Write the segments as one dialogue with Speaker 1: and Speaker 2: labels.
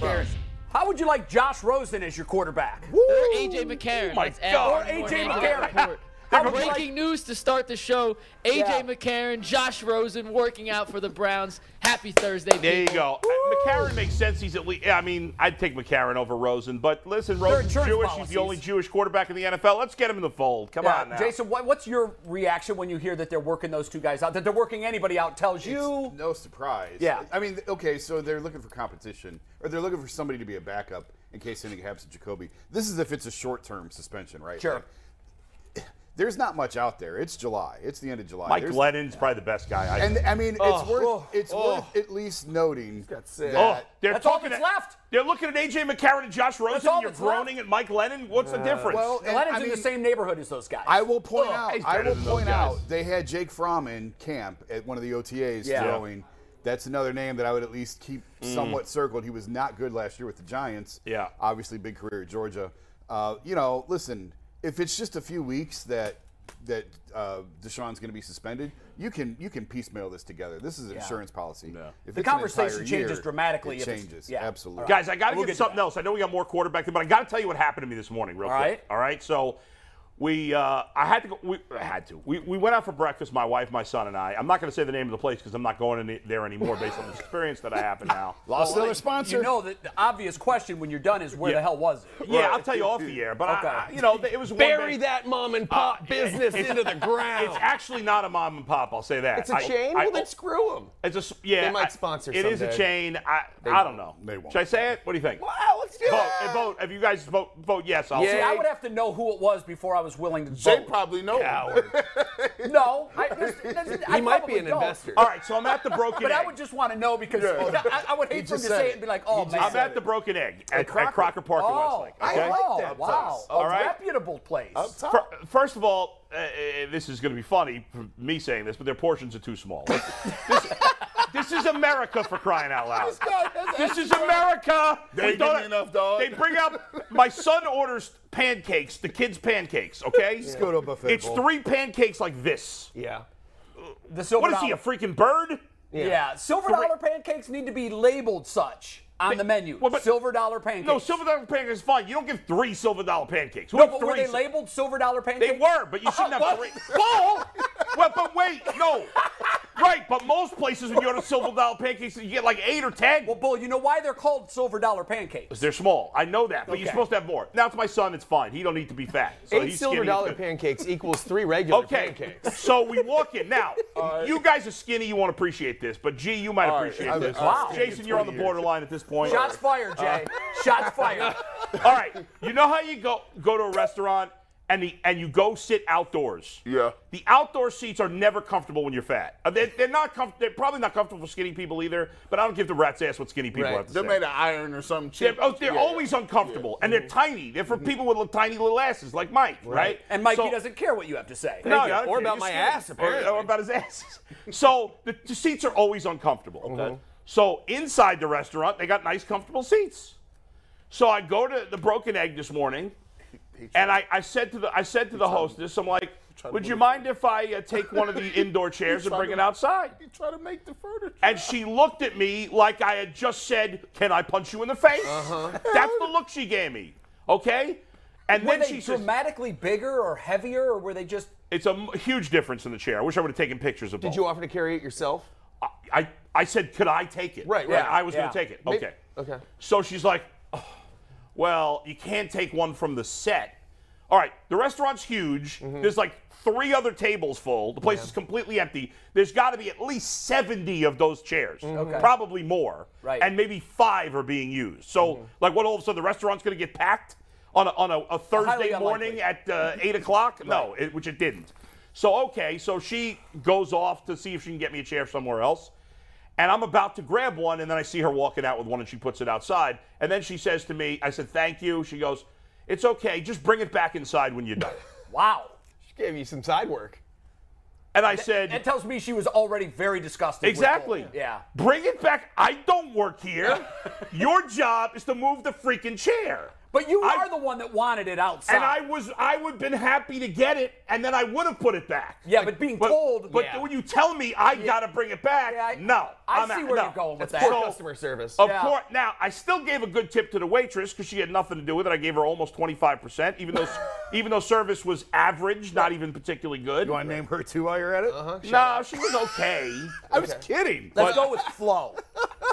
Speaker 1: How would you like Josh Rosen as your quarterback?
Speaker 2: Or AJ McCarron. E
Speaker 3: my
Speaker 2: Let's add
Speaker 3: God.
Speaker 2: one
Speaker 3: Or
Speaker 2: more
Speaker 1: A.J.
Speaker 2: name to
Speaker 1: McCarron.
Speaker 2: that report.
Speaker 1: How would you like-
Speaker 2: Breaking news to start the show. AJ
Speaker 1: Yeah.
Speaker 2: McCarron, Josh Rosen working out for the Browns. Happy Thursday.
Speaker 3: There you
Speaker 2: people.
Speaker 3: go. McCarron makes sense. He's at least. I mean, I'd take McCarron over Rosen, but listen, Rosen's
Speaker 1: insurance
Speaker 3: Jewish. He's
Speaker 1: policies.
Speaker 3: the only Jewish quarterback in the NFL. Let's get him in the fold. Come
Speaker 1: Yeah,
Speaker 3: on now.
Speaker 1: Jason, what, what's your reaction when you hear that they're working those two guys out? That they're working anybody out tells you.
Speaker 4: No surprise.
Speaker 1: Yeah.
Speaker 4: I mean, okay, so they're looking for competition, or they're looking for somebody to be a backup in case anything happens to Jacoby. This is if it's a short-term suspension, right?
Speaker 1: Sure.
Speaker 4: Like, there's not much out there. It's July. It's the end of July.
Speaker 3: Mike
Speaker 4: There's-
Speaker 3: Lennon's probably the best guy. I
Speaker 4: And I mean, it's
Speaker 3: Oh,
Speaker 4: worth
Speaker 3: oh,
Speaker 4: it's
Speaker 3: oh.
Speaker 4: worth at least noting that
Speaker 3: Oh, they're
Speaker 1: That's all
Speaker 3: talking
Speaker 1: that's
Speaker 3: at-
Speaker 1: left.
Speaker 3: They're looking at AJ McCarron and Josh Rosen.
Speaker 1: all
Speaker 3: and you're
Speaker 1: that's left.
Speaker 3: groaning at Mike Lennon. What's the difference?
Speaker 4: well, and
Speaker 1: Lennon's
Speaker 4: I
Speaker 1: in the
Speaker 4: mean-
Speaker 1: same neighborhood as those guys.
Speaker 4: I will point
Speaker 3: Oh,
Speaker 4: out.
Speaker 3: he's
Speaker 4: I
Speaker 3: better
Speaker 4: will
Speaker 3: than those
Speaker 4: point
Speaker 3: guys.
Speaker 4: out they had Jake Fromm in camp at one of the OTAs
Speaker 1: Yeah. Mm.
Speaker 4: throwing. That's another name that I would at least keep somewhat circled. He was not good last year with the Giants.
Speaker 3: Yeah.
Speaker 4: obviously big career at Georgia. Uh, you know, listen, if it's just a few weeks that that uh, Deshaun's going to be suspended, you can you can piecemeal this together. This is an insurance policy. If
Speaker 1: The
Speaker 4: it's an
Speaker 1: conversation
Speaker 4: entire
Speaker 1: changes
Speaker 4: year,
Speaker 1: dramatically
Speaker 4: It
Speaker 1: if it's-
Speaker 4: changes.
Speaker 1: yeah.
Speaker 4: Absolutely.
Speaker 3: Guys, I got to
Speaker 1: We'll get
Speaker 3: get
Speaker 1: to
Speaker 3: something
Speaker 1: that.
Speaker 3: else. I know we got more quarterback, thing, but I got to tell you what happened to me this morning, real
Speaker 1: All
Speaker 3: quick.
Speaker 1: right.
Speaker 3: All right. So we, uh, I had to go. We, I had to. We, we went out for breakfast. My wife, my son, and I. I'm not going to say the name of the place because I'm not going in there anymore based on the experience that I have now.
Speaker 4: Lost
Speaker 1: Well,
Speaker 4: another sponsor.
Speaker 1: You know that the obvious question when you're done is where
Speaker 3: Yeah.
Speaker 1: the hell was it?
Speaker 3: Yeah, I'll tell you off the air, but I-
Speaker 1: Okay.
Speaker 3: I, you know, it was one
Speaker 5: Bury
Speaker 3: big-
Speaker 5: that mom and pop
Speaker 3: Uh,
Speaker 5: business
Speaker 3: it's-
Speaker 5: into the ground.
Speaker 3: It's actually not a mom and pop. I'll say that.
Speaker 5: It's a
Speaker 3: I-
Speaker 5: chain?
Speaker 3: I-
Speaker 5: well, then screw them.
Speaker 3: It's a s- yeah.
Speaker 5: They might
Speaker 3: I-
Speaker 5: sponsor
Speaker 3: It is a
Speaker 5: someday.
Speaker 3: chain. I I don't know.
Speaker 4: They won't.
Speaker 3: Should I say it? What do you think?
Speaker 5: Wow, let's do
Speaker 3: Vote,
Speaker 5: it.
Speaker 3: vote. Oh, If you guys vote, vote yes. I'll
Speaker 5: Yeah.
Speaker 1: See, I would have to know who it was before I was willing to
Speaker 4: Jake
Speaker 1: vote.
Speaker 4: probably
Speaker 1: Oh.
Speaker 4: knows.
Speaker 1: no, I, there's, there's,
Speaker 5: He might be an investor.
Speaker 3: All right, so I'm at the broken
Speaker 1: But I
Speaker 3: egg.
Speaker 1: would just want to know because I, I would hate for him
Speaker 4: just
Speaker 1: to
Speaker 4: said
Speaker 1: say
Speaker 4: it.
Speaker 1: it and be like, oh, man.
Speaker 3: I'm at the broken egg at, at Crocker, Park in
Speaker 1: oh,
Speaker 3: Westlake. Okay.
Speaker 1: I like that wow.
Speaker 4: place.
Speaker 1: A
Speaker 3: All right.
Speaker 1: reputable place.
Speaker 3: Fir- First of all, uh, uh, this is going to be funny for me saying this, but their portions are too small. this, this is America for crying out loud. This is America. don't-
Speaker 4: ain't giving me enough, dog.
Speaker 3: They bring out my son orders pancakes, the kids pancakes. Okay,
Speaker 4: Just go to a buffet
Speaker 3: It's
Speaker 4: bowl.
Speaker 3: three pancakes like this.
Speaker 5: Yeah.
Speaker 1: The silver
Speaker 3: What is he,
Speaker 1: dollar.
Speaker 3: a freaking bird?
Speaker 1: Yeah. silver dollar pancakes need to be labeled such on the menu.
Speaker 3: Well, but-
Speaker 1: silver dollar pancakes.
Speaker 3: No, silver dollar pancakes is fine. You don't give three silver dollar pancakes. Who
Speaker 1: No,
Speaker 3: had
Speaker 1: but were
Speaker 3: three
Speaker 1: they
Speaker 3: sil-
Speaker 1: labeled silver dollar pancakes?
Speaker 3: They were, but you shouldn't have
Speaker 1: what?
Speaker 3: three. Paul! well, but wait, no. Right, but most places when you go to Silver Dollar Pancakes, you get like eight or ten.
Speaker 1: Well, Bull, you know why they're called silver dollar pancakes?
Speaker 3: they're small. I know that, but you're
Speaker 1: Okay.
Speaker 3: supposed to have more. Now it's my son. It's fine. He don't need to be fat. So
Speaker 5: Eight
Speaker 3: he's
Speaker 5: silver
Speaker 3: skinny,
Speaker 5: dollar
Speaker 3: it's good.
Speaker 5: pancakes equals three regular
Speaker 3: Okay.
Speaker 5: pancakes.
Speaker 3: So we walk in now. You guys are skinny. You won't appreciate this, but G, you might appreciate
Speaker 4: I've been-
Speaker 3: this.
Speaker 4: I've
Speaker 1: been
Speaker 3: Jason, you're on the borderline at this point.
Speaker 1: Shots fired, Jay. Shots fired.
Speaker 3: All right. You know how you go go to a restaurant and the and you go sit outdoors.
Speaker 4: Yeah.
Speaker 3: The outdoor seats are never comfortable when you're fat. Uh, They're, they're not comf- They're probably not comfortable for skinny people either. But I don't give the rat's ass what skinny people
Speaker 5: Right.
Speaker 3: have to
Speaker 4: They're
Speaker 3: say.
Speaker 4: made of iron or something cheap.
Speaker 3: they're, oh, they're always uncomfortable and they're tiny. They're for
Speaker 4: Mm-hmm.
Speaker 3: people with little, tiny little asses like Mike, right?
Speaker 1: And Mike,
Speaker 3: So-
Speaker 1: he doesn't care what you have to say.
Speaker 3: No,
Speaker 5: you.
Speaker 3: I don't care.
Speaker 5: Or about
Speaker 3: You're
Speaker 5: my
Speaker 3: skinny.
Speaker 5: ass,
Speaker 3: Or-
Speaker 5: apparently.
Speaker 3: Or, about his ass. So the, the seats are always uncomfortable. So inside the restaurant, they got nice, comfortable seats. So I go to the Broken Egg this morning, and I, I said to the I said to the hostess, I'm like, would you mind if I uh, take one of the indoor chairs and bring it outside?
Speaker 4: You try to make the furniture.
Speaker 3: And she looked at me like I had just said, "Can I punch you in the face?" That's the look she gave me. Okay. And
Speaker 1: Were
Speaker 3: then
Speaker 1: they
Speaker 3: she says,
Speaker 1: dramatically bigger or heavier, or were they just?
Speaker 3: "It's a m- huge difference in the chair. I wish I would have taken pictures of
Speaker 5: Did
Speaker 3: both."
Speaker 5: you offer to carry it yourself?
Speaker 3: I, I said, could I take it?
Speaker 5: Right,
Speaker 3: Yeah,
Speaker 5: right.
Speaker 3: I was
Speaker 1: Yeah.
Speaker 3: going to take it.
Speaker 5: May-
Speaker 3: Okay.
Speaker 5: okay.
Speaker 3: So she's like, "Oh, well, you can't take one from the set. All right, the restaurant's huge.
Speaker 5: Mm-hmm.
Speaker 3: There's like three other tables full. The place is completely empty. There's got to be at least 70 of those chairs,
Speaker 5: Mm-hmm.
Speaker 3: probably more.
Speaker 1: Right.
Speaker 3: And maybe five are being used. So,
Speaker 5: Mm-hmm.
Speaker 3: like, what all of a sudden the restaurant's going to get packed on a, on a, a Thursday morning
Speaker 1: unlikely.
Speaker 3: at uh, 8 o'clock? No, it, which it didn't. So, okay, so she goes off to see if she can get me a chair somewhere else. And I'm about to grab one, and then I see her walking out with one, and she puts it outside. And then she says to me, I said, Thank you. She goes, It's okay. Just bring it back inside when you're done.
Speaker 1: Wow.
Speaker 5: She gave you some side work.
Speaker 3: And I said,
Speaker 1: That tells me she was already very disgusted. with
Speaker 3: Exactly.
Speaker 1: Gold. Yeah.
Speaker 3: Bring it back. I don't work here. Your job is to move the freaking chair.
Speaker 1: But you
Speaker 3: I-
Speaker 1: are the one that wanted it outside.
Speaker 3: And I was I would have been happy to get it, and then I would have put it back.
Speaker 1: Yeah, but being
Speaker 3: but,
Speaker 1: told.
Speaker 3: But
Speaker 1: Yeah.
Speaker 3: when you tell me I gotta bring it back,
Speaker 1: Yeah, I-
Speaker 3: no.
Speaker 1: I
Speaker 3: I'm
Speaker 1: see
Speaker 3: out-
Speaker 1: where
Speaker 3: no.
Speaker 1: you're going with
Speaker 3: That's
Speaker 1: that.
Speaker 3: poor
Speaker 1: So-
Speaker 5: Customer service.
Speaker 3: Of
Speaker 1: Yeah.
Speaker 3: course. Now I still gave a good tip to the waitress because she had nothing to do with it. I gave her almost 25 percent, even though even though service was average, not even particularly good.
Speaker 4: You want to name her too while you're at it? Uh-huh.
Speaker 3: No, she was okay.
Speaker 4: I was kidding.
Speaker 1: Let's go with flow.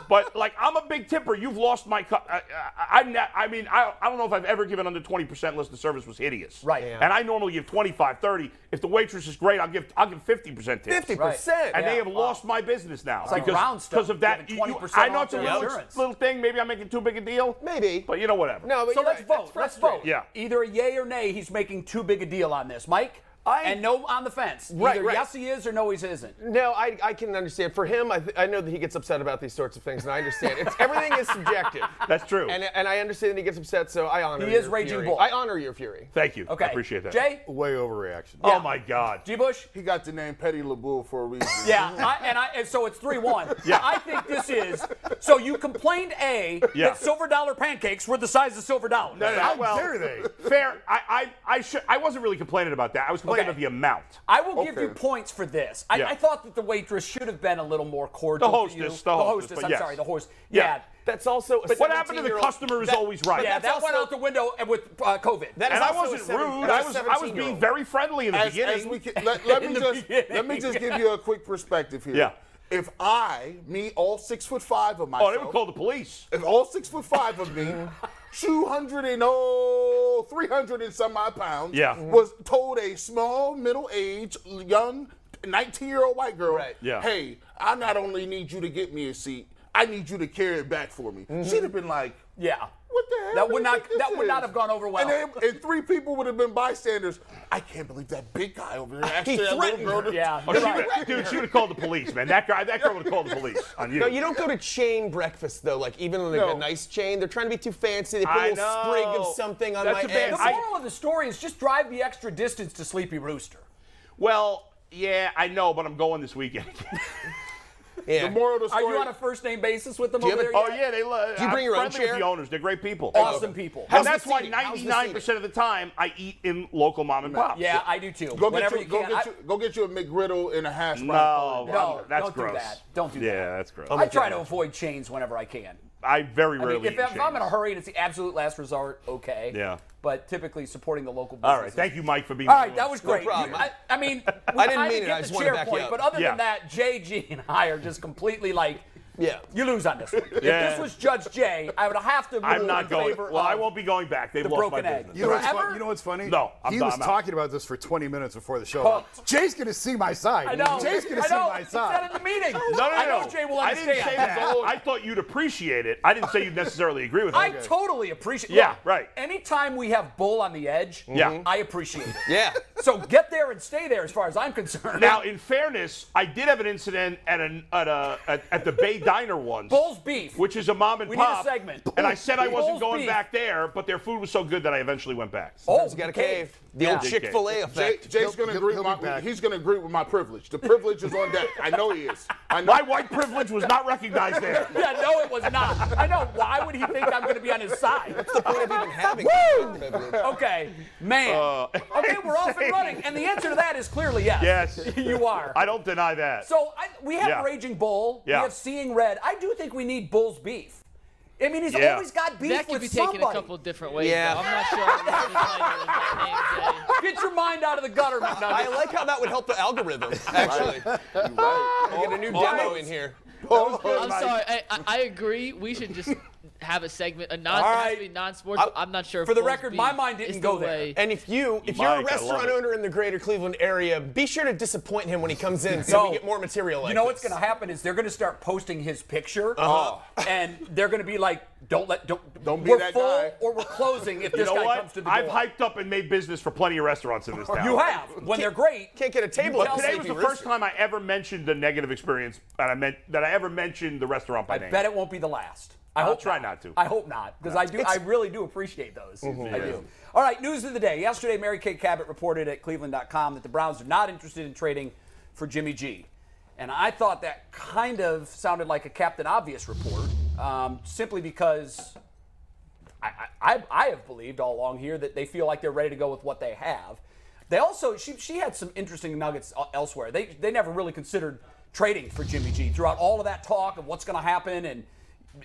Speaker 3: But like, I'm a big tipper. You've lost my. Cu- I, I, am not, I mean, I, I don't know if I've ever given under 20% unless the service was hideous.
Speaker 1: Right. Yeah.
Speaker 3: And I normally give 25, 30. If the waitress is great, I'll give I'll give 50% tips.
Speaker 5: 50%.
Speaker 3: And they
Speaker 1: Yeah,
Speaker 3: have
Speaker 1: wow.
Speaker 3: lost my business now
Speaker 1: like
Speaker 3: because
Speaker 1: Roundstone,
Speaker 3: because of that.
Speaker 1: giving
Speaker 3: You- you-
Speaker 1: 20%
Speaker 3: I know
Speaker 1: off
Speaker 3: it's a
Speaker 1: their
Speaker 3: little,
Speaker 1: insurance.
Speaker 3: little thing. Maybe I'm making too big a deal.
Speaker 5: Maybe.
Speaker 3: But you know, whatever.
Speaker 5: No, but
Speaker 1: So
Speaker 5: you're
Speaker 1: let's
Speaker 5: right.
Speaker 1: vote.
Speaker 5: That's
Speaker 1: Let's vote.
Speaker 3: Yeah.
Speaker 1: Either a yay or nay. He's making too big a deal on this, Mike.
Speaker 5: I-
Speaker 1: and no on the fence.
Speaker 5: Right,
Speaker 1: Either
Speaker 5: right.
Speaker 1: Yes, he is, or no, he isn't.
Speaker 5: No, I, I can understand. For him, I, th- I know that he gets upset about these sorts of things, and I understand. It's everything is subjective.
Speaker 3: That's true.
Speaker 5: And, and I understand that he gets upset, so I honor.
Speaker 1: He is
Speaker 5: your
Speaker 1: Raging
Speaker 5: fury.
Speaker 1: Bull.
Speaker 5: I honor your fury.
Speaker 3: Thank you.
Speaker 1: Okay.
Speaker 3: I appreciate that.
Speaker 1: Jay,
Speaker 4: Way overreaction.
Speaker 3: Oh my God.
Speaker 1: G. Bush.
Speaker 4: He got the name Petty LeBoule for a reason.
Speaker 1: Yeah, I, and I and so it's three one.
Speaker 3: Yeah.
Speaker 1: I think this is. So you complained a
Speaker 3: Yeah.
Speaker 1: that silver dollar pancakes were the size of silver dollar.
Speaker 3: No, no,
Speaker 4: How
Speaker 3: well,
Speaker 4: dare they?
Speaker 3: Fair. I I I, should, I wasn't really complaining about that. I was complaining
Speaker 1: Okay.
Speaker 3: about the amount.
Speaker 1: I will give you
Speaker 4: Okay.
Speaker 1: points for this. I,
Speaker 3: Yeah.
Speaker 1: I thought that the waitress should have been a little more cordial.
Speaker 3: The hostess,
Speaker 1: to you.
Speaker 3: the hostess, but
Speaker 1: I'm
Speaker 3: yes.
Speaker 1: sorry, the host.
Speaker 3: Yeah.
Speaker 1: Yeah.
Speaker 5: That's also. A
Speaker 3: what happened to the
Speaker 5: 17-year-old
Speaker 3: customer is
Speaker 5: that-
Speaker 3: always right.
Speaker 5: but
Speaker 1: Yeah,
Speaker 5: that's
Speaker 1: that
Speaker 5: also-
Speaker 1: went out the window and with uh, COVID.
Speaker 5: That is
Speaker 3: And I
Speaker 5: also a
Speaker 3: wasn't
Speaker 5: seven-
Speaker 3: rude. I
Speaker 5: that's a
Speaker 3: was I was
Speaker 5: 17-year-old.
Speaker 3: being very friendly in the
Speaker 6: as,
Speaker 3: beginning.
Speaker 6: as we can, let, let
Speaker 1: In
Speaker 6: me
Speaker 1: the
Speaker 6: just let me just give you a quick perspective here.
Speaker 3: Yeah.
Speaker 6: If I, me, all six foot five of
Speaker 3: oh,
Speaker 6: myself,
Speaker 3: they would call the police.
Speaker 6: if all six foot five of me, 200 and oh, 300 and some odd pounds,
Speaker 3: Yeah. Mhm.
Speaker 6: was told a small, middle aged, young, 19 year old white girl,
Speaker 5: Right.
Speaker 3: Yeah.
Speaker 6: hey, I not only need you to get me a seat, I need you to carry it back for me. She'd have been like,
Speaker 1: yeah.
Speaker 6: what the hell?
Speaker 1: Mm-hmm. That
Speaker 6: do
Speaker 1: would
Speaker 6: you
Speaker 1: not-
Speaker 6: think
Speaker 1: that
Speaker 6: this
Speaker 1: would not
Speaker 6: is?
Speaker 1: have gone over well.
Speaker 6: And, they- and three people would have been bystanders. I can't believe that big guy over there actually that little
Speaker 5: threatened
Speaker 6: girl.
Speaker 5: her.
Speaker 6: to-
Speaker 1: Yeah.
Speaker 3: Oh,
Speaker 1: you're
Speaker 3: she
Speaker 1: right.
Speaker 3: would- dude, she would have called the police, man. That guy, that girl would have called the police on you.
Speaker 5: No, you don't go to chain breakfast though. Like even on like,
Speaker 6: No.
Speaker 5: a nice chain, they're trying to be too fancy. They put
Speaker 3: I
Speaker 5: a little sprig
Speaker 3: know.
Speaker 5: of something on
Speaker 3: That's
Speaker 5: my
Speaker 3: a bad-
Speaker 5: egg.
Speaker 1: The
Speaker 3: I-
Speaker 1: moral of the story is just drive the extra distance to Sleepy Rooster.
Speaker 3: Well, yeah, I know, but I'm going this weekend.
Speaker 5: yeah.
Speaker 6: The moral of the
Speaker 1: Are
Speaker 6: story.
Speaker 1: you on a first name basis with them
Speaker 5: you
Speaker 1: over there?
Speaker 5: have
Speaker 3: oh
Speaker 1: yet?
Speaker 3: yeah, they love.
Speaker 5: Do you
Speaker 3: I'm
Speaker 5: bring your own
Speaker 3: friendly with
Speaker 5: chair?
Speaker 3: the owners. They're great people.
Speaker 1: Awesome people.
Speaker 3: And
Speaker 5: How's
Speaker 3: that's
Speaker 5: the
Speaker 3: why
Speaker 5: seating? How's the
Speaker 3: 99% of the time I eat in local mom and pop.
Speaker 1: Yeah, I do too.
Speaker 6: Go get,
Speaker 1: Whenever
Speaker 6: you,
Speaker 1: you
Speaker 6: go,
Speaker 1: can.
Speaker 6: get
Speaker 1: I-
Speaker 6: you, go get you a McGriddle and a hash brown.
Speaker 3: No,
Speaker 6: Oh,
Speaker 1: No,
Speaker 3: that's
Speaker 1: don't do
Speaker 3: gross.
Speaker 1: that. Don't do that.
Speaker 3: Yeah, that's gross.
Speaker 1: I try to avoid chains whenever I can.
Speaker 3: I very
Speaker 1: I mean,
Speaker 3: rarely.
Speaker 1: if,
Speaker 3: eat
Speaker 1: if I'm in a
Speaker 3: chains.
Speaker 1: hurry and it's the absolute last resort, okay.
Speaker 3: Yeah.
Speaker 1: But typically supporting the local business.
Speaker 3: All right, thank you, Mike, for being.
Speaker 1: All right, that was great.
Speaker 5: problem.
Speaker 1: You- I, I mean, we
Speaker 5: I didn't
Speaker 1: kinda
Speaker 5: mean it,
Speaker 1: get
Speaker 5: I just
Speaker 1: the
Speaker 5: wanted
Speaker 1: chair
Speaker 5: to back you
Speaker 1: point,
Speaker 5: up.
Speaker 1: but other
Speaker 3: Yeah.
Speaker 1: than that, JG and I are just completely like,
Speaker 5: Yeah.
Speaker 1: you lose on this one. If
Speaker 3: Yeah.
Speaker 1: this was Judge J, I would have to. Rule
Speaker 3: I'm not
Speaker 1: in
Speaker 3: going.
Speaker 1: Favor
Speaker 3: Well,
Speaker 1: of,
Speaker 3: I won't be going back. They've
Speaker 1: the
Speaker 3: lost my
Speaker 1: broken egg.
Speaker 3: business.
Speaker 4: You know, what's
Speaker 1: Forever?
Speaker 4: fun- you know what's funny?
Speaker 3: No, I'm
Speaker 4: he
Speaker 3: done,
Speaker 4: was
Speaker 3: I'm out.
Speaker 4: talking about this for 20 minutes before the show.
Speaker 1: Hooked.
Speaker 4: Jay's gonna see my side.
Speaker 1: I know.
Speaker 4: Jay's gonna
Speaker 1: I
Speaker 4: see
Speaker 1: know.
Speaker 4: my
Speaker 1: He said
Speaker 4: side.
Speaker 1: in the meeting.
Speaker 3: No, no, no.
Speaker 1: I know
Speaker 3: no.
Speaker 1: Jay will
Speaker 3: I
Speaker 1: understand.
Speaker 3: didn't say that. I thought you'd appreciate it. I didn't say you'd necessarily agree with
Speaker 1: I
Speaker 3: it.
Speaker 1: totally appreciate.
Speaker 3: Yeah,
Speaker 1: look,
Speaker 3: right.
Speaker 1: Anytime we have bull on the edge,
Speaker 3: Yeah.
Speaker 1: I appreciate it.
Speaker 5: Yeah.
Speaker 1: So get there and stay there, as far as I'm concerned.
Speaker 3: Now, in fairness, I did have an incident at an at a at, at the Bay Diner once.
Speaker 1: Bull's beef.
Speaker 3: Which is a mom and
Speaker 1: We need a
Speaker 3: pop.
Speaker 1: segment.
Speaker 3: And I said I wasn't
Speaker 1: Bull's
Speaker 3: going
Speaker 1: beef.
Speaker 3: back there, but their food was so good that I eventually went back.
Speaker 1: oh,
Speaker 5: He's got a
Speaker 1: the
Speaker 5: cave. The old
Speaker 3: Yeah.
Speaker 5: Chick Fil A
Speaker 6: Jay,
Speaker 5: effect.
Speaker 6: Jay's going to
Speaker 4: He'll-
Speaker 6: agree.
Speaker 4: he'll
Speaker 6: with
Speaker 4: be
Speaker 6: My,
Speaker 4: back.
Speaker 6: he's going to agree with my privilege. The privilege is on deck. I know he is. I know.
Speaker 3: My white privilege was not recognized there.
Speaker 1: Yeah, no, it was not. I know. Why would he think I'm going to be on his side?
Speaker 5: What have you been having?
Speaker 1: Okay, man.
Speaker 3: Uh,
Speaker 1: okay, we're off and
Speaker 3: insane.
Speaker 1: running, and the answer to that is clearly yes.
Speaker 3: Yes.
Speaker 1: you are.
Speaker 3: I don't deny that.
Speaker 1: So I, we have
Speaker 3: Yeah.
Speaker 1: Raging Bull.
Speaker 3: Yeah.
Speaker 1: We have Seeing Red. I do think we need Bull's beef. I mean, he's
Speaker 3: Yeah.
Speaker 1: always got beef
Speaker 2: That could
Speaker 1: with
Speaker 2: be taken
Speaker 1: somebody.
Speaker 2: a couple of different ways.
Speaker 5: Yeah.
Speaker 2: though. I'm not sure. I'm gonna decide on that name, Jay.
Speaker 1: Get your mind out of the gutter, McNuggets.
Speaker 5: I like how that would help the algorithm. Actually, I get a new demo in here.
Speaker 2: I'm sorry. I, I, I agree. We should just have a segment, a non,
Speaker 1: All
Speaker 2: it has to
Speaker 1: right.
Speaker 2: be non-sports.
Speaker 5: I-
Speaker 2: I'm not sure.
Speaker 1: For the
Speaker 2: Bulls
Speaker 1: record,
Speaker 2: beat
Speaker 1: my mind didn't
Speaker 2: is the
Speaker 1: go there.
Speaker 2: way-
Speaker 5: And if you, if you're a
Speaker 3: Mike, I love
Speaker 5: restaurant
Speaker 3: it.
Speaker 5: owner in the greater Cleveland area, be sure to disappoint him when he comes in so we
Speaker 1: No.
Speaker 5: get more material like
Speaker 1: You know what's
Speaker 5: this.
Speaker 1: going to happen is they're going to start posting his picture, uh and they're going to be like, "Don't let don't
Speaker 6: Don't be
Speaker 1: we're
Speaker 6: that
Speaker 1: full
Speaker 6: guy."
Speaker 1: or we're closing if
Speaker 3: You
Speaker 1: this
Speaker 3: know
Speaker 1: guy
Speaker 3: what?
Speaker 1: comes to the
Speaker 3: I've
Speaker 1: door."
Speaker 3: hyped up and made business for plenty of restaurants in this town.
Speaker 1: you have when they're great.
Speaker 5: Can't get a table.
Speaker 1: But
Speaker 5: at
Speaker 3: Today
Speaker 1: Sleepy
Speaker 3: was
Speaker 5: Sleepy
Speaker 3: the first
Speaker 5: Rooster.
Speaker 3: time I ever mentioned the negative experience that I meant that I ever mentioned the restaurant by
Speaker 1: I
Speaker 3: name.
Speaker 1: bet it won't be the last. I
Speaker 3: I'll
Speaker 1: hope
Speaker 3: try not to. Mm-hmm.
Speaker 1: I hope not because I do. I really do appreciate those. I do. All right, news of the day. Yesterday, Mary Kay Cabot reported at Cleveland.com that the Browns are not interested in trading for Jimmy G, and I thought that kind of sounded like a Captain Obvious report, um, simply because I, I, I have believed all along here that they feel like they're ready to go with what they have. They also she, she had some interesting nuggets el- elsewhere. They they never really considered trading for Jimmy G throughout all of that talk of what's going to happen, and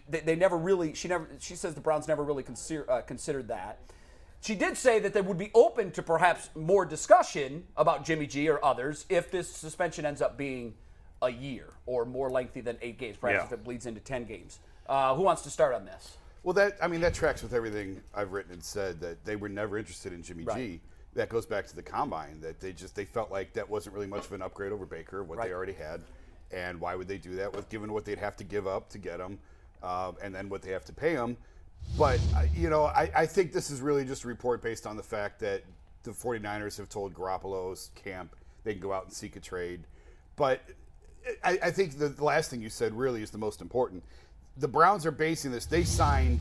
Speaker 1: they, they never really she never she says the Browns never really consider, uh, considered that. She did say that they would be open to perhaps more discussion about Jimmy G or others if this suspension ends up being a year or more lengthy than eight games, perhaps
Speaker 3: Yeah.
Speaker 1: if it bleeds into ten games. Uh, who wants to start on this?
Speaker 4: Well, that I mean that tracks with everything I've written and said that they were never interested in Jimmy G.
Speaker 1: Right.
Speaker 4: That goes back to the combine that they just they felt like that wasn't really much of an upgrade over Baker, what
Speaker 1: Right.
Speaker 4: they already had, and why would they do that with given what they'd have to give up to get him, um, and then what they have to pay him. But I- you know, I, I think this is really just a report based on the fact that the 49ers have told Garoppolo's camp they can go out and seek a trade, but I, I think the, the last thing you said really is the most important. The Browns are basing this. They signed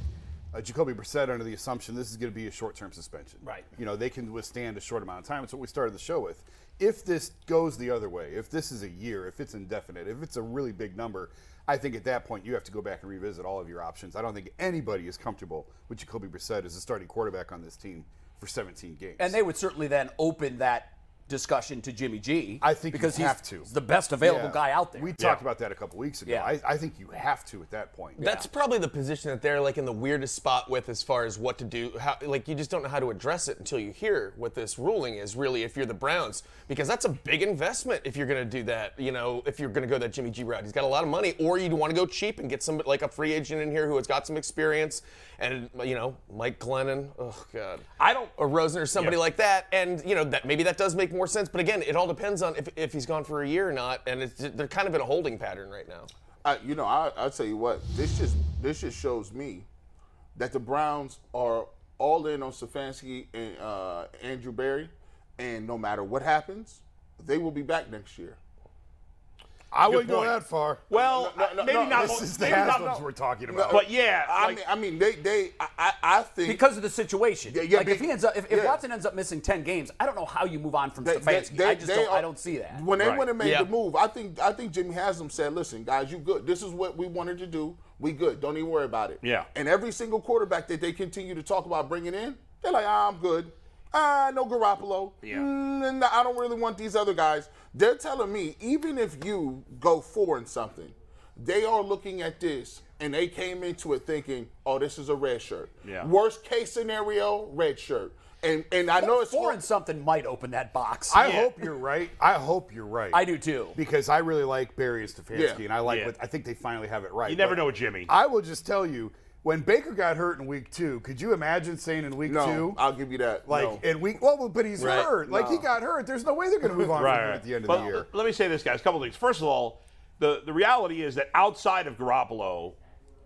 Speaker 4: uh, Jacoby Brissett under the assumption this is going to be a short-term suspension.
Speaker 1: Right.
Speaker 4: You know they can withstand a short amount of time. It's what we started the show with. If this goes the other way, if this is a year, if it's indefinite, if it's a really big number, I think at that point you have to go back and revisit all of your options. I don't think anybody is comfortable with Jacoby Brissett as a starting quarterback on this team for 17 games.
Speaker 1: And they would certainly then open that discussion to Jimmy G.
Speaker 4: I think you
Speaker 1: because
Speaker 4: have
Speaker 1: he's
Speaker 4: to.
Speaker 1: the best available
Speaker 4: Yeah.
Speaker 1: guy out there.
Speaker 4: We talked about that a couple weeks ago.
Speaker 1: Yeah.
Speaker 4: I, I think you have to at that point.
Speaker 5: That's probably the position that they're like in the weirdest spot with as far as what to do. How, like you just don't know how to address it until you hear what this ruling is really if you're the Browns because that's a big investment if you're going to do that, you know, if you're going to go that Jimmy G route. He's got a lot of money or you'd want to go cheap and get some like a free agent in here who has got some experience and you know, Mike Glennon. Oh god.
Speaker 3: I don't-
Speaker 5: or Rosen or somebody
Speaker 3: Yeah.
Speaker 5: like that and you know that maybe that does make more sense, but again, it all depends on if, if he's gone for a year or not and it's, they're kind of in a holding pattern right now.
Speaker 6: I, you know, I, I'll tell you what. This just this just shows me that the Browns are all in on Stefanski and uh, Andrew Barry, and no matter what happens, they will be back next year.
Speaker 4: I
Speaker 3: Good
Speaker 4: wouldn't go
Speaker 3: point.
Speaker 4: that far.
Speaker 3: Well,
Speaker 6: No, no, no,
Speaker 3: maybe
Speaker 6: no,
Speaker 3: not.
Speaker 4: this is the
Speaker 3: maybe not-
Speaker 4: Haslam's we're talking
Speaker 6: No,
Speaker 4: about.
Speaker 3: But yeah,
Speaker 6: I
Speaker 3: like-
Speaker 6: mean, I mean, they they I I, I think
Speaker 1: because of the situation.
Speaker 6: Yeah, yeah,
Speaker 1: like if
Speaker 6: be-
Speaker 1: he ends up, if, if
Speaker 6: yeah.
Speaker 1: Watson ends up missing ten games, I don't know how you move on from Stefanski. I just don't. I don't see that.
Speaker 6: When they
Speaker 3: Right.
Speaker 6: went and made
Speaker 5: Yeah.
Speaker 6: the move, I think I think Jimmy Haslam said, "Listen, guys, you good. This is what we wanted to do. We good. Don't even worry about it."
Speaker 3: Yeah.
Speaker 6: And every single quarterback that they continue to talk about bringing in, they're like, ah, "I'm good. Ah, no Garoppolo.
Speaker 3: Yeah.
Speaker 6: Mm, no, I don't really want these other guys." They're telling me even if you go four in something, they are looking at this. And they came into it thinking, "Oh, this is a red shirt.
Speaker 3: Yeah.
Speaker 6: Worst case scenario, red shirt." And and I know it's
Speaker 1: four and something might open that box.
Speaker 4: I hope you're right. I hope you're right.
Speaker 1: I do too.
Speaker 4: Because I really like Barry and Stefanski,
Speaker 6: Yeah.
Speaker 4: and I like
Speaker 3: Yeah.
Speaker 4: what I think they finally have it right.
Speaker 3: You never
Speaker 4: But
Speaker 3: know with Jimmy.
Speaker 4: I will just tell you, when Baker got hurt in week two, could you imagine saying in week
Speaker 6: No,
Speaker 4: two?
Speaker 6: I'll give you that.
Speaker 4: Like
Speaker 6: No.
Speaker 4: in week well, but he's
Speaker 5: Right.
Speaker 4: hurt. Like he got hurt. There's no way they're gonna move on
Speaker 3: Right,
Speaker 4: from him
Speaker 3: right.
Speaker 4: at the end of
Speaker 3: But
Speaker 4: the year.
Speaker 3: Let me say this, guys. A couple things. First of all, the, the reality is that outside of Garoppolo,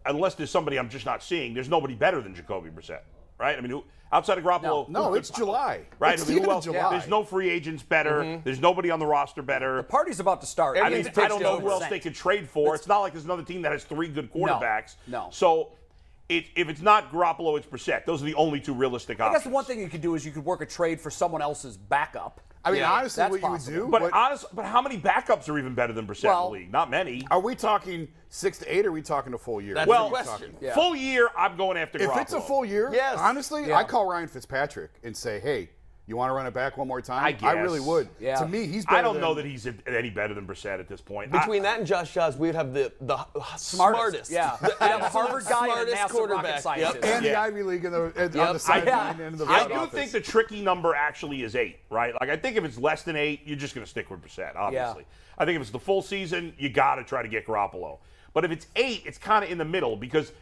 Speaker 3: unless there's somebody I'm just not seeing, there's nobody better than Jacoby Brissett, right? I mean, who, outside of Garoppolo,
Speaker 4: No,
Speaker 3: who could
Speaker 4: it's
Speaker 3: pop-
Speaker 4: July.
Speaker 3: Right?
Speaker 4: It's
Speaker 3: I
Speaker 4: the
Speaker 3: mean,
Speaker 4: end
Speaker 3: who
Speaker 4: of
Speaker 3: else?
Speaker 4: July. Mm-hmm.
Speaker 3: There's no free agents better. There's nobody on the roster better.
Speaker 1: Party's about to start.
Speaker 3: I, mean,
Speaker 1: Everything's
Speaker 3: I don't
Speaker 1: pitched
Speaker 3: know
Speaker 1: to
Speaker 3: who else they
Speaker 1: 100%.
Speaker 3: could trade for. it's not like there's another team that has three good quarterbacks.
Speaker 1: no.
Speaker 3: So it, if it's not Garoppolo, it's Brissett. Those are the only two realistic
Speaker 1: I
Speaker 3: options.
Speaker 1: guess the one thing you could do is you could work a trade for someone else's backup.
Speaker 4: I mean
Speaker 1: Yeah,
Speaker 4: honestly
Speaker 1: that's
Speaker 4: what you
Speaker 1: possible.
Speaker 4: would do
Speaker 3: But
Speaker 4: what-
Speaker 3: honest, but how many backups are even better than Brissett
Speaker 1: Well-
Speaker 3: in the league? Not many.
Speaker 4: are we talking six to eight or are we talking a full year?
Speaker 5: That's
Speaker 3: Well,
Speaker 5: the question.
Speaker 3: Full year, I'm going after
Speaker 4: If
Speaker 3: Garoppolo.
Speaker 4: it's a full year,
Speaker 5: Yes.
Speaker 4: honestly,
Speaker 1: Yeah.
Speaker 4: I call Ryan Fitzpatrick and say, hey, you want to run it back one more time?
Speaker 3: I guess.
Speaker 4: really would.
Speaker 1: Yeah.
Speaker 4: To me, he's better
Speaker 3: I don't
Speaker 4: than-
Speaker 3: know that he's any better than Brissett at this point.
Speaker 5: Between
Speaker 3: I,
Speaker 5: that and Josh Jobs, we'd have the the smartest.
Speaker 1: Yeah. Yeah,
Speaker 5: The
Speaker 1: the
Speaker 5: absolute
Speaker 1: Harvard guy and a
Speaker 5: smartest
Speaker 1: NASA rocket
Speaker 5: quarterback.
Speaker 1: scientist.
Speaker 4: And the
Speaker 3: Yeah.
Speaker 4: Ivy League in the, and on
Speaker 5: Yep.
Speaker 4: the sideline
Speaker 1: yeah.
Speaker 4: and in the
Speaker 3: I
Speaker 4: front
Speaker 3: do
Speaker 4: office.
Speaker 3: think the tricky number actually is eight, right? Like I think if it's less than eight, you're just going to stick with Brissett, obviously. I think if it's the full season, you got to try to get Garoppolo. But if it's eight, it's kind of in the middle because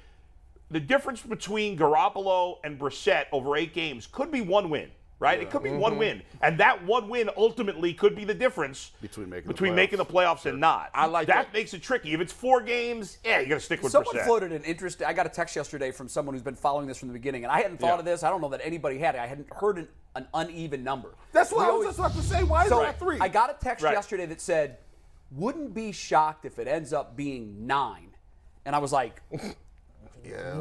Speaker 3: the difference between Garoppolo and Brissett over eight games could be one win, right? It
Speaker 1: Mm-hmm.
Speaker 3: could be one win, and that one win ultimately could be the difference
Speaker 4: Between making the
Speaker 3: between
Speaker 4: playoffs.
Speaker 3: making the playoffs and not. I
Speaker 7: like that.
Speaker 3: makes it tricky. If it's four games, yeah, you got to stick with
Speaker 1: Someone
Speaker 3: Brissett.
Speaker 1: floated an interesting. I got a text yesterday from someone who's been following this from the beginning, and I hadn't thought
Speaker 3: Yeah.
Speaker 1: of this. I don't know that anybody had it. I hadn't heard an, an uneven number.
Speaker 6: That's what
Speaker 1: We
Speaker 6: I was
Speaker 1: always-
Speaker 6: just about to say. Why is
Speaker 1: so
Speaker 6: that three?
Speaker 1: I got a text
Speaker 3: Right.
Speaker 1: yesterday that said, "Wouldn't be shocked if it ends up being nine. and I was like,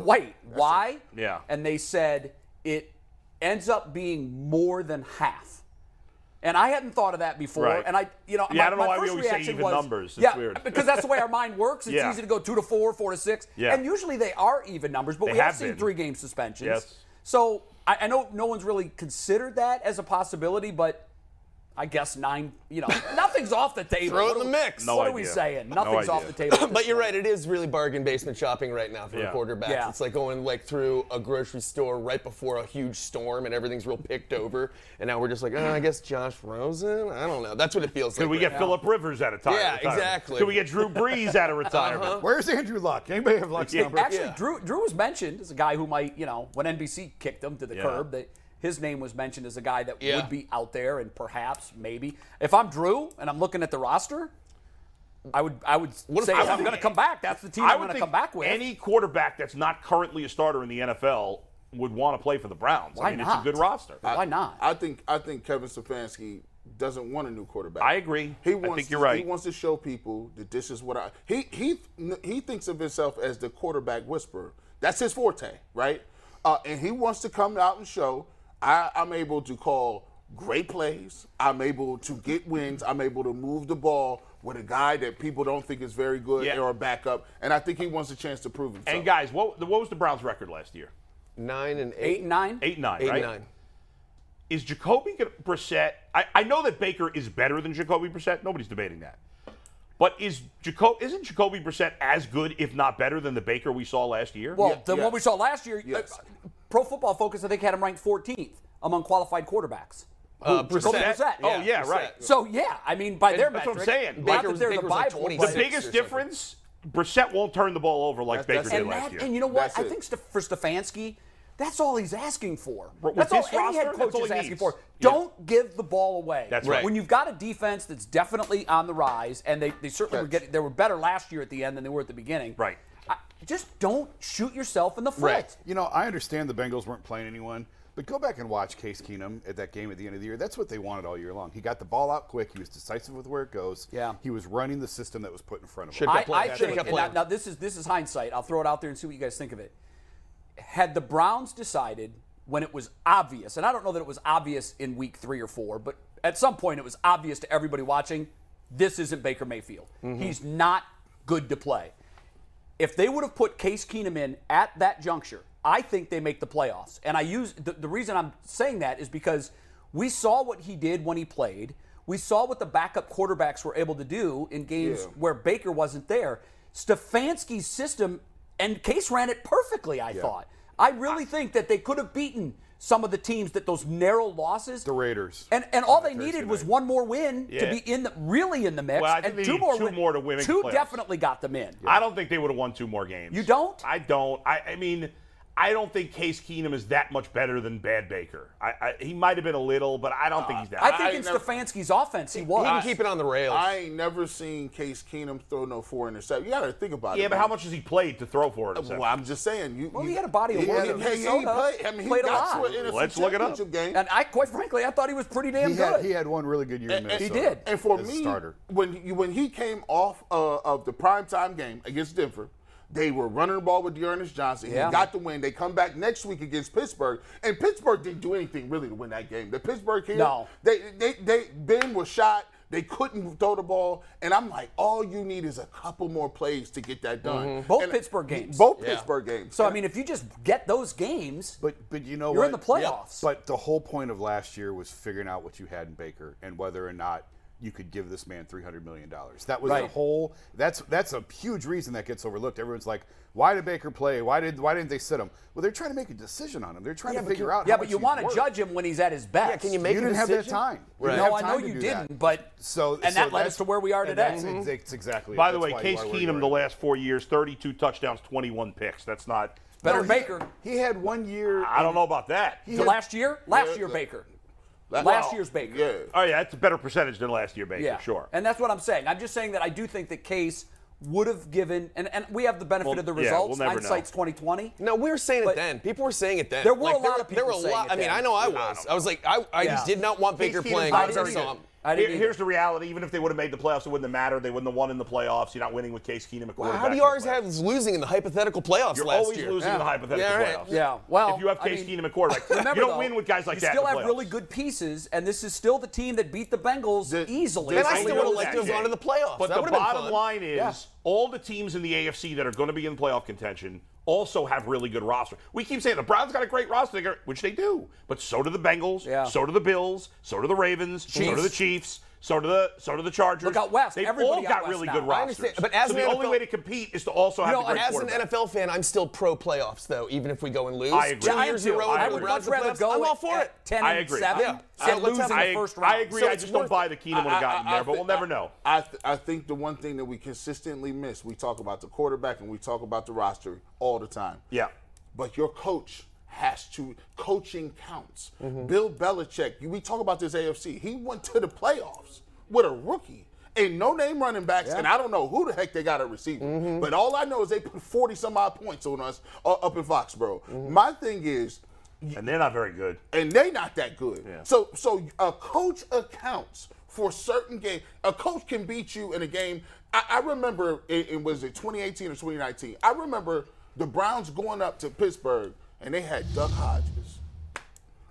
Speaker 1: "Wait, why?"
Speaker 3: Yeah.
Speaker 1: And they said it ends up being more than half. And I hadn't thought of that before.
Speaker 3: Right.
Speaker 1: And I, you know,
Speaker 3: Yeah,
Speaker 1: my,
Speaker 3: I don't know
Speaker 1: my
Speaker 3: why we
Speaker 1: first
Speaker 3: always say
Speaker 1: reaction
Speaker 3: even
Speaker 1: was,
Speaker 3: numbers. It's
Speaker 1: yeah,
Speaker 3: weird.
Speaker 1: because that's the way our mind works. It's
Speaker 3: Yeah.
Speaker 1: easy to go two to four, four to six.
Speaker 3: Yeah.
Speaker 1: And usually they are even numbers, but
Speaker 3: They
Speaker 1: we have,
Speaker 3: have
Speaker 1: seen
Speaker 3: been.
Speaker 1: three game suspensions.
Speaker 3: Yes.
Speaker 1: So I, I know no one's really considered that as a possibility, but I guess nine, you know, nothing's off the table.
Speaker 5: Throw
Speaker 1: What
Speaker 5: it in
Speaker 1: are
Speaker 5: the
Speaker 1: we-
Speaker 5: mix.
Speaker 3: No
Speaker 1: what are we
Speaker 3: idea.
Speaker 1: saying?
Speaker 3: No
Speaker 1: Nothing's off the
Speaker 3: idea.
Speaker 1: table.
Speaker 5: But you're right. It is really bargain basement shopping right now for
Speaker 3: Yeah.
Speaker 5: a quarterback.
Speaker 1: Yeah.
Speaker 5: It's like going like through a grocery store right before a huge storm and everything's real picked over. And now we're just like, oh, I guess Josh Rosen. I don't know. That's what it feels
Speaker 3: Could
Speaker 5: like.
Speaker 3: we
Speaker 5: right
Speaker 3: get Philip Rivers out of time?
Speaker 5: Yeah, exactly.
Speaker 3: Could we get Drew Brees out of retirement?
Speaker 1: Uh-huh.
Speaker 4: Where's Andrew Luck? Anybody have Luck's number?
Speaker 1: Actually,
Speaker 5: Yeah.
Speaker 1: Drew Drew was mentioned as a guy who might, you know, when NBC kicked him to the
Speaker 3: Yeah.
Speaker 1: curb, that his name was mentioned as a guy that
Speaker 5: Yeah.
Speaker 1: would be out there and perhaps, maybe. If I'm Drew and I'm looking at the roster, I would I would
Speaker 5: What if
Speaker 1: say
Speaker 5: I
Speaker 1: if I'm
Speaker 5: would-
Speaker 1: going to come back. That's the team
Speaker 3: I
Speaker 1: I'm
Speaker 3: would
Speaker 1: going to
Speaker 3: think
Speaker 1: come back with.
Speaker 3: any quarterback that's not currently a starter in the NFL would want to play for the Browns.
Speaker 1: Why
Speaker 3: I mean,
Speaker 1: not? Uh,
Speaker 3: it's a good roster.
Speaker 1: Why not?
Speaker 6: I think I think Kevin Stefanski doesn't want a new quarterback.
Speaker 3: I agree.
Speaker 6: He
Speaker 3: I
Speaker 6: wants
Speaker 3: think you're
Speaker 6: to, He
Speaker 3: right.
Speaker 6: wants to show people that this is what I he he he thinks of himself as the quarterback whisperer. That's his forte, right? Uh, and he wants to come out and show I, I'm able to call great plays. I'm able to get wins. I'm able to move the ball with a guy that people don't think is very good
Speaker 3: Yeah.
Speaker 6: or a backup. And I think he wants a chance to prove himself.
Speaker 3: and guys, what what was the Browns' record last year?
Speaker 5: now. Nine and
Speaker 1: Eight
Speaker 5: eight.
Speaker 1: and nine.
Speaker 3: Eight nine,
Speaker 5: Eight
Speaker 3: right?
Speaker 5: and nine.
Speaker 3: Is Jacoby gonna- Brissett? I, I know that Baker is better than Jacoby Brissett. Nobody's debating that. But is Jaco, isn't Jacoby Brissett as good, if not better, than the Baker we saw last year?
Speaker 1: Well, than what we
Speaker 6: yes.
Speaker 1: saw last year.
Speaker 6: Yes.
Speaker 1: uh, Pro Football Focus, I think, had him ranked 14th among qualified quarterbacks.
Speaker 5: Uh,
Speaker 1: Who? Jacoby
Speaker 5: Brissett?
Speaker 1: Brissett.
Speaker 3: Oh, yeah, right.
Speaker 1: So yeah, I mean, by their
Speaker 3: that's what I'm
Speaker 1: metric,
Speaker 3: saying.
Speaker 1: not
Speaker 5: Baker
Speaker 1: that
Speaker 5: was-
Speaker 1: they're
Speaker 5: Baker
Speaker 1: the
Speaker 5: was like
Speaker 1: Bible, but-
Speaker 5: 26.
Speaker 3: the biggest
Speaker 5: Six or something.
Speaker 3: difference, Brissett won't turn the ball over like
Speaker 6: That's-
Speaker 3: Baker
Speaker 6: that's-
Speaker 3: did
Speaker 1: and,
Speaker 3: last
Speaker 1: that,
Speaker 3: year.
Speaker 1: and you know what?
Speaker 6: That's
Speaker 1: I
Speaker 6: it.
Speaker 1: think Stef- for Stefanski, that's all he's asking for.
Speaker 3: With
Speaker 1: that's
Speaker 3: this
Speaker 1: all any head
Speaker 3: roster,
Speaker 1: coach
Speaker 3: that's all
Speaker 1: is
Speaker 3: he
Speaker 1: asking
Speaker 3: needs.
Speaker 1: for.
Speaker 3: Yeah.
Speaker 1: Don't give the ball away.
Speaker 3: That's right.
Speaker 1: When you've got a defense that's definitely on the rise, and they, they certainly were
Speaker 6: Catch.
Speaker 1: getting they were better last year at the end than they were at the beginning.
Speaker 3: Right.
Speaker 1: I, just don't shoot yourself in the foot.
Speaker 5: Right.
Speaker 4: You know, I understand the Bengals weren't playing anyone, but go back and watch Case Keenum at that game at the end of the year. That's what they wanted all year long. He got the ball out quick. He was decisive with where it goes.
Speaker 1: Yeah.
Speaker 4: He was running the system that was put in front of him.
Speaker 5: Should-
Speaker 1: I,
Speaker 5: kept
Speaker 1: I
Speaker 5: playing.
Speaker 1: think,
Speaker 5: Should've kept
Speaker 1: and now,
Speaker 5: playing.
Speaker 1: now this is this is hindsight. I'll throw it out there and see what you guys think of it. Had the Browns decided when it was obvious, and I don't know that it was obvious in week three or four, but at some point it was obvious to everybody watching, this isn't Baker Mayfield.
Speaker 5: Mm-hmm.
Speaker 1: He's not good to play. If they would have put Case Keenum in at that juncture, I think they make the playoffs. And I use the, the reason I'm saying that is because we saw what he did when he played. We saw what the backup quarterbacks were able to do in games
Speaker 6: Yeah.
Speaker 1: where Baker wasn't there. Stefanski's system and Case ran it perfectly, I thought. I really think that they could have beaten some of the teams that those narrow losses.
Speaker 4: The Raiders.
Speaker 1: And and all they
Speaker 4: Thursday
Speaker 1: needed was
Speaker 4: night.
Speaker 1: one more win to
Speaker 3: Yeah.
Speaker 1: be in the really in the mix.
Speaker 3: Well, I think
Speaker 1: and
Speaker 3: they
Speaker 1: two
Speaker 3: need
Speaker 1: more
Speaker 3: two
Speaker 1: win-
Speaker 3: more to win in
Speaker 1: Two
Speaker 3: playoffs.
Speaker 1: definitely got them in.
Speaker 3: I don't think they would have won two more games.
Speaker 1: You don't?
Speaker 3: I don't. I, I mean, I don't think Case Keenum is that much better than Bad Baker. I, I, he might have been a little, but I don't think he's that.
Speaker 1: I think
Speaker 6: I
Speaker 1: in
Speaker 6: never-
Speaker 1: Stefanski's offense, he was.
Speaker 5: He can keep it on the rails.
Speaker 6: I ain't never seen Case Keenum throw no four intercept. You got to think about it.
Speaker 3: yeah, but
Speaker 6: man.
Speaker 3: how much has he played to throw for it?
Speaker 6: Well, I'm just saying. You,
Speaker 1: Well,
Speaker 6: you-
Speaker 1: he had a body of
Speaker 6: he
Speaker 1: work
Speaker 6: had
Speaker 1: in
Speaker 6: a- he
Speaker 1: Minnesota.
Speaker 6: played- I mean, he
Speaker 1: Played a
Speaker 6: got
Speaker 1: lot.
Speaker 6: to an NFC
Speaker 3: Let's look it up.
Speaker 6: championship game.
Speaker 1: And I, quite frankly, I thought he was pretty damn
Speaker 4: He
Speaker 1: good.
Speaker 4: had, he had one really good year in
Speaker 6: And- and-
Speaker 4: Minnesota.
Speaker 1: did.
Speaker 6: And for
Speaker 4: as a
Speaker 6: me,
Speaker 4: starter.
Speaker 6: when you, when he came off uh, of the primetime game against Denver, they were running the ball with Dearness Johnson.
Speaker 1: Yeah.
Speaker 6: He got the win. They come back next week against Pittsburgh, and Pittsburgh didn't do anything really to win that game. The Pittsburgh kids,
Speaker 1: No.
Speaker 6: they, they they Ben was shot. They couldn't throw the ball, and I'm like, all you need is a couple more plays to get that done.
Speaker 1: Mm-hmm. Both
Speaker 6: And-
Speaker 1: Pittsburgh games.
Speaker 6: Both Pittsburgh games.
Speaker 1: So I mean, if you just get those games,
Speaker 4: But but you know
Speaker 1: You're
Speaker 4: what?
Speaker 1: in the playoffs.
Speaker 4: But the whole point of last year was figuring out what you had in Baker and whether or not you could give this man three hundred million dollars. That was the
Speaker 1: Right.
Speaker 4: whole. That's that's a huge reason that gets overlooked. Everyone's like, why did Baker play? Why did why didn't they sit him? Well, they're trying to make a decision on him. They're trying to figure out.
Speaker 1: yeah,
Speaker 4: how
Speaker 1: but
Speaker 4: much
Speaker 1: you
Speaker 4: he's
Speaker 1: want
Speaker 4: worth.
Speaker 1: to judge him when he's at his best.
Speaker 5: Yeah, can you
Speaker 4: You
Speaker 5: make a
Speaker 4: didn't have that
Speaker 5: decision?
Speaker 4: time. You
Speaker 5: Right.
Speaker 4: didn't
Speaker 1: No,
Speaker 4: have
Speaker 1: I know
Speaker 4: time to
Speaker 1: you
Speaker 4: do that.
Speaker 1: didn't, but
Speaker 4: so
Speaker 1: and that led
Speaker 4: that's-
Speaker 1: us to where we are
Speaker 4: and
Speaker 1: today.
Speaker 4: That's, ex- ex- exactly.
Speaker 3: By
Speaker 4: it.
Speaker 3: the
Speaker 4: That's
Speaker 3: way,
Speaker 4: why you
Speaker 3: Case
Speaker 4: are where you
Speaker 3: Keenum,
Speaker 4: are.
Speaker 3: the last four years, 32 touchdowns, 21 picks. That's not
Speaker 1: Better
Speaker 4: he-
Speaker 1: Baker.
Speaker 4: He had one year.
Speaker 3: I don't know about that.
Speaker 4: He
Speaker 1: The
Speaker 4: had-
Speaker 1: last year? Last
Speaker 6: Yeah,
Speaker 1: year,
Speaker 6: the-
Speaker 1: Baker.
Speaker 6: Last,
Speaker 1: Last year's Baker.
Speaker 6: Yeah.
Speaker 3: Oh yeah, that's a better percentage than last year, Baker.
Speaker 1: Yeah.
Speaker 3: Sure.
Speaker 1: And that's what I'm saying. I'm just saying that I do think that Case would have given, and, and we have the benefit
Speaker 3: Well,
Speaker 1: of the
Speaker 3: yeah, we'll
Speaker 1: results.
Speaker 3: never know.
Speaker 1: Hindsight's 2020.
Speaker 5: No, we were saying
Speaker 1: But-
Speaker 5: it then. People were saying it then.
Speaker 1: There were a
Speaker 5: there
Speaker 1: lot
Speaker 5: were-
Speaker 1: of
Speaker 5: There were
Speaker 1: people
Speaker 5: a
Speaker 1: saying
Speaker 5: lot.
Speaker 1: it
Speaker 5: I mean,
Speaker 1: then.
Speaker 5: I know I was. I was like, I, I
Speaker 1: Yeah.
Speaker 5: did not want Baker
Speaker 4: he
Speaker 5: playing
Speaker 4: was
Speaker 5: once I
Speaker 1: very
Speaker 5: saw
Speaker 1: good.
Speaker 5: him.
Speaker 1: I
Speaker 3: Here-
Speaker 1: didn't either.
Speaker 3: here's the reality: even if they would have made the playoffs, it wouldn't have mattered. They wouldn't have won in the playoffs. You're not winning with Case Keenum. at
Speaker 5: Wow,
Speaker 3: quarterback
Speaker 5: how
Speaker 3: in
Speaker 5: do you
Speaker 3: the
Speaker 5: always
Speaker 3: playoffs.
Speaker 5: have losing in the hypothetical playoffs
Speaker 3: You're
Speaker 5: last
Speaker 3: always
Speaker 5: year?
Speaker 3: losing in the hypothetical
Speaker 5: Yeah, right.
Speaker 3: playoffs.
Speaker 1: Yeah. Well,
Speaker 3: if you have
Speaker 1: I
Speaker 3: Case
Speaker 1: mean-
Speaker 3: Keenum at quarterback,
Speaker 1: Remember,
Speaker 3: you don't
Speaker 1: though,
Speaker 3: win with guys like
Speaker 1: you
Speaker 3: that. in
Speaker 1: still
Speaker 3: the
Speaker 1: have really
Speaker 3: playoffs.
Speaker 1: good pieces, and this is still the team that beat the Bengals
Speaker 6: Did-
Speaker 1: easily.
Speaker 6: did-
Speaker 5: And I
Speaker 3: I
Speaker 5: still
Speaker 3: know
Speaker 5: would have
Speaker 3: that,
Speaker 5: liked to have
Speaker 3: Jay.
Speaker 5: gone to the playoffs.
Speaker 3: But
Speaker 5: that
Speaker 3: the
Speaker 5: would have been
Speaker 3: bottom
Speaker 5: fun.
Speaker 3: line is all the teams in the AFC that are going to be in playoff contention also have really good roster. We keep saying the Browns got a great roster, they got- which they do, but so do the Bengals,
Speaker 1: Yeah.
Speaker 3: so do the Bills, so do the Ravens, so do the
Speaker 5: Chiefs.
Speaker 3: Chiefs, so do the so do the Chargers.
Speaker 1: Look out west.
Speaker 3: They've
Speaker 1: Everybody
Speaker 3: all
Speaker 1: out
Speaker 3: got
Speaker 1: west
Speaker 3: really
Speaker 1: now.
Speaker 3: good
Speaker 1: I
Speaker 3: rosters.
Speaker 5: understand, but as
Speaker 3: so
Speaker 5: an
Speaker 3: the only
Speaker 5: NFL
Speaker 3: way to compete is to also have
Speaker 1: know,
Speaker 3: the great
Speaker 5: As an
Speaker 3: quarterback.
Speaker 5: NFL fan, I'm still pro playoffs though, even if we go and lose.
Speaker 3: I agree.
Speaker 5: Two
Speaker 3: Yeah, I
Speaker 5: years in a
Speaker 3: do.
Speaker 5: row,
Speaker 3: I
Speaker 5: with the
Speaker 3: would
Speaker 1: much
Speaker 5: Browns in the
Speaker 1: rather
Speaker 5: playoffs,
Speaker 1: go
Speaker 5: I'm
Speaker 1: at-
Speaker 5: all for
Speaker 1: at
Speaker 5: it.
Speaker 1: 10
Speaker 3: I
Speaker 1: and
Speaker 3: agree.
Speaker 1: 7
Speaker 5: Yeah.
Speaker 1: and
Speaker 5: I-
Speaker 1: lose in
Speaker 5: let's
Speaker 1: the
Speaker 5: have-
Speaker 3: I,
Speaker 1: first
Speaker 3: I
Speaker 1: round.
Speaker 3: agree.
Speaker 5: So
Speaker 3: I
Speaker 5: it's
Speaker 3: just don't
Speaker 5: worth
Speaker 3: buy
Speaker 5: it.
Speaker 3: the Keenum would have gotten there, but
Speaker 6: think-
Speaker 3: we'll never know.
Speaker 6: I, th- I think the one thing that we consistently miss, we talk about the quarterback and we talk about the roster all the time.
Speaker 3: Yeah.
Speaker 6: But your coach has to, coaching counts.
Speaker 3: Mm-hmm.
Speaker 6: Bill Belichick, you- we talk about this AFC, he went to the playoffs with a rookie. And no name running backs, and I don't know who the heck they got at receiver.
Speaker 3: Mm-hmm.
Speaker 6: But all I know is they put 40 some odd points on us uh, up in Foxborough.
Speaker 3: Mm-hmm.
Speaker 6: My thing is,
Speaker 3: And they're not very good.
Speaker 6: and they not that good. So so a coach accounts for certain game. A coach can beat you in a game. I, I remember it, it was it 2018 or 2019. I remember the Browns going up to Pittsburgh and they had Duck Hodges.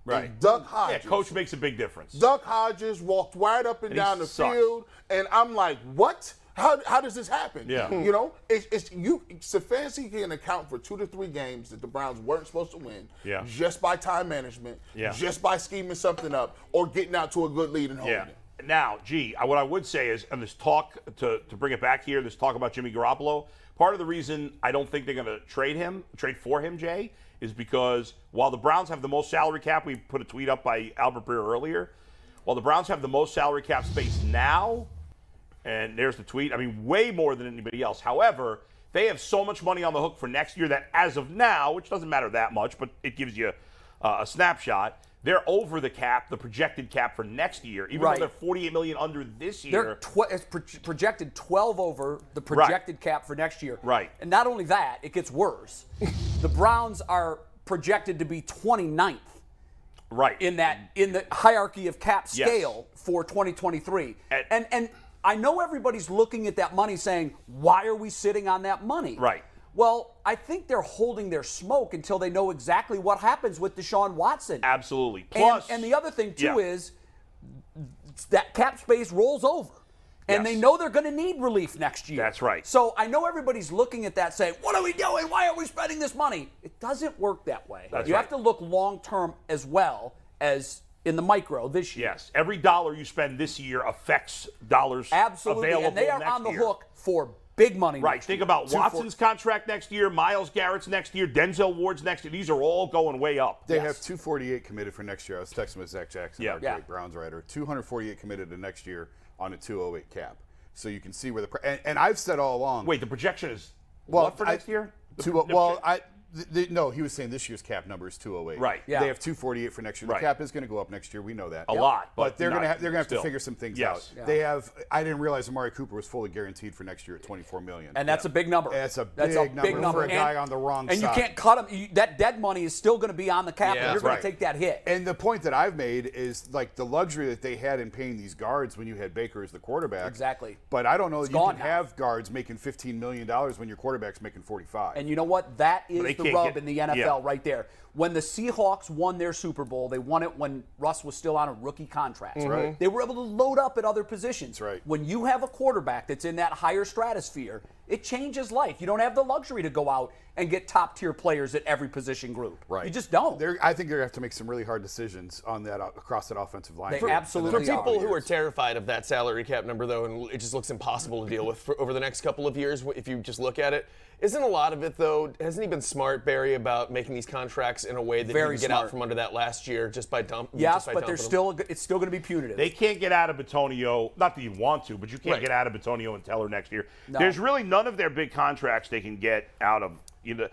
Speaker 3: Right.
Speaker 6: And Duck
Speaker 3: Yeah,
Speaker 6: Hodges.
Speaker 3: coach makes a big difference.
Speaker 6: Duck Hodges walked right up and,
Speaker 3: And he
Speaker 6: down the
Speaker 3: sucks.
Speaker 6: field, and I'm like, what? How, how does this happen?
Speaker 3: Yeah.
Speaker 6: you know, it's, it's you. Stefanski can account for two to three games that the Browns weren't supposed to win,
Speaker 3: Yeah.
Speaker 6: just by time management,
Speaker 3: Yeah.
Speaker 6: just by scheming something up or getting out to a good lead and holding
Speaker 3: Yeah.
Speaker 6: it.
Speaker 3: Now, gee, I- what I would say is, and this talk to, to bring it back here, this talk about Jimmy Garoppolo. Part of the reason I don't think they're going to trade him, trade for him, Jay, is because while the Browns have the most salary cap, we put a tweet up by Albert Breer earlier. While the Browns have the most salary cap space now, and there's the tweet. I mean, way more than anybody else. However, they have so much money on the hook for next year that as of now, which doesn't matter that much, but it gives you uh, a snapshot. They're over the cap, the projected cap for next year, even
Speaker 1: Right.
Speaker 3: though they're 48 million under this year.
Speaker 1: They're tw- it's pro- projected 12 over the projected cap for next year.
Speaker 3: Right.
Speaker 1: And not only that, it gets worse. the Browns are projected to be 29th
Speaker 3: right.
Speaker 1: in that in the hierarchy of cap
Speaker 3: Yes.
Speaker 1: scale for 2023.
Speaker 3: And-
Speaker 1: and and I know everybody's looking at that money saying, "Why are we sitting on that money?"
Speaker 3: Right.
Speaker 1: Well, I think they're holding their smoke until they know exactly what happens with Deshaun Watson.
Speaker 3: Absolutely.
Speaker 1: And-
Speaker 3: Plus,
Speaker 1: and, the other thing too
Speaker 3: Yeah.
Speaker 1: is that cap space rolls over. And
Speaker 3: Yes.
Speaker 1: they know they're going to need relief next year.
Speaker 3: That's right.
Speaker 1: So I know everybody's looking at that saying, what are we doing? Why are we spending this money? It doesn't work that way.
Speaker 3: That's
Speaker 1: you
Speaker 3: right.
Speaker 1: have to look long term as well as in the micro this year.
Speaker 3: yes, every dollar you spend this year affects dollars
Speaker 1: Absolutely.
Speaker 3: available
Speaker 1: and they are
Speaker 3: next
Speaker 1: on the
Speaker 3: year.
Speaker 1: hook for big money.
Speaker 3: Right.
Speaker 1: next
Speaker 3: Think
Speaker 1: year.
Speaker 3: about
Speaker 1: Two
Speaker 3: Watson's contract next year, Miles Garrett's next year, Denzel Ward's next year. These are all going way up.
Speaker 4: They have 248 committed for next year. I was texting with Zach Jackson,
Speaker 3: Yeah.
Speaker 4: our
Speaker 1: Yeah.
Speaker 4: great Browns writer. 248 committed to next year on a 208 cap. So you can see where the pr- and, and I've said all along.
Speaker 3: Wait, the projection is
Speaker 4: well
Speaker 3: what for
Speaker 4: I-
Speaker 3: next year? The
Speaker 4: Two,
Speaker 3: projection-
Speaker 4: well, I th- th- no, he was saying this year's cap number is 208.
Speaker 3: Right.
Speaker 1: Yeah.
Speaker 4: They have 248 for next year. The
Speaker 3: Right.
Speaker 4: cap is going to go up next year. We know that
Speaker 3: a lot, but,
Speaker 4: but they're gonna
Speaker 3: not-
Speaker 4: have, they're gonna have
Speaker 3: still.
Speaker 4: to figure some things
Speaker 3: Yes.
Speaker 4: out. They have. I didn't realize Amari Cooper was fully guaranteed for next year at 24 million.
Speaker 1: And that's a big number.
Speaker 4: That's a big number for a
Speaker 1: And-
Speaker 4: guy on the wrong
Speaker 1: And
Speaker 4: side.
Speaker 1: you can't cut him. You, that dead money is still going to be on the cap. and
Speaker 5: Yeah,
Speaker 1: you're
Speaker 5: that's
Speaker 1: going to
Speaker 3: right.
Speaker 1: take that hit.
Speaker 4: And the point that I've made is like the luxury that they had in paying these guards when you had Baker as the quarterback.
Speaker 1: Exactly.
Speaker 4: But I don't know that you
Speaker 1: gone
Speaker 4: can
Speaker 1: now.
Speaker 4: have guards making 15 million dollars when your quarterback's making 45.
Speaker 1: And you know what? That
Speaker 3: they
Speaker 1: is the
Speaker 3: can't
Speaker 1: rub
Speaker 3: get-
Speaker 1: in the NFL
Speaker 3: yeah.
Speaker 1: right there. When the Seahawks won their Super Bowl, they won it when Russ was still on a rookie contract.
Speaker 4: right.
Speaker 1: They were able to load up at other positions.
Speaker 4: right.
Speaker 1: When you have a quarterback that's in that higher stratosphere, it changes life. You don't have the luxury to go out and get top tier players at every position group.
Speaker 4: right.
Speaker 1: You just don't.
Speaker 4: They're, I think they're gonna have to make some really hard decisions on that uh, across that offensive line.
Speaker 1: They
Speaker 4: for- for the next
Speaker 1: absolutely
Speaker 5: For
Speaker 4: couple
Speaker 1: are.
Speaker 4: of
Speaker 5: people who are
Speaker 4: years.
Speaker 5: terrified of that salary cap number, though, and it just looks impossible to deal with for, over the next couple of years, if you just look at it, isn't a lot of it though? Hasn't he been smart, Barry, about making these contracts in a way that
Speaker 1: Very
Speaker 5: you can get
Speaker 1: smart.
Speaker 5: out from under that last year just by dumping?
Speaker 1: yes,
Speaker 5: just by
Speaker 1: but they're
Speaker 5: dumping them?
Speaker 1: still it's still going to be punitive.
Speaker 3: They can't get out of Betonio. Not that you want to, but you can't
Speaker 5: Right.
Speaker 3: get out of Betonio and Teller next year. There's really none of their big contracts they can get out of. You know,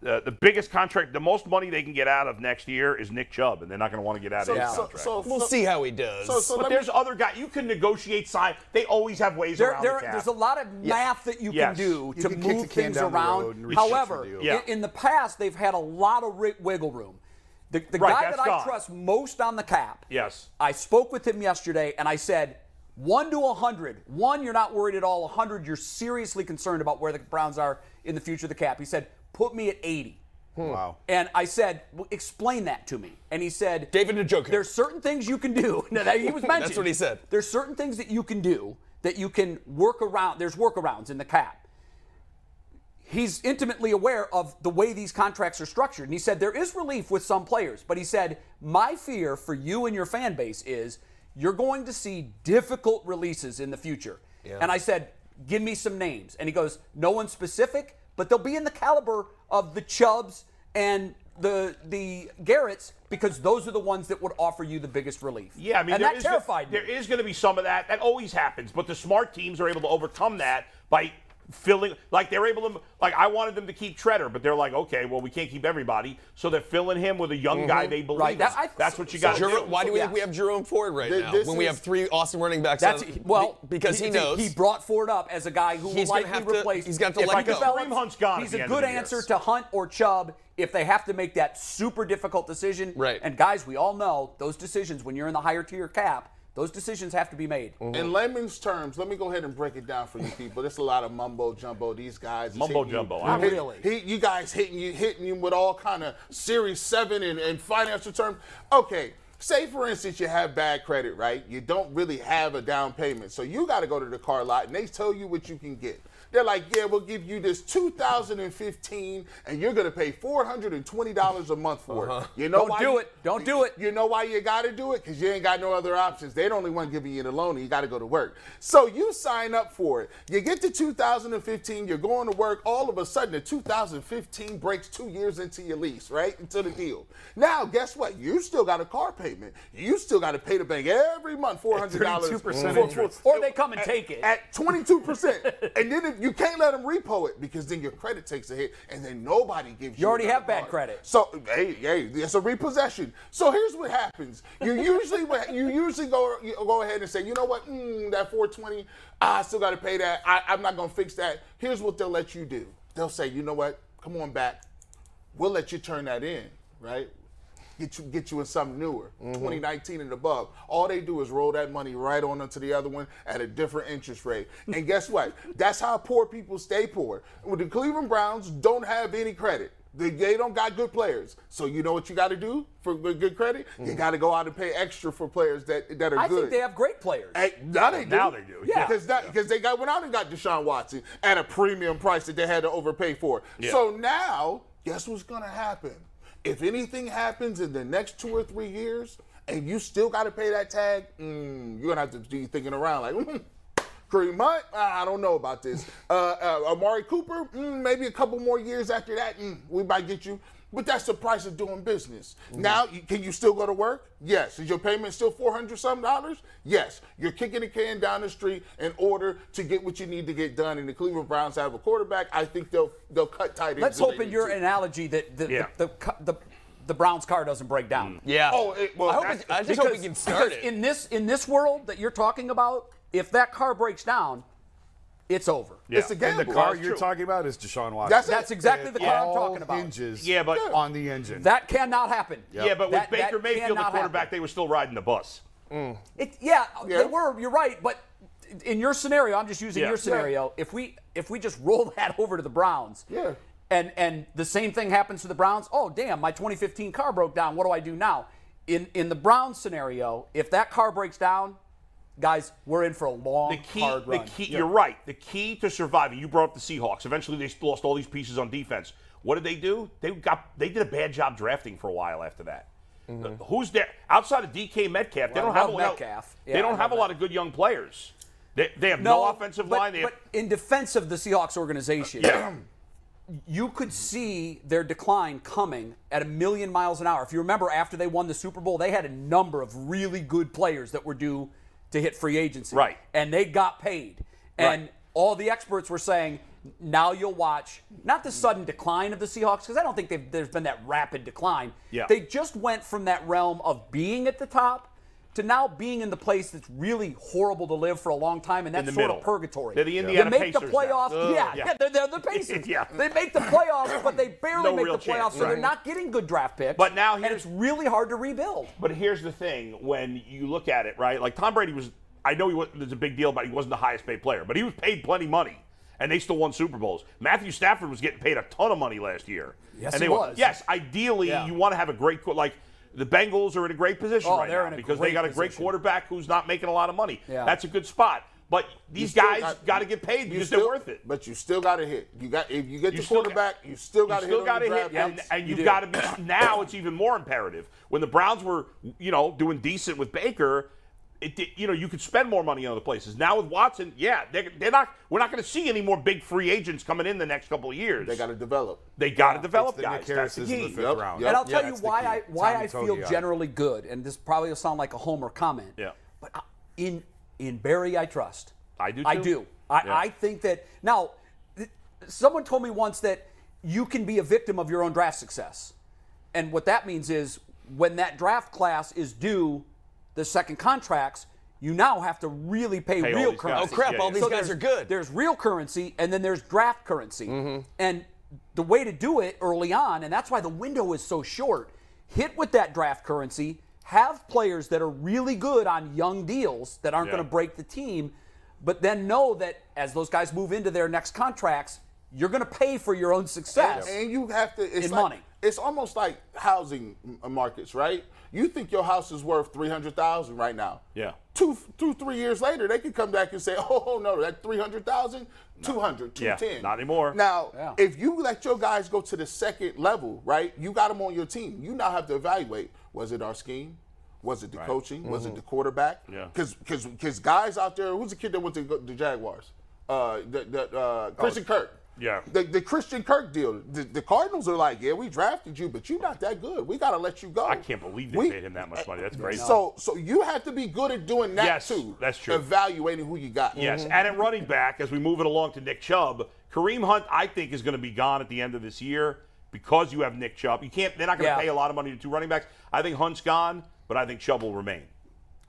Speaker 3: the, the biggest contract, the most money they can get out of next year is Nick Chubb, and they're not going to want to get out
Speaker 6: So,
Speaker 3: of his
Speaker 6: so,
Speaker 3: contract.
Speaker 6: so,
Speaker 5: We'll
Speaker 6: so-
Speaker 5: see how he does.
Speaker 6: So, so
Speaker 3: but
Speaker 6: let me-
Speaker 3: there's other guys. You can negotiate sign. They always have ways
Speaker 1: There,
Speaker 3: around
Speaker 1: there,
Speaker 3: the cap.
Speaker 1: there's a lot of math that you
Speaker 3: Yes.
Speaker 1: can do
Speaker 4: You
Speaker 1: to
Speaker 4: can kick the
Speaker 1: move
Speaker 4: can
Speaker 1: things
Speaker 4: down the road and
Speaker 1: around.
Speaker 4: restructure
Speaker 1: However,
Speaker 4: the deal.
Speaker 1: in,
Speaker 3: Yeah.
Speaker 1: in the past, they've had a lot of ri- wiggle room. The, the
Speaker 3: Right,
Speaker 1: guy
Speaker 3: that's
Speaker 1: that I
Speaker 3: gone.
Speaker 1: trust most on the cap.
Speaker 3: Yes.
Speaker 1: I spoke with him yesterday and I said, one to 100. One, you're not worried at all. 100, you're seriously concerned about where the Browns are in the future of the cap. He said, put me at 80.
Speaker 4: Hmm. Wow.
Speaker 1: And I said, well, explain that to me. And he said,
Speaker 5: David Njoku.
Speaker 1: There's certain things you can do. No, that he was mentioned.
Speaker 5: That's what he said.
Speaker 1: There's certain things that you can do that you can work around. There's workarounds in the cap. He's intimately aware of the way these contracts are structured. And he said, there is relief with some players. But he said, my fear for you and your fan base is you're going to see difficult releases in the future. And I said, give me some names. And he goes, no one specific, but they'll be in the caliber of the Chubbs and the the Garrett's because those are the ones that would offer you the biggest relief.
Speaker 3: Yeah, I mean,
Speaker 1: and
Speaker 3: there
Speaker 1: that
Speaker 3: is go-
Speaker 1: terrified me.
Speaker 3: There is going to be some of that. That always happens, but the smart teams are able to overcome that by filling. Like they're able to. Like I wanted them to keep Treader, but they're like, okay, well, we can't keep everybody, so they're filling him with a young guy they believe.
Speaker 1: Mm-hmm. Right,
Speaker 3: in.
Speaker 1: that- I-
Speaker 3: That's what you
Speaker 1: so-
Speaker 3: got.
Speaker 5: Jerome- why do we
Speaker 1: Yeah.
Speaker 5: think we have Jerome Ford right
Speaker 6: Th-
Speaker 5: now
Speaker 6: this
Speaker 5: when we
Speaker 6: is-
Speaker 5: have three awesome running backs?
Speaker 1: That's
Speaker 5: on-
Speaker 1: well
Speaker 5: because he, knows
Speaker 1: he brought Ford up as a guy who will
Speaker 5: He's gonna
Speaker 1: likely
Speaker 5: have to-
Speaker 1: replace.
Speaker 5: he's gonna have to
Speaker 1: if
Speaker 5: let
Speaker 1: he
Speaker 5: go.
Speaker 1: develops,
Speaker 3: Kareem Hunt's gone at
Speaker 1: He's
Speaker 3: the
Speaker 1: a
Speaker 3: end of
Speaker 1: good
Speaker 3: the year.
Speaker 1: answer to Hunt or Chubb if they have to make that super difficult decision.
Speaker 5: Right.
Speaker 1: And guys, we all know those decisions when you're in the higher tier cap, those decisions have to be made.
Speaker 6: In layman's terms, let me go ahead and break it down for you people. There's a lot of mumbo jumbo. These guys is
Speaker 3: Mumbo
Speaker 6: hitting you-
Speaker 3: jumbo,
Speaker 1: I
Speaker 6: hit-
Speaker 1: really-
Speaker 6: hit- you guys hitting you hitting you with all kind of Series Seven and, and financial terms. Okay, say for instance you have bad credit, right? You don't really have a down payment, so you got to go to the car lot and they tell you what you can get. They're like, yeah, we'll give you this 2015, and you're gonna pay $420 a month for it. You know
Speaker 1: Uh-huh. Don't
Speaker 6: why
Speaker 1: do
Speaker 6: you-
Speaker 1: it. Don't do it.
Speaker 6: you know why you got to do it? Because you ain't got no other options. They don't only want giving you the loan, and you got to go to work. So you sign up for it. You get to 2015, you're going to work. All of a sudden, the 2015 breaks two years into your lease, right? Into the deal. Now, guess what? You still got a car payment. You still got to pay the bank every month $400.
Speaker 4: 32%
Speaker 6: for-
Speaker 4: interest.
Speaker 1: Or they come and take it.
Speaker 6: at 22%. and then if you can't let them repo it because then your credit takes a hit and then nobody gives you.
Speaker 1: already
Speaker 6: another
Speaker 1: have bad
Speaker 6: card.
Speaker 1: credit.
Speaker 6: So hey, hey, it's a repossession. So here's what happens. You usually what- you usually go you go ahead and say, you know what, mm, that 420, I still got to pay that. I, I'm not gonna fix that. Here's what they'll let you do. They'll say, you know what, come on back. We'll let you turn that in, right? Get you get you in something newer,
Speaker 1: Mm-hmm.
Speaker 6: 2019 and above. All they do is roll that money right on into the other one at a different interest rate. And guess what? That's how poor people stay poor. Well, the Cleveland Browns don't have any credit. They, they don't got good players. So you know what you got to do for good good credit? You got to go out and pay extra for players that that are
Speaker 1: Mm-hmm. I
Speaker 6: good.
Speaker 1: think they have great players.
Speaker 6: Hey, now they do.
Speaker 3: now they do, yeah.
Speaker 6: because because they got went out and got Deshaun Watson at a premium price that they had to overpay for. So now, guess what's gonna happen? If anything happens in the next two or three years, and you still got to pay that tag, mm, you're gonna have to be thinking around like. Mm, Kareem Hunt, ah, I don't know about this. Uh, uh, Amari Cooper, mm, maybe a couple more years after that, mm, we might get you. But that's the price of doing business. Now, you- can you still go to work? Yes. Is your payment still four hundred some dollars? Yes. You're kicking the can down the street in order to get what you need to get done. And the Cleveland Browns have a quarterback. I think they'll they'll cut tight ends.
Speaker 1: Let's
Speaker 6: when
Speaker 1: hope
Speaker 6: they
Speaker 1: in
Speaker 6: need
Speaker 1: your
Speaker 6: to.
Speaker 1: analogy that the,
Speaker 3: Yeah.
Speaker 1: the, the, the, the Browns car doesn't break down.
Speaker 5: yeah.
Speaker 6: Oh, it- well,
Speaker 5: I, hope
Speaker 6: that's-
Speaker 5: it- I just hope we
Speaker 1: Because-
Speaker 5: can start
Speaker 1: because
Speaker 5: it.
Speaker 1: in this in this world that you're talking about. If that car breaks down, it's over.
Speaker 6: It's a
Speaker 3: Yeah.
Speaker 6: gamble.
Speaker 4: The car
Speaker 3: That's
Speaker 4: you're
Speaker 3: true.
Speaker 4: talking about is Deshaun Watson.
Speaker 6: That's it.
Speaker 1: That's exactly the car I'm
Speaker 4: All
Speaker 1: talking about.
Speaker 4: Hinges
Speaker 3: Yeah, but-
Speaker 4: on the engine.
Speaker 1: That cannot happen.
Speaker 3: Yeah, but with
Speaker 1: That- that
Speaker 3: Baker Mayfield, the
Speaker 1: cannot
Speaker 3: quarterback,
Speaker 1: happen.
Speaker 3: they were still riding the bus.
Speaker 1: It, yeah,
Speaker 6: Yeah.
Speaker 1: they were. You're right, but in your scenario, I'm just using
Speaker 3: Yeah.
Speaker 1: your scenario. If we if we just roll that over to the Browns,
Speaker 6: Yeah.
Speaker 1: and and the same thing happens to the Browns. Oh damn, my 2015 car broke down. What do I do now? In in the Browns scenario, if that car breaks down, guys, we're in for a long
Speaker 3: the key,
Speaker 1: hard
Speaker 3: the
Speaker 1: run.
Speaker 3: key. You're right. The key to surviving. You brought up the Seahawks. Eventually, they lost all these pieces on defense. What did they do? They got. They did a bad job drafting for a while after that. Uh, Who's there outside of DK Metcalf? they
Speaker 1: Mm-hmm. Well,
Speaker 3: don't
Speaker 1: I
Speaker 3: have a
Speaker 1: love
Speaker 3: lot.
Speaker 1: Metcalf.
Speaker 3: they
Speaker 1: Yeah, I
Speaker 3: don't have
Speaker 1: love
Speaker 3: a lot of good young players. They, they have no, offensive
Speaker 1: but,
Speaker 3: line. They have-
Speaker 1: But in defense of the Seahawks organization, you could see their decline coming at a million miles an hour. If you remember, after they won the Super Bowl, they had a number of really good players that were due to hit free agency.
Speaker 3: Right.
Speaker 1: And they got paid. And all the experts were saying Now you'll watch not the sudden decline of the Seahawks because I don't think they've, there's been that rapid decline.
Speaker 3: Yeah.
Speaker 1: They just went from that realm of being at the top to now being in the place that's really horrible to live for a long time, and that's
Speaker 3: the
Speaker 1: sort
Speaker 3: middle.
Speaker 1: of purgatory.
Speaker 3: They're the Indiana
Speaker 1: they make
Speaker 3: Pacers
Speaker 1: the
Speaker 3: now.
Speaker 1: playoffs.
Speaker 3: Ugh,
Speaker 1: yeah,
Speaker 3: yeah.
Speaker 1: yeah, they're, they're the Pacers.
Speaker 3: Yeah.
Speaker 1: They make the playoffs, but they barely
Speaker 3: No
Speaker 1: make
Speaker 3: real
Speaker 1: the playoffs,
Speaker 3: chance,
Speaker 1: so they're
Speaker 3: right.
Speaker 1: not getting good draft picks.
Speaker 3: But now
Speaker 1: and
Speaker 3: here's-
Speaker 1: it's really hard to rebuild.
Speaker 3: But here's the thing: when you look at it, right? Like Tom Brady was, I know he was. There's a big deal about he wasn't the highest paid player, but he was paid plenty money, and they still won Super Bowls. Matthew Stafford was getting paid a ton of money last year.
Speaker 1: Yes,
Speaker 3: and
Speaker 1: he
Speaker 3: they won-
Speaker 1: was.
Speaker 3: Yes, ideally,
Speaker 1: Yeah.
Speaker 3: you want to have a great qu- like. The Bengals are in a great position
Speaker 1: Oh,
Speaker 3: right
Speaker 1: they're
Speaker 3: now
Speaker 1: in a
Speaker 3: because they
Speaker 1: great
Speaker 3: got a great
Speaker 1: position.
Speaker 3: quarterback who's not making a lot of money.
Speaker 1: Yeah.
Speaker 3: That's a good spot. But these
Speaker 6: still
Speaker 3: guys got to get paid
Speaker 6: you
Speaker 3: because
Speaker 6: still-
Speaker 3: they're worth it.
Speaker 6: But you still got to hit. You got if you get
Speaker 3: You
Speaker 6: the
Speaker 3: still got-
Speaker 6: quarterback, you still got to
Speaker 3: you still
Speaker 6: hit. on
Speaker 3: got to
Speaker 6: the
Speaker 3: hit,
Speaker 6: draft
Speaker 3: and,
Speaker 6: picks.
Speaker 3: and
Speaker 1: You
Speaker 3: you've
Speaker 1: do.
Speaker 3: got to be. Now it's even more imperative. When the Browns were, you know, doing decent with Baker, it did, you know you could spend more money in other places. Now with Watson, yeah, they're, they're not. We're not going to see any more big free agents coming in the next couple of years.
Speaker 6: they got to develop.
Speaker 3: They got to develop
Speaker 4: the
Speaker 3: guys.
Speaker 4: Nick
Speaker 3: That's the
Speaker 4: Harrises in
Speaker 3: key.
Speaker 4: the fifth
Speaker 6: Yep,
Speaker 4: round.
Speaker 6: yep.
Speaker 1: And I'll
Speaker 4: Yeah,
Speaker 1: tell you
Speaker 4: that's the
Speaker 1: why
Speaker 4: key.
Speaker 1: I why
Speaker 4: Tommy
Speaker 1: I feel
Speaker 4: Togiai.
Speaker 1: generally good, and this probably will sound like a Homer comment.
Speaker 3: Yeah.
Speaker 1: But I- in in Barry, I trust.
Speaker 3: I do,
Speaker 1: I
Speaker 3: too.
Speaker 1: do. I,
Speaker 3: Yeah.
Speaker 1: I think that now. th- Someone told me once that you can be a victim of your own draft success, and what that means is when that draft class is due, the second contracts. You now have to really pay,
Speaker 3: Pay all
Speaker 1: real
Speaker 3: these guys.
Speaker 1: currency.
Speaker 3: Oh, crap, Yeah, all yeah.
Speaker 5: these guys
Speaker 1: there's-
Speaker 5: are good.
Speaker 1: There's real currency, and then there's draft currency. And the way to do it early on, and that's why the window is so short, hit with that draft currency, have players that are really good on young deals that aren't
Speaker 3: Yeah.
Speaker 1: going to break the team, but then know that as those guys move into their next contracts, you're going to pay for your own success.
Speaker 6: And you have to. It's
Speaker 1: In
Speaker 6: like-
Speaker 1: money.
Speaker 6: It's almost like housing m- uh, markets, right? You think your house is worth three hundred thousand right now?
Speaker 3: Yeah.
Speaker 6: Two, two, three years later, they could come back and say, "Oh no, that three hundred thousand, two hundred, two
Speaker 3: Yeah,
Speaker 6: ten.
Speaker 3: not anymore.
Speaker 6: Now,
Speaker 1: Yeah.
Speaker 6: if you let your guys go to the second level, right? You got them on your team. You now have to evaluate: was it our scheme? Was it the coaching? Was
Speaker 1: Mm-hmm.
Speaker 6: it the quarterback?
Speaker 3: Yeah.
Speaker 6: Because because guys out there, who's the kid that went to go- the Jaguars? Uh, the, the,
Speaker 3: Oh,
Speaker 6: uh, Christian Kirk.
Speaker 3: Yeah.
Speaker 6: The, the Christian Kirk deal. The, the Cardinals are like, yeah, we drafted you, but you're not that good. We got to let you go.
Speaker 3: I can't believe they
Speaker 6: We-
Speaker 3: paid him that much money. That's crazy.
Speaker 6: So so you have to be good at doing that
Speaker 3: Yes,
Speaker 6: too.
Speaker 3: that's true.
Speaker 6: Evaluating who you got.
Speaker 3: Yes, and at running back, as we move it along to Nick Chubb, Kareem Hunt, I think, is going to be gone at the end of this year because you have Nick Chubb. You can't; they're not going to
Speaker 1: Yeah.
Speaker 3: pay a lot of money to two running backs. I think Hunt's gone, but I think Chubb will remain.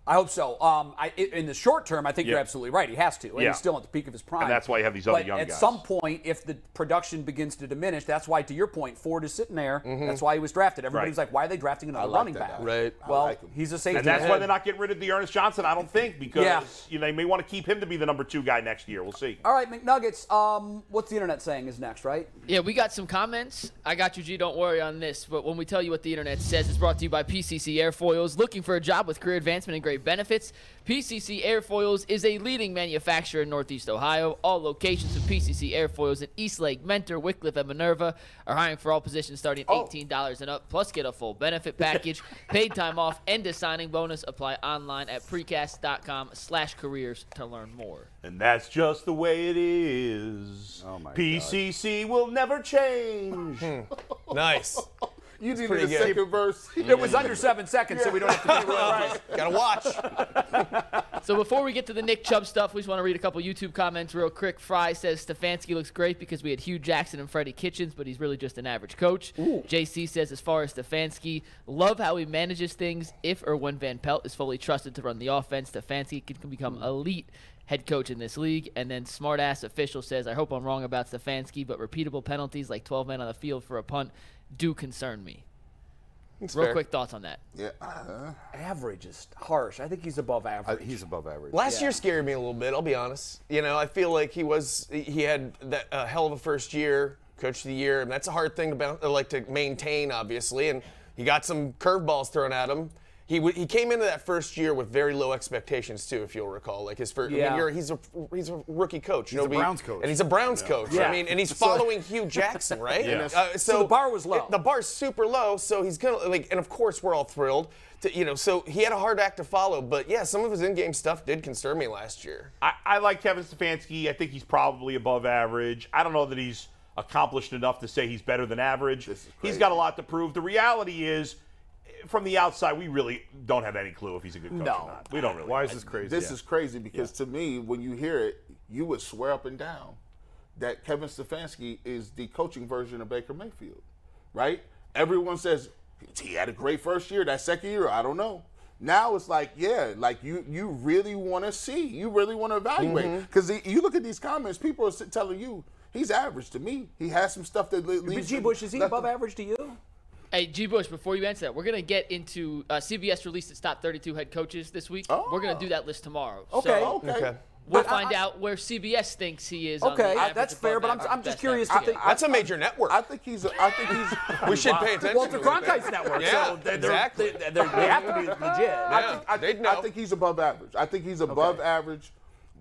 Speaker 1: I hope so. Um, I, i- in the short term, I think
Speaker 3: Yeah.
Speaker 1: you're absolutely right. He has to, and
Speaker 3: Yeah.
Speaker 1: he's still at the peak of his prime.
Speaker 3: And that's why you have these other
Speaker 1: but
Speaker 3: young
Speaker 1: at
Speaker 3: guys.
Speaker 1: some point, if the production begins to diminish, that's why, to your point, Ford is sitting there. That's why he was drafted. Everybody's
Speaker 3: Mm-hmm. Right.
Speaker 1: like, why are they drafting another
Speaker 6: like
Speaker 1: running
Speaker 6: that
Speaker 1: back?
Speaker 6: guy.
Speaker 5: Right. I
Speaker 1: Well,
Speaker 6: like him.
Speaker 1: he's a safety.
Speaker 3: And that's
Speaker 1: net.
Speaker 3: why they're not getting rid of the Ernest Johnson, I don't think, because
Speaker 1: Yeah.
Speaker 3: you know, they may want to keep him to be the number two guy next year. We'll see.
Speaker 1: All right, McNuggets. Um, what's the internet saying is next, right?
Speaker 2: Yeah, we got some comments. I got you, G. Don't worry on this. But when we tell you what the internet says, it's brought to you by PCC Airfoils. Looking for a job with career advancement and great benefits? PCC Airfoils is a leading manufacturer in Northeast Ohio. All locations of PCC Airfoils in Eastlake, Mentor, Wickliffe, and Minerva are hiring for all positions starting at $18 and up. Plus, get a full benefit package, paid time off, and a signing bonus. Apply online at precast.com slash careers to learn more.
Speaker 3: And that's just the way it is.
Speaker 4: Oh, my God.
Speaker 3: PCC will never change.
Speaker 1: Hmm.
Speaker 5: Nice.
Speaker 6: You needed
Speaker 5: pretty
Speaker 6: a
Speaker 5: good.
Speaker 6: second verse.
Speaker 1: It was
Speaker 4: Mm.
Speaker 1: under seven seconds, so we don't have to be right.
Speaker 5: Gotta watch.
Speaker 2: So before we get to the Nick Chubb stuff, we just want to read a couple YouTube comments real quick. Fry says Stefanski looks great because we had Hugh Jackson and Freddie Kitchens, but he's really just an average coach. JC says as far as Stefanski, love how he manages things. If or when Van Pelt is fully trusted to run the offense, Stefanski can, can become elite head coach in this league. And then smartass official says, I hope I'm wrong about Stefanski, but repeatable penalties like 12 men on the field for a punt do concern me. real
Speaker 5: fair.
Speaker 2: quick thoughts on that.
Speaker 6: Yeah. Uh,
Speaker 1: Average is harsh. I think he's above
Speaker 4: Uh,
Speaker 1: average.
Speaker 4: he's above average.
Speaker 5: Last year scared me a little bit. I'll be honest. You know, I feel like he was he had that a hell of a first year, coach of the year, and that's a hard thing to bounce, like to maintain, obviously. And he got some curveballs thrown at him. He, w- he came into that first year with very low expectations too, if you'll recall. Like his first, I
Speaker 1: Yeah.
Speaker 5: mean, you're, he's a he's a rookie coach. He's
Speaker 4: a Browns coach.
Speaker 5: and he's a Browns coach.
Speaker 1: Yeah.
Speaker 5: I mean, and he's following Hugh Jackson, right?
Speaker 3: Yeah.
Speaker 5: Uh, so,
Speaker 1: the bar was low.
Speaker 5: the bar's super low, so he's gonna like. And of course, we're all thrilled. To, you know, so he had a hard act to follow. But yeah, some of his in-game stuff did concern me last year.
Speaker 3: I, I like Kevin Stefanski. I think he's probably above average. I don't know that he's accomplished enough to say he's better than average. He's got a lot to prove. The reality is, from the outside, we really don't have any clue if he's a good coach
Speaker 1: No.
Speaker 3: or not. We don't really.
Speaker 4: Why is this crazy?
Speaker 6: This is crazy because to me, when you hear it, you would swear up and down that Kevin Stefanski is the coaching version of Baker Mayfield, right? Everyone says he had a great first year. That second year, I don't know. Now it's like, yeah, like you you really want to see, you really want to evaluate,
Speaker 5: Mm-hmm.
Speaker 6: because you look at these comments, people are sit- telling you he's average to me. He has some stuff that le-
Speaker 1: But
Speaker 6: leaves
Speaker 1: G.
Speaker 6: him-
Speaker 1: Bush, is he
Speaker 6: left
Speaker 1: above
Speaker 6: him-
Speaker 1: average to you?
Speaker 2: Um, Hey, G. Bush, before you answer that, we're going to get into uh, CBS released its top 32 head coaches this week. We're going to do that list tomorrow.
Speaker 1: Oh. Okay.
Speaker 2: So
Speaker 6: Oh, Okay.
Speaker 5: Okay.
Speaker 2: we'll
Speaker 1: But I-
Speaker 2: find
Speaker 1: I-
Speaker 2: out where CBS thinks he is. on the
Speaker 1: Okay,
Speaker 2: average
Speaker 1: that's
Speaker 2: above
Speaker 1: fair, but I'm,
Speaker 2: average,
Speaker 1: I'm just
Speaker 2: best
Speaker 1: curious to
Speaker 2: average.
Speaker 1: think.
Speaker 5: That's a major network.
Speaker 6: I think he's. A, I think he's.
Speaker 5: we should pay attention.
Speaker 1: Walter
Speaker 5: to it.
Speaker 1: Cronkite's network.
Speaker 5: Yeah,
Speaker 1: so they're,
Speaker 5: exactly.
Speaker 1: They're, they're, they have to be legit.
Speaker 6: I
Speaker 5: Yeah,
Speaker 6: think, I,
Speaker 5: they'd
Speaker 6: think,
Speaker 5: know.
Speaker 6: I think he's above average. I think he's above average,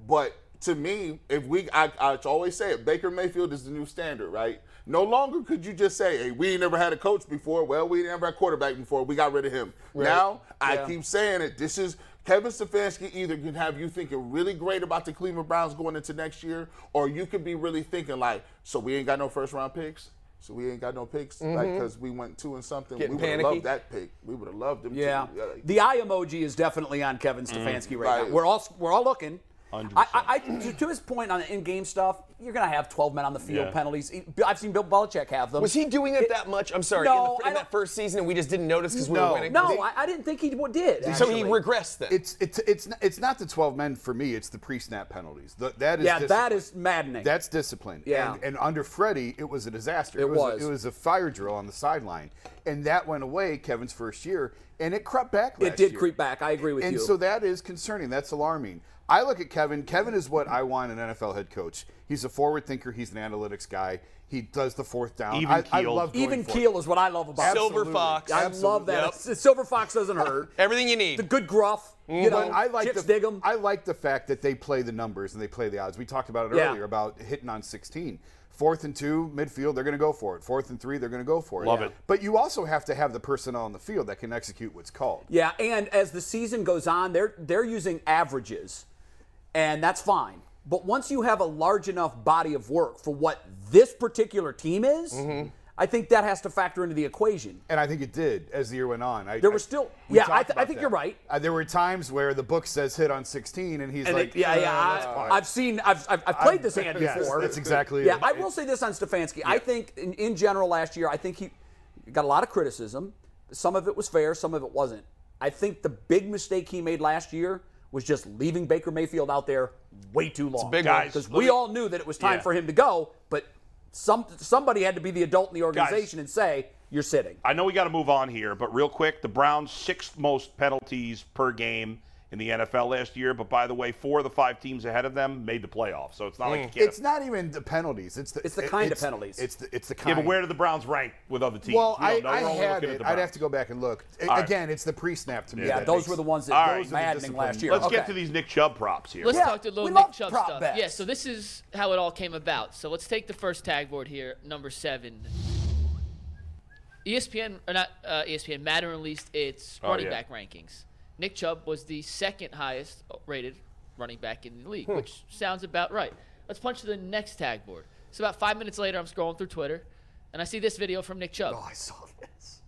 Speaker 6: but to me, if we, I, I always say it, Baker Mayfield is the new standard, right? No longer could you just say, "Hey, we ain't never had a coach before. Well, we ain't never had a quarterback before. We got rid of him." Now I keep saying it. This is Kevin Stefanski. Either can have you thinking really great about the Cleveland Browns going into next year, or you could be really thinking like, "So we ain't got no first round picks." So we ain't got no picks, like because we went two and something.
Speaker 5: Getting
Speaker 6: we would have
Speaker 5: panicky.
Speaker 6: loved that pick. We would have loved him.
Speaker 1: Yeah.
Speaker 6: too. like-
Speaker 1: The eye emoji is definitely on Kevin Stefanski right, now.
Speaker 6: uh, Right.
Speaker 1: We're all we're all looking. I, I, I- to, to his point on the in-game stuff, you're going to have 12 men on the field
Speaker 3: Yeah.
Speaker 1: penalties. He- I've seen Bill Belichick have them.
Speaker 5: Was he doing it, that much? I'm sorry.
Speaker 1: No,
Speaker 5: in, the,
Speaker 1: I
Speaker 5: in
Speaker 1: don't-
Speaker 5: that first season, and we just didn't notice because we
Speaker 4: No.
Speaker 5: were winning.
Speaker 1: No, I, I didn't think he w- did.
Speaker 5: so
Speaker 1: actually.
Speaker 5: he regressed then.
Speaker 4: It's it's it's not, it's not the 12 men for me. It's the pre-snap penalties. The, that is
Speaker 1: yeah, that
Speaker 4: discipline.
Speaker 1: is maddening.
Speaker 4: That's discipline.
Speaker 1: Yeah.
Speaker 4: And, and under Freddie, it was a disaster.
Speaker 1: It
Speaker 4: a-
Speaker 1: was.
Speaker 4: it was a fire drill on the sideline, and that went away Kevin's first year, and it crept back.
Speaker 1: it
Speaker 4: last
Speaker 1: did
Speaker 4: year.
Speaker 1: creep back. I agree with
Speaker 4: and
Speaker 1: you.
Speaker 4: so that is concerning. That's alarming. I look at Kevin. Kevin is what I want an NFL head coach. He's a forward thinker. He's an analytics guy. He does the fourth down.
Speaker 3: Even
Speaker 4: I, I
Speaker 3: keeled.
Speaker 4: love going
Speaker 1: Even
Speaker 4: for it.
Speaker 1: keel is what I love about it.
Speaker 5: Silver Fox.
Speaker 1: I love that. It's- Silver Fox doesn't hurt.
Speaker 5: Everything you need.
Speaker 1: The good gruff. You know,
Speaker 4: But I like
Speaker 1: chicks
Speaker 4: the
Speaker 1: dig 'em.
Speaker 4: I like the fact that they play the numbers and they play the odds. We talked about it
Speaker 1: Yeah.
Speaker 4: earlier about hitting on 16. Fourth and two, midfield, they're going to go for it. Fourth and three, they're going to go for it.
Speaker 3: Love it.
Speaker 4: But you also have to have the personnel on the field that can execute what's called.
Speaker 1: Yeah, and as the season goes on, they're they're using averages, and that's fine. But once you have a large enough body of work for what this particular team is, I think that has to factor into the equation.
Speaker 4: And I think it did as the year went on. I,
Speaker 1: There were
Speaker 4: I-
Speaker 1: still-
Speaker 4: we
Speaker 1: yeah, I
Speaker 4: talked
Speaker 1: th- I
Speaker 4: about
Speaker 1: think
Speaker 4: that.
Speaker 1: you're right.
Speaker 4: Uh, there were times where the book says hit on 16, and he's
Speaker 1: And
Speaker 4: like,
Speaker 1: it- yeah,
Speaker 4: "No,
Speaker 1: yeah,
Speaker 4: Uh, that's
Speaker 1: I,
Speaker 4: fine."
Speaker 1: I've seen, I've, I've, I've played this hand
Speaker 4: Yes,
Speaker 1: before.
Speaker 4: that's exactly
Speaker 1: Yeah,
Speaker 4: it.
Speaker 1: I will say this on Stefanski. I think, in, in general, last year, I think he got a lot of criticism. Some of it was fair, some of it wasn't. I think the big mistake he made last year was just leaving Baker Mayfield out there way too long.
Speaker 5: big one. Guys,
Speaker 1: because
Speaker 3: let
Speaker 1: we
Speaker 3: me-
Speaker 1: all knew that it was time
Speaker 3: Yeah.
Speaker 1: for him to go, but some somebody had to be the adult in the organization and say, "You're sitting."
Speaker 3: I know we got to move on here, but real quick, the Browns sixth most penalties per game in the NFL last year. But by the way, four of the five teams ahead of them made the playoffs, so it's not like you can't-
Speaker 4: It's not even the penalties. It's the
Speaker 1: It's the
Speaker 4: it-
Speaker 1: kind of penalties.
Speaker 4: It's the it's the kind.
Speaker 3: Yeah, but where do the Browns rank with other teams?
Speaker 4: well,
Speaker 3: We don't
Speaker 4: I,
Speaker 3: know.
Speaker 4: I
Speaker 3: We're only
Speaker 4: had
Speaker 3: looking at
Speaker 4: it.
Speaker 3: the
Speaker 4: I'd
Speaker 3: Browns.
Speaker 4: have to go back and look. A-
Speaker 3: right.
Speaker 4: Again, it's the pre-snap to me.
Speaker 1: yeah,
Speaker 4: that
Speaker 1: those
Speaker 4: makes-
Speaker 1: were the ones that
Speaker 3: All
Speaker 1: those
Speaker 3: right.
Speaker 1: were maddening last year.
Speaker 3: Let's
Speaker 1: okay.
Speaker 3: get to these Nick Chubb props here.
Speaker 2: Let's
Speaker 1: Yeah,
Speaker 2: talk to a little
Speaker 1: we
Speaker 2: Nick
Speaker 1: love
Speaker 2: Chubb
Speaker 1: prop
Speaker 2: stuff.
Speaker 1: bets.
Speaker 2: Yeah, so this is how it all came about. So let's take the first tag board here, number seven. E ESPN or not uh, ESPN? Madden released its running
Speaker 3: yeah.
Speaker 2: back rankings. Nick Chubb was the second highest rated running back in the league, which sounds about right. Let's punch to the next tag board. So about five minutes later, I'm scrolling through Twitter, and I see this video from Nick Chubb.
Speaker 1: Oh, I saw this.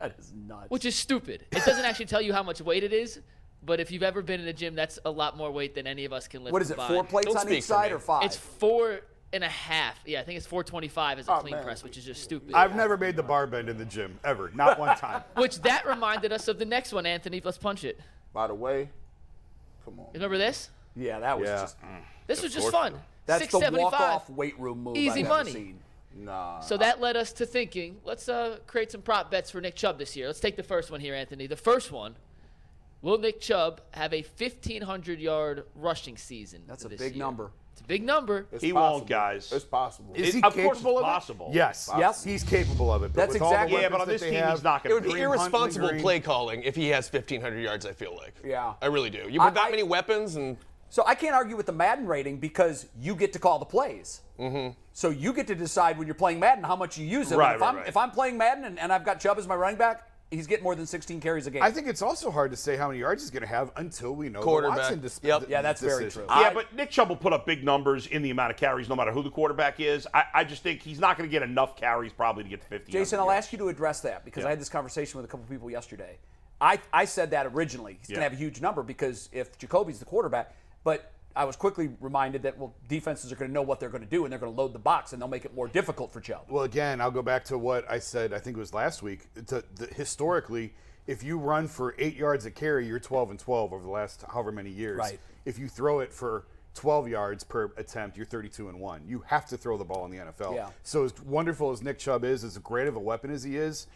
Speaker 1: That is nuts.
Speaker 2: which is stupid. It doesn't actually tell you how much weight it is, but if you've ever been in a gym, that's a lot more weight than any of us can lift.
Speaker 1: what is it?
Speaker 2: combined.
Speaker 1: Four plates
Speaker 5: Don't
Speaker 1: on
Speaker 5: speak
Speaker 1: each
Speaker 5: for
Speaker 1: side
Speaker 5: me.
Speaker 1: or five? Oh,
Speaker 2: It's four and a half. Yeah, I think it's 425 as a clean
Speaker 6: man.
Speaker 2: press, which is just stupid.
Speaker 4: I've never made the bar bend in the gym ever. Not one time.
Speaker 2: which that reminded us of the next one, Anthony. Let's punch it.
Speaker 6: By the way, come on.
Speaker 2: Remember this?
Speaker 1: yeah, that was just
Speaker 2: This was just fun.
Speaker 1: That's the
Speaker 2: 675.
Speaker 1: walk-off weight room move.
Speaker 2: Easy
Speaker 1: I've
Speaker 2: money.
Speaker 1: Ever seen.
Speaker 6: Nah.
Speaker 2: So that led us to thinking, let's uh, create some prop bets for Nick Chubb this year. Let's take the first one here, Anthony. The first one, will Nick Chubb have a 1,500 yard rushing season?
Speaker 1: That's a
Speaker 2: this
Speaker 1: big
Speaker 2: year?
Speaker 1: number.
Speaker 2: It's a big number.
Speaker 6: It's
Speaker 3: He
Speaker 6: possible.
Speaker 3: won't, guys.
Speaker 6: It's possible.
Speaker 4: Is
Speaker 3: It-
Speaker 4: he
Speaker 3: of
Speaker 4: capable
Speaker 3: course it's
Speaker 4: of it?
Speaker 3: possible.
Speaker 4: Yes.
Speaker 1: Yes.
Speaker 4: He's capable of it. But
Speaker 1: That's
Speaker 4: with
Speaker 1: exactly-
Speaker 4: All the
Speaker 3: Yeah, but
Speaker 4: weapons
Speaker 3: on this
Speaker 4: that they
Speaker 3: team,
Speaker 4: have,
Speaker 3: he's not
Speaker 5: It
Speaker 3: going
Speaker 5: would
Speaker 3: to
Speaker 5: be
Speaker 3: be.
Speaker 4: Kareem Hunt
Speaker 5: irresponsible
Speaker 4: lingering.
Speaker 5: play calling if he has 1,500 yards. I feel like.
Speaker 1: Yeah.
Speaker 5: I really do. You
Speaker 1: I-
Speaker 5: put that
Speaker 1: I-
Speaker 5: many weapons, and
Speaker 1: So I can't argue with the Madden rating because you get to call the plays. Mm-hmm. So you get to decide when you're playing Madden how much you use it.
Speaker 3: Right,
Speaker 1: if,
Speaker 3: right,
Speaker 1: I'm,
Speaker 3: right.
Speaker 1: if I'm playing Madden and, and I've got Chubb as my running back, he's getting more than 16 carries a game.
Speaker 4: I think it's also hard to say how many yards he's going to have until we know
Speaker 5: Quarterback.
Speaker 4: The Watson dis-
Speaker 5: Yep.
Speaker 4: th-
Speaker 1: yeah, that's very
Speaker 4: decision.
Speaker 1: true.
Speaker 3: Yeah, but Nick Chubb will put up big numbers in the amount of carries, no matter who the quarterback is. I, I just think he's not going to get enough carries probably to get to 50.
Speaker 1: Jason, I'll ask you to address that because I had this conversation with a couple people yesterday. I, I said that originally. He's going
Speaker 3: Yeah.
Speaker 1: to have a huge number because if Jacoby's the quarterback, but I was quickly reminded that well, defenses are going to know what they're going to do, and they're going to load the box, and they'll make it more difficult for Chubb.
Speaker 4: Well, again, I'll go back to what I said. I think it was last week. To, the, historically, if you run for eight yards a carry, you're 12 and 12 over the last however many years.
Speaker 1: Right.
Speaker 4: If you throw it for 12 yards per attempt, you're 32 and one. You have to throw the ball in the NFL.
Speaker 1: Yeah.
Speaker 4: So as wonderful as Nick Chubb is, as great of a weapon as he is,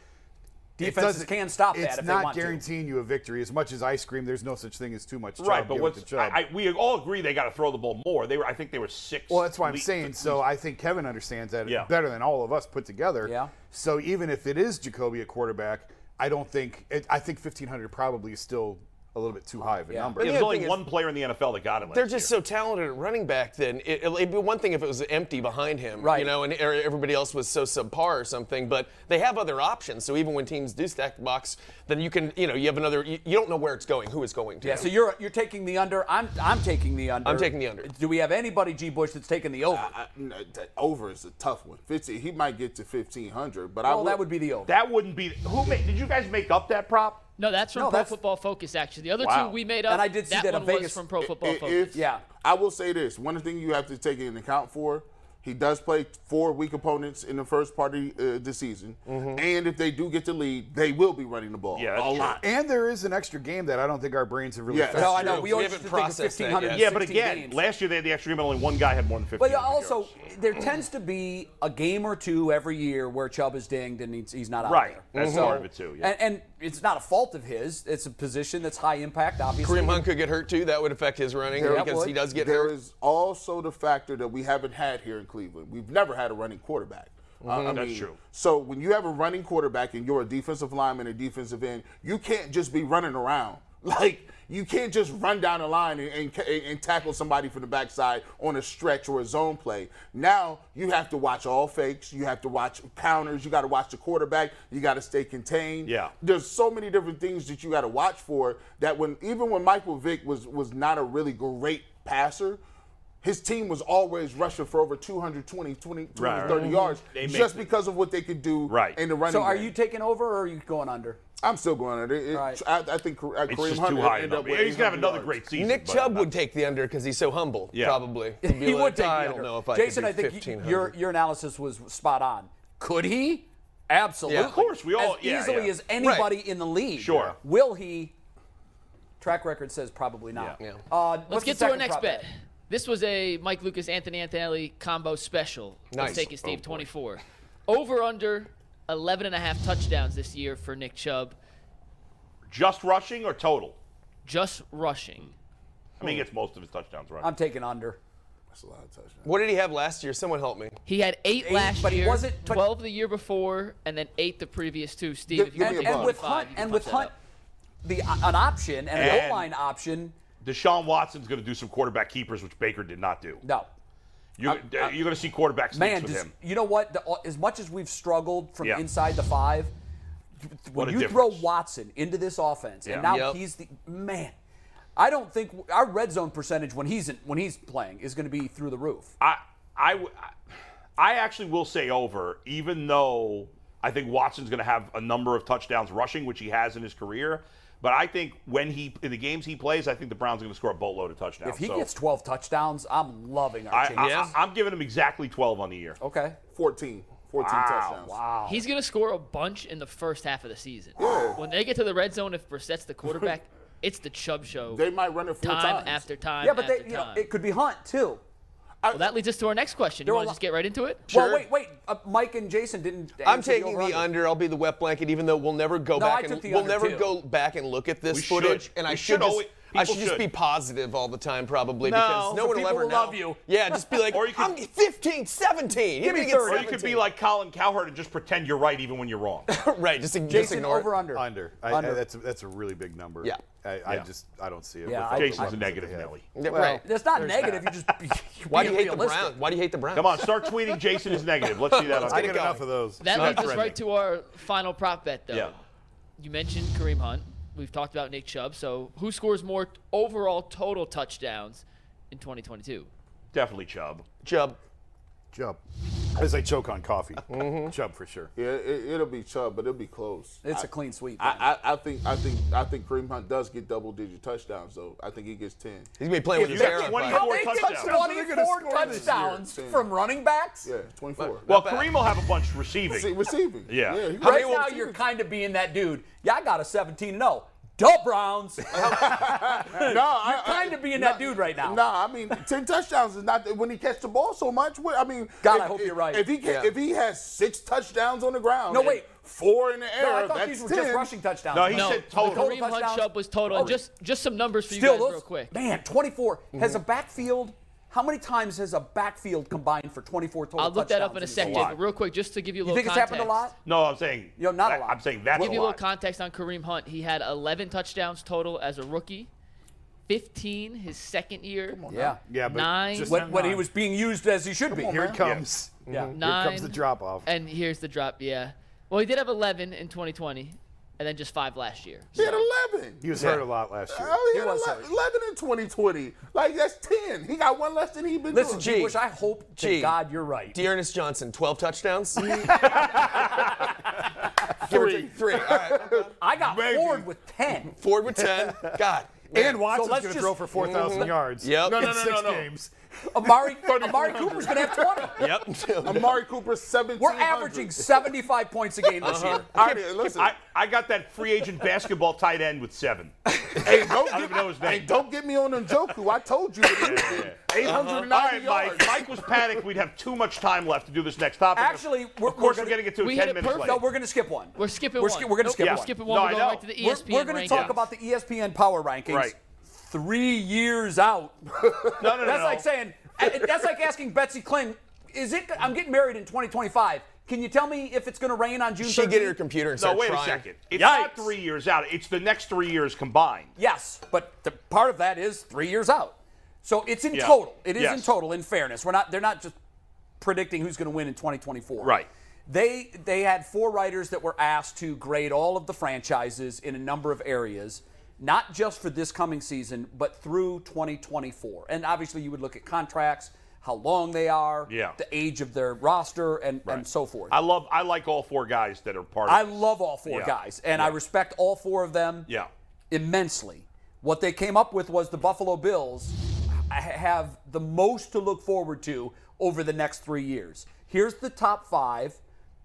Speaker 4: it
Speaker 1: Defenses
Speaker 4: doesn't-
Speaker 1: can stop that
Speaker 4: It's
Speaker 1: if they
Speaker 4: not
Speaker 1: want to.
Speaker 4: guaranteeing you a victory. As much as ice cream, there's no such thing as too much. Chubb.
Speaker 3: right, but
Speaker 4: Give it
Speaker 3: what's
Speaker 4: to Chubb.
Speaker 3: I, I, we all agree they got to throw the ball more. They were, I think, they were six.
Speaker 4: Well, that's why I'm saying. So I think Kevin understands that
Speaker 3: Yeah.
Speaker 4: better than all of us put together.
Speaker 1: Yeah.
Speaker 4: So even if it is Jacoby at quarterback, I don't think it, I think 1500 probably is still a little bit too high of a number.
Speaker 5: the
Speaker 3: there's
Speaker 5: other
Speaker 3: only
Speaker 5: thing is-
Speaker 3: one player in the NFL that got him.
Speaker 5: They're just so talented at running back. Then it, would be one thing if it was empty behind him,
Speaker 1: Right.
Speaker 5: You know, and er- everybody else was so subpar or something. But they have other options. So even when teams do stack the box, then you can, you know, you have another. You, you don't know where it's going, who it's going to.
Speaker 1: Yeah, so you're you're taking the under. I'm I'm taking the under.
Speaker 5: I'm taking the under. Uh,
Speaker 1: Do we have anybody G Bush that's taking the over?
Speaker 6: I, no, that over is a tough one. 15, he might get to fifteen hundred, but I
Speaker 1: well,
Speaker 6: would,
Speaker 1: that would be the over.
Speaker 3: That wouldn't be. Who made, did you guys make up that prop?
Speaker 2: No, that's from
Speaker 1: No,
Speaker 2: Pro
Speaker 1: that's-
Speaker 2: Football Focus. Actually, the other
Speaker 3: Wow.
Speaker 2: two we made up.
Speaker 1: And I did see that
Speaker 2: one
Speaker 1: on
Speaker 2: was
Speaker 1: Vegas.
Speaker 2: from Pro
Speaker 6: I-
Speaker 2: Football
Speaker 6: i-
Speaker 2: Focus.
Speaker 6: if-
Speaker 1: Yeah.
Speaker 6: I will say this. One thing you have to take into account for, he does play four weak opponents in the first part of uh, the season, and if they do get the lead, they will be running the ball
Speaker 3: Mm-hmm. Yeah, that's
Speaker 6: a
Speaker 3: true.
Speaker 6: lot.
Speaker 4: And there is an extra game that I don't think our brains have really.
Speaker 6: Yes.
Speaker 4: factored
Speaker 1: no, I know.
Speaker 5: true.
Speaker 1: We
Speaker 5: We
Speaker 1: always
Speaker 5: haven't
Speaker 1: used to think of
Speaker 5: processed that
Speaker 1: 1500.
Speaker 5: yet.
Speaker 3: Yeah, but
Speaker 1: 16
Speaker 3: again,
Speaker 1: Uh, games.
Speaker 3: last year they had the extra game, and only one guy had more than 15.
Speaker 1: But also, there tends to be a game or two every year where Chubb is dinged and he's, he's not out
Speaker 3: Right.
Speaker 1: there.
Speaker 3: That's part of it, too, yeah.
Speaker 1: And, and it's not a fault of his. It's a position that's high impact, obviously.
Speaker 5: Kareem Hunt could get hurt too. That would affect his running
Speaker 1: that
Speaker 5: because
Speaker 1: would.
Speaker 5: he does get
Speaker 6: There
Speaker 5: hurt.
Speaker 6: is also the factor that we haven't had here in Cleveland. We've never had a running quarterback.
Speaker 5: Mm-hmm.
Speaker 6: Uh, I
Speaker 3: That's
Speaker 6: mean,
Speaker 3: true.
Speaker 6: So when you have a running quarterback and you're a defensive lineman, a defensive end, you can't just be running around. Like you can't just run down the line and, and, ca- and tackle somebody from the backside on a stretch or a zone play. Now you have to watch all fakes. You have to watch counters. You got to watch the quarterback. You got to stay contained.
Speaker 3: Yeah.
Speaker 6: There's so many different things that you got to watch for. That when even when Michael Vick was was not a really great passer. His team was always rushing for over 220, 20, 20
Speaker 3: Right, right.
Speaker 1: Mm-hmm.
Speaker 6: 30 yards
Speaker 3: They make
Speaker 6: just
Speaker 3: the-
Speaker 6: because of what they could do
Speaker 3: Right.
Speaker 6: in the running
Speaker 1: So are
Speaker 6: game.
Speaker 1: you taking over or are you going under?
Speaker 6: I'm still going under. It,
Speaker 1: Right.
Speaker 6: I, I think Kare- uh,
Speaker 3: it's
Speaker 6: Kareem
Speaker 3: just
Speaker 6: Hunt
Speaker 3: too high.
Speaker 6: ended
Speaker 3: a
Speaker 6: up
Speaker 3: number.
Speaker 6: with
Speaker 3: He's gonna have
Speaker 6: 800
Speaker 3: another
Speaker 6: yards.
Speaker 3: great season.
Speaker 5: Nick
Speaker 3: but
Speaker 5: Chubb
Speaker 3: not-
Speaker 5: would take the under because he's so humble.
Speaker 3: Yeah.
Speaker 5: Probably. He'd be
Speaker 1: He
Speaker 5: like,
Speaker 1: would take
Speaker 5: "Ah,
Speaker 1: the
Speaker 5: I
Speaker 1: under.
Speaker 5: don't know if I
Speaker 1: Jason,
Speaker 5: could do
Speaker 1: I think you-
Speaker 5: 1500."
Speaker 1: your your analysis was spot on. Could he? Absolutely.
Speaker 5: Yeah. Of
Speaker 3: course, we all-
Speaker 1: as
Speaker 3: yeah,
Speaker 1: easily
Speaker 3: yeah.
Speaker 1: as anybody in the league.
Speaker 3: Sure.
Speaker 1: Will he? Track record says probably not.
Speaker 5: Yeah. Yeah.
Speaker 1: Uh,
Speaker 2: Let's
Speaker 1: what's the
Speaker 2: get to our
Speaker 1: second
Speaker 2: next
Speaker 1: prop
Speaker 2: bet. This was a Mike Lucas Anthony Anthony combo special. Let's
Speaker 5: Nice.
Speaker 2: take it,
Speaker 1: Oh,
Speaker 2: Steve. 24. Over under 11 and a half touchdowns this year for Nick Chubb,
Speaker 3: just rushing or total?
Speaker 2: just rushing.
Speaker 3: I mean, he gets most of his touchdowns right.
Speaker 1: I'm taking under.
Speaker 6: That's a lot of touchdowns.
Speaker 5: What did he have last year? Someone help me.
Speaker 2: He had eight,
Speaker 1: Eight,
Speaker 2: last
Speaker 1: but he
Speaker 2: year,
Speaker 1: wasn't touch-
Speaker 2: 12 the year before, and then eight the previous two. Steve,
Speaker 6: Give-
Speaker 2: if
Speaker 6: give
Speaker 2: you
Speaker 6: me
Speaker 2: want
Speaker 6: a
Speaker 2: to
Speaker 6: buck.
Speaker 2: take
Speaker 1: And with
Speaker 2: 25,
Speaker 1: Hunt,
Speaker 2: you can
Speaker 1: and with
Speaker 2: punch that
Speaker 1: Hunt,
Speaker 2: up.
Speaker 1: the uh, an option and, the
Speaker 3: And-
Speaker 1: O line option.
Speaker 3: Deshaun Watson's going to do some quarterback keepers, which Baker did not do.
Speaker 1: No,
Speaker 3: You, are going to see quarterback sneaks
Speaker 1: man,
Speaker 3: with
Speaker 1: just,
Speaker 3: him.
Speaker 1: you know what? The, uh, as much as we've struggled from
Speaker 3: Yeah.
Speaker 1: inside the five, when
Speaker 3: What a
Speaker 1: you
Speaker 3: difference.
Speaker 1: throw Watson into this offense,
Speaker 3: Yeah.
Speaker 1: and now
Speaker 5: Yep.
Speaker 1: he's the man. I don't think our red zone percentage when he's in, when he's playing is going to be through the roof.
Speaker 3: I, I, w- I actually will say over, even though I think Watson's going to have a number of touchdowns rushing, which he has in his career. But I think when he in the games he plays, I think the Browns are going to score a boatload of touchdowns.
Speaker 1: If he
Speaker 3: So
Speaker 1: gets 12 touchdowns, I'm loving our
Speaker 3: I,
Speaker 1: chances.
Speaker 3: I,
Speaker 5: Yeah.
Speaker 3: am giving him exactly 12 on the year.
Speaker 1: Okay.
Speaker 6: 14. 14 touchdowns.
Speaker 1: Wow.
Speaker 2: He's going to score a bunch in the first half of the season. When they get to the red zone, if Brissett's the quarterback, it's the Chubb show.
Speaker 6: They might run it four
Speaker 2: time
Speaker 6: times.
Speaker 2: after time.
Speaker 1: yeah, but
Speaker 2: after
Speaker 1: they, you know,
Speaker 2: time.
Speaker 1: it could be Hunt too.
Speaker 2: well, that leads us to our next question.
Speaker 1: There
Speaker 2: You
Speaker 1: were a
Speaker 2: want to
Speaker 1: lot-
Speaker 2: just get right into it?
Speaker 1: Well, wait, wait. Uh, Mike and Jason didn't.
Speaker 5: I'm
Speaker 1: answer
Speaker 5: taking the
Speaker 1: over-under.
Speaker 5: under. I'll be the wet blanket, even though we'll never go
Speaker 1: No, I
Speaker 5: back
Speaker 1: took
Speaker 5: and
Speaker 1: the
Speaker 5: we'll
Speaker 1: under,
Speaker 5: never
Speaker 1: too.
Speaker 5: go back and look at this
Speaker 3: We
Speaker 5: footage.
Speaker 3: should.
Speaker 5: And
Speaker 3: We
Speaker 5: I
Speaker 3: should
Speaker 5: should, just,
Speaker 3: always-
Speaker 5: I
Speaker 3: people
Speaker 5: should just
Speaker 3: should.
Speaker 5: be positive all the time, probably,
Speaker 3: No,
Speaker 5: because
Speaker 3: so
Speaker 5: no one will
Speaker 1: people
Speaker 5: ever
Speaker 1: will
Speaker 5: know.
Speaker 1: love you.
Speaker 5: Yeah, just be like,
Speaker 3: Or you could-
Speaker 5: I'm 15, 17.
Speaker 1: Give me
Speaker 5: Anybody gets
Speaker 1: 30.
Speaker 3: Or you could be
Speaker 5: 17.
Speaker 3: like Colin Cowherd and just pretend you're right even when you're wrong.
Speaker 5: right, just, just
Speaker 1: Jason,
Speaker 5: ignore it.
Speaker 1: over under.
Speaker 4: Under. I, I- that's a, that's a really big number.
Speaker 5: Yeah.
Speaker 4: I, I
Speaker 3: Yeah.
Speaker 4: just I don't see it.
Speaker 1: Yeah, I-
Speaker 4: with all the
Speaker 3: Jason's a
Speaker 4: weapons that
Speaker 3: negative
Speaker 4: they have.
Speaker 3: Nelly.
Speaker 5: Yeah,
Speaker 4: Well,
Speaker 5: right.
Speaker 1: That's not negative. You just. be-
Speaker 5: Why do you
Speaker 1: being
Speaker 5: hate the
Speaker 1: realistic.
Speaker 5: Browns? Why do you hate the Browns?
Speaker 3: Come on, start tweeting Jason is negative. Let's see that on
Speaker 4: I
Speaker 3: tape.
Speaker 4: get enough of those.
Speaker 2: That
Speaker 4: Not
Speaker 2: leads us
Speaker 4: trending.
Speaker 2: right to our final prop bet, though.
Speaker 3: Yeah.
Speaker 2: You mentioned Kareem Hunt. We've talked about Nick Chubb. So who scores more overall total touchdowns in 2022?
Speaker 3: Definitely Chubb.
Speaker 5: Chubb.
Speaker 4: Jump. As I choke on coffee.
Speaker 2: Mm-hmm.
Speaker 4: Chubb for sure.
Speaker 6: Yeah, it, it'll be Chubb, but it'll be close.
Speaker 1: It's
Speaker 6: I-
Speaker 1: a clean sweep. then.
Speaker 6: I, I, I think I think I think Kareem Hunt does get double digit touchdowns though. I think he gets ten.
Speaker 5: He's been playing
Speaker 3: If
Speaker 5: with
Speaker 3: you
Speaker 5: the
Speaker 3: got
Speaker 5: hair on
Speaker 3: 20
Speaker 5: fire.
Speaker 1: How they
Speaker 3: Four
Speaker 1: touch
Speaker 3: touchdowns.
Speaker 4: They're gonna
Speaker 1: 24
Speaker 4: score this year,
Speaker 1: touchdowns
Speaker 6: Sam.
Speaker 1: from running backs?
Speaker 6: Yeah, twenty four.
Speaker 3: Well,
Speaker 5: bad.
Speaker 3: Kareem will have a bunch receiving.
Speaker 6: receiving.
Speaker 3: Yeah.
Speaker 6: yeah he-
Speaker 5: How
Speaker 1: Right
Speaker 5: many
Speaker 1: now,
Speaker 5: will-
Speaker 1: you're kind of being that dude. Yeah, I got a 17 0. Duh, Browns.
Speaker 6: no, I, I-
Speaker 1: kind of being that dude right now.
Speaker 6: No, I mean ten touchdowns is not when he catches the ball so much. What I mean,
Speaker 1: God,
Speaker 6: if-
Speaker 1: I hope
Speaker 6: if-
Speaker 1: you're right.
Speaker 6: If he can,
Speaker 5: Yeah.
Speaker 6: if he has six touchdowns on the ground,
Speaker 1: No,
Speaker 6: and
Speaker 1: wait.
Speaker 6: four in the air.
Speaker 1: No, I thought
Speaker 6: that's
Speaker 1: these were
Speaker 6: 10.
Speaker 1: just rushing touchdowns.
Speaker 3: No, he
Speaker 2: No,
Speaker 3: said total.
Speaker 2: the Kareem
Speaker 1: touchdowns.
Speaker 2: Hunt Chubb was total. And just just some numbers for you
Speaker 1: Still,
Speaker 2: guys
Speaker 1: those,
Speaker 2: real quick.
Speaker 1: man, 24 has a backfield. How many times has a backfield combined for 24 total
Speaker 2: I'll look that up in a
Speaker 1: touchdowns
Speaker 2: second,
Speaker 1: season?
Speaker 2: but real quick, just to give you a
Speaker 1: You
Speaker 2: little
Speaker 1: think it's
Speaker 2: context.
Speaker 1: happened a lot?
Speaker 3: No, I'm saying.
Speaker 1: Yo, not a lot.
Speaker 3: I'm saying that's
Speaker 2: Give
Speaker 3: a
Speaker 2: you a little
Speaker 3: lot.
Speaker 2: context on Kareem Hunt. He had 11 touchdowns total as a rookie, 15 his second year,
Speaker 1: Yeah.
Speaker 4: Yeah, but
Speaker 2: Nine.
Speaker 4: just
Speaker 1: When, when he was being used as he should be.
Speaker 4: here it comes.
Speaker 1: Yeah.
Speaker 4: Here
Speaker 2: nine.
Speaker 4: comes the drop off.
Speaker 2: And here's the drop. Yeah. Well, he did have 11 in 2020, and then just five last year.
Speaker 6: He had eleven.
Speaker 4: He was hurt a lot last year.
Speaker 6: Oh, he, had
Speaker 1: was
Speaker 6: 11,
Speaker 1: hurt.
Speaker 6: in 2020. Like that's ten. He got one less than he been
Speaker 1: Listen,
Speaker 6: doing.
Speaker 1: G, Bush, I hope to
Speaker 5: Gee.
Speaker 1: God you're right.
Speaker 5: Dearness Johnson, 12 touchdowns? Three. Three. All right.
Speaker 1: I got bored with 10.
Speaker 5: Ford with 10. God.
Speaker 4: And Watson's
Speaker 1: So let's
Speaker 4: going to
Speaker 1: just-
Speaker 4: throw for 4,000 yards
Speaker 5: Yep.
Speaker 4: in
Speaker 5: No,
Speaker 4: six games.
Speaker 1: Amari, Amari Cooper's going to have 20.
Speaker 5: Yep.
Speaker 6: Amari Cooper 17.
Speaker 1: We're averaging 75 points a game this year.
Speaker 6: All right, listen.
Speaker 3: I, I got that free agent basketball tight end with seven.
Speaker 6: hey, don't
Speaker 3: I don't
Speaker 6: get,
Speaker 3: even know his
Speaker 6: hey,
Speaker 3: name.
Speaker 6: don't get me on Njoku. I told you.
Speaker 3: All
Speaker 6: 890
Speaker 3: right, Mike.
Speaker 6: yards.
Speaker 3: Mike was panicked. We'd have too much time left to do this next topic.
Speaker 1: Actually, we're-
Speaker 3: of course,
Speaker 1: we're
Speaker 3: we're,
Speaker 1: gonna-
Speaker 3: going to get to
Speaker 2: we
Speaker 3: it
Speaker 2: hit
Speaker 3: 10
Speaker 2: it
Speaker 3: minutes
Speaker 2: perfect.
Speaker 1: No,
Speaker 3: later.
Speaker 1: we're going to skip one.
Speaker 2: We're skipping
Speaker 1: we're
Speaker 2: one.
Speaker 1: ski- we're gonna
Speaker 2: Nope,
Speaker 1: skip
Speaker 2: we're
Speaker 1: one.
Speaker 2: skipping
Speaker 3: No,
Speaker 2: one. E
Speaker 3: I
Speaker 2: we're going
Speaker 3: know.
Speaker 2: right to the
Speaker 1: We're,
Speaker 2: ESPN
Speaker 1: we're going to talk
Speaker 2: rankings.
Speaker 1: about the E ESPN power rankings
Speaker 3: Right.
Speaker 1: three years out.
Speaker 3: no, no,
Speaker 1: That's
Speaker 3: no.
Speaker 1: like saying, eh, that's like asking Betsy Clinton, is it, I'm getting married in 2025. Can you tell me if it's going to rain on June
Speaker 5: She
Speaker 1: 13th?
Speaker 5: get in her computer and
Speaker 3: No,
Speaker 5: start
Speaker 3: wait
Speaker 5: trying.
Speaker 3: a second. It's
Speaker 1: Yikes.
Speaker 3: not three years out. It's the next three years combined.
Speaker 1: Yes, but the part of that is three years out. So it's in
Speaker 3: Yeah.
Speaker 1: total. It is in
Speaker 3: Yes.
Speaker 1: total. In fairness, we're not. They're not just predicting who's going to win in 2024.
Speaker 3: Right.
Speaker 1: They they had four writers that were asked to grade all of the franchises in a number of areas, not just for this coming season, but through 2024. And obviously, you would look at contracts, how long they are,
Speaker 3: Yeah.
Speaker 1: the age of their roster, and and
Speaker 3: Right.
Speaker 1: so forth.
Speaker 3: I love. I like all four guys that are part.
Speaker 1: I
Speaker 3: of this.
Speaker 1: love all four
Speaker 3: Yeah.
Speaker 1: guys, and I
Speaker 3: Yeah.
Speaker 1: respect all four of them
Speaker 3: Yeah.
Speaker 1: immensely. What they came up with was the Buffalo Bills ha- have the most to look forward to over the next three years. Here's the top five.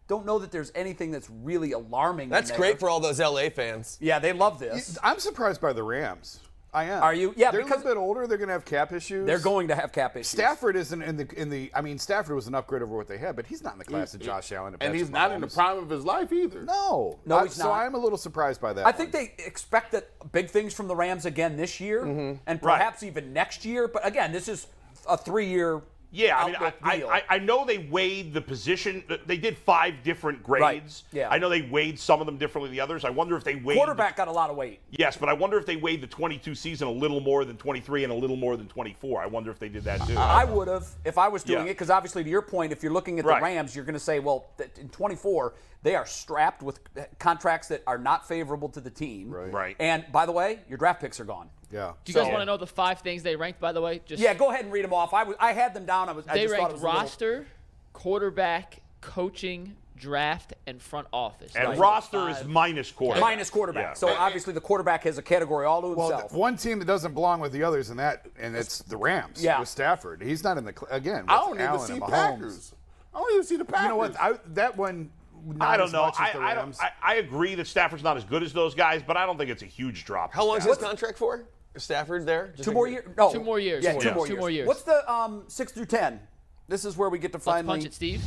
Speaker 1: Don't know that there's anything that's really alarming. in
Speaker 5: That's
Speaker 1: there.
Speaker 5: great for all those LA fans.
Speaker 1: Yeah, they love this.
Speaker 4: I'm surprised by the Rams. I am.
Speaker 1: Are you? Yeah,
Speaker 4: they're a
Speaker 1: because-
Speaker 4: little bit older. They're going to have cap issues.
Speaker 1: They're going to have cap issues.
Speaker 4: Stafford isn't in the in the. I mean, Stafford was an upgrade over what they had, but he's not in the class of Josh Allen.
Speaker 6: and he's not in the
Speaker 4: Mahomes.
Speaker 6: prime of his life either.
Speaker 4: No,
Speaker 1: No,
Speaker 4: I-
Speaker 1: he's
Speaker 4: so
Speaker 1: not.
Speaker 4: I'm a little surprised by that.
Speaker 1: I think they expect that big things from the Rams again this year, and
Speaker 3: Mm-hmm. Right.
Speaker 1: perhaps even next year. But again, this is a three-year.
Speaker 3: Yeah, I mean, I,
Speaker 1: outlook
Speaker 3: I,
Speaker 1: deal.
Speaker 3: I- I know they weighed the position. They did five different grades.
Speaker 1: Yeah.
Speaker 3: I know they weighed some of them differently than the others. I wonder if they weighed the-
Speaker 1: quarterback got a lot of weight.
Speaker 3: yes, but I wonder if they weighed the 22 season a little more than 23 and a little more than 24. I wonder if they did that too.
Speaker 1: I would have if I was doing
Speaker 3: Yeah.
Speaker 1: it because obviously, to your point, if you're looking at the
Speaker 3: Right.
Speaker 1: Rams, you're going to say, well, that in 24 they are strapped with uh, contracts that are not favorable to the team. Right.
Speaker 3: Right.
Speaker 1: And by the way, your draft picks are gone.
Speaker 4: Yeah.
Speaker 2: Do you guys want to know the five things they ranked, by the way? Just
Speaker 1: Yeah, go ahead and read them off. I was, I had them down. I was. I
Speaker 2: They
Speaker 1: just thought it
Speaker 2: ranked
Speaker 1: was a little-
Speaker 2: roster, quarterback, coaching, draft, and front office.
Speaker 3: and
Speaker 2: Those are the
Speaker 3: roster is
Speaker 2: five.
Speaker 3: minus quarterback.
Speaker 1: minus quarterback.
Speaker 3: Yeah.
Speaker 1: So obviously the quarterback has a category all to
Speaker 4: Well,
Speaker 1: himself.
Speaker 4: th- one team that doesn't belong with the others, and that, and it's the Rams.
Speaker 1: Yeah.
Speaker 4: with Stafford, he's not in the cl- again.
Speaker 6: I
Speaker 4: with
Speaker 6: don't even
Speaker 4: Allen
Speaker 6: see
Speaker 4: and Mahomes.
Speaker 6: Packers. I don't even see the Packers.
Speaker 4: You know what? I, that one. Not
Speaker 3: I don't
Speaker 4: as
Speaker 3: know.
Speaker 4: Much
Speaker 3: I,
Speaker 4: as the
Speaker 3: I
Speaker 4: Rams.
Speaker 3: don't. I, I agree that Stafford's not as good as those guys, but I don't think it's a huge drop.
Speaker 5: How long is his contract for? Stafford there? Just
Speaker 1: two
Speaker 5: like-
Speaker 1: more years. No.
Speaker 2: Two more years.
Speaker 1: Yeah,
Speaker 2: Two
Speaker 1: two,
Speaker 2: more
Speaker 1: more
Speaker 2: years.
Speaker 1: years.
Speaker 2: Two more years.
Speaker 1: What's the um, six through ten? This is where we get to
Speaker 2: Let's
Speaker 1: finally
Speaker 2: punch it, Steve.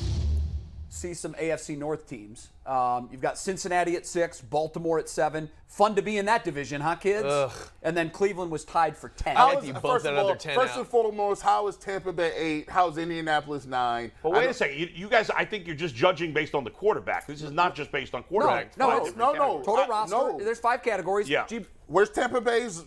Speaker 1: see some AFC North teams. Um, you've got Cincinnati at six, Baltimore at seven. Fun to be in that division, huh, kids? And then Cleveland was tied for ten.
Speaker 6: How
Speaker 5: like
Speaker 6: is-
Speaker 5: that you bumped
Speaker 6: first of
Speaker 5: another
Speaker 6: all,
Speaker 5: 10
Speaker 6: first
Speaker 5: out.
Speaker 6: and foremost, how is Tampa Bay eight? How's Indianapolis nine?
Speaker 3: But
Speaker 6: I
Speaker 3: wait
Speaker 6: don't-
Speaker 3: a second, you, you guys. I think you're just judging based on the quarterback. This is not just based on quarterback. It's
Speaker 1: no,
Speaker 3: five
Speaker 1: it's-
Speaker 3: different
Speaker 6: no, no.
Speaker 3: categories.
Speaker 1: Total
Speaker 6: I-
Speaker 1: roster.
Speaker 6: no.
Speaker 1: There's five categories.
Speaker 3: Yeah.
Speaker 1: Gee,
Speaker 6: Where's Tampa Bay's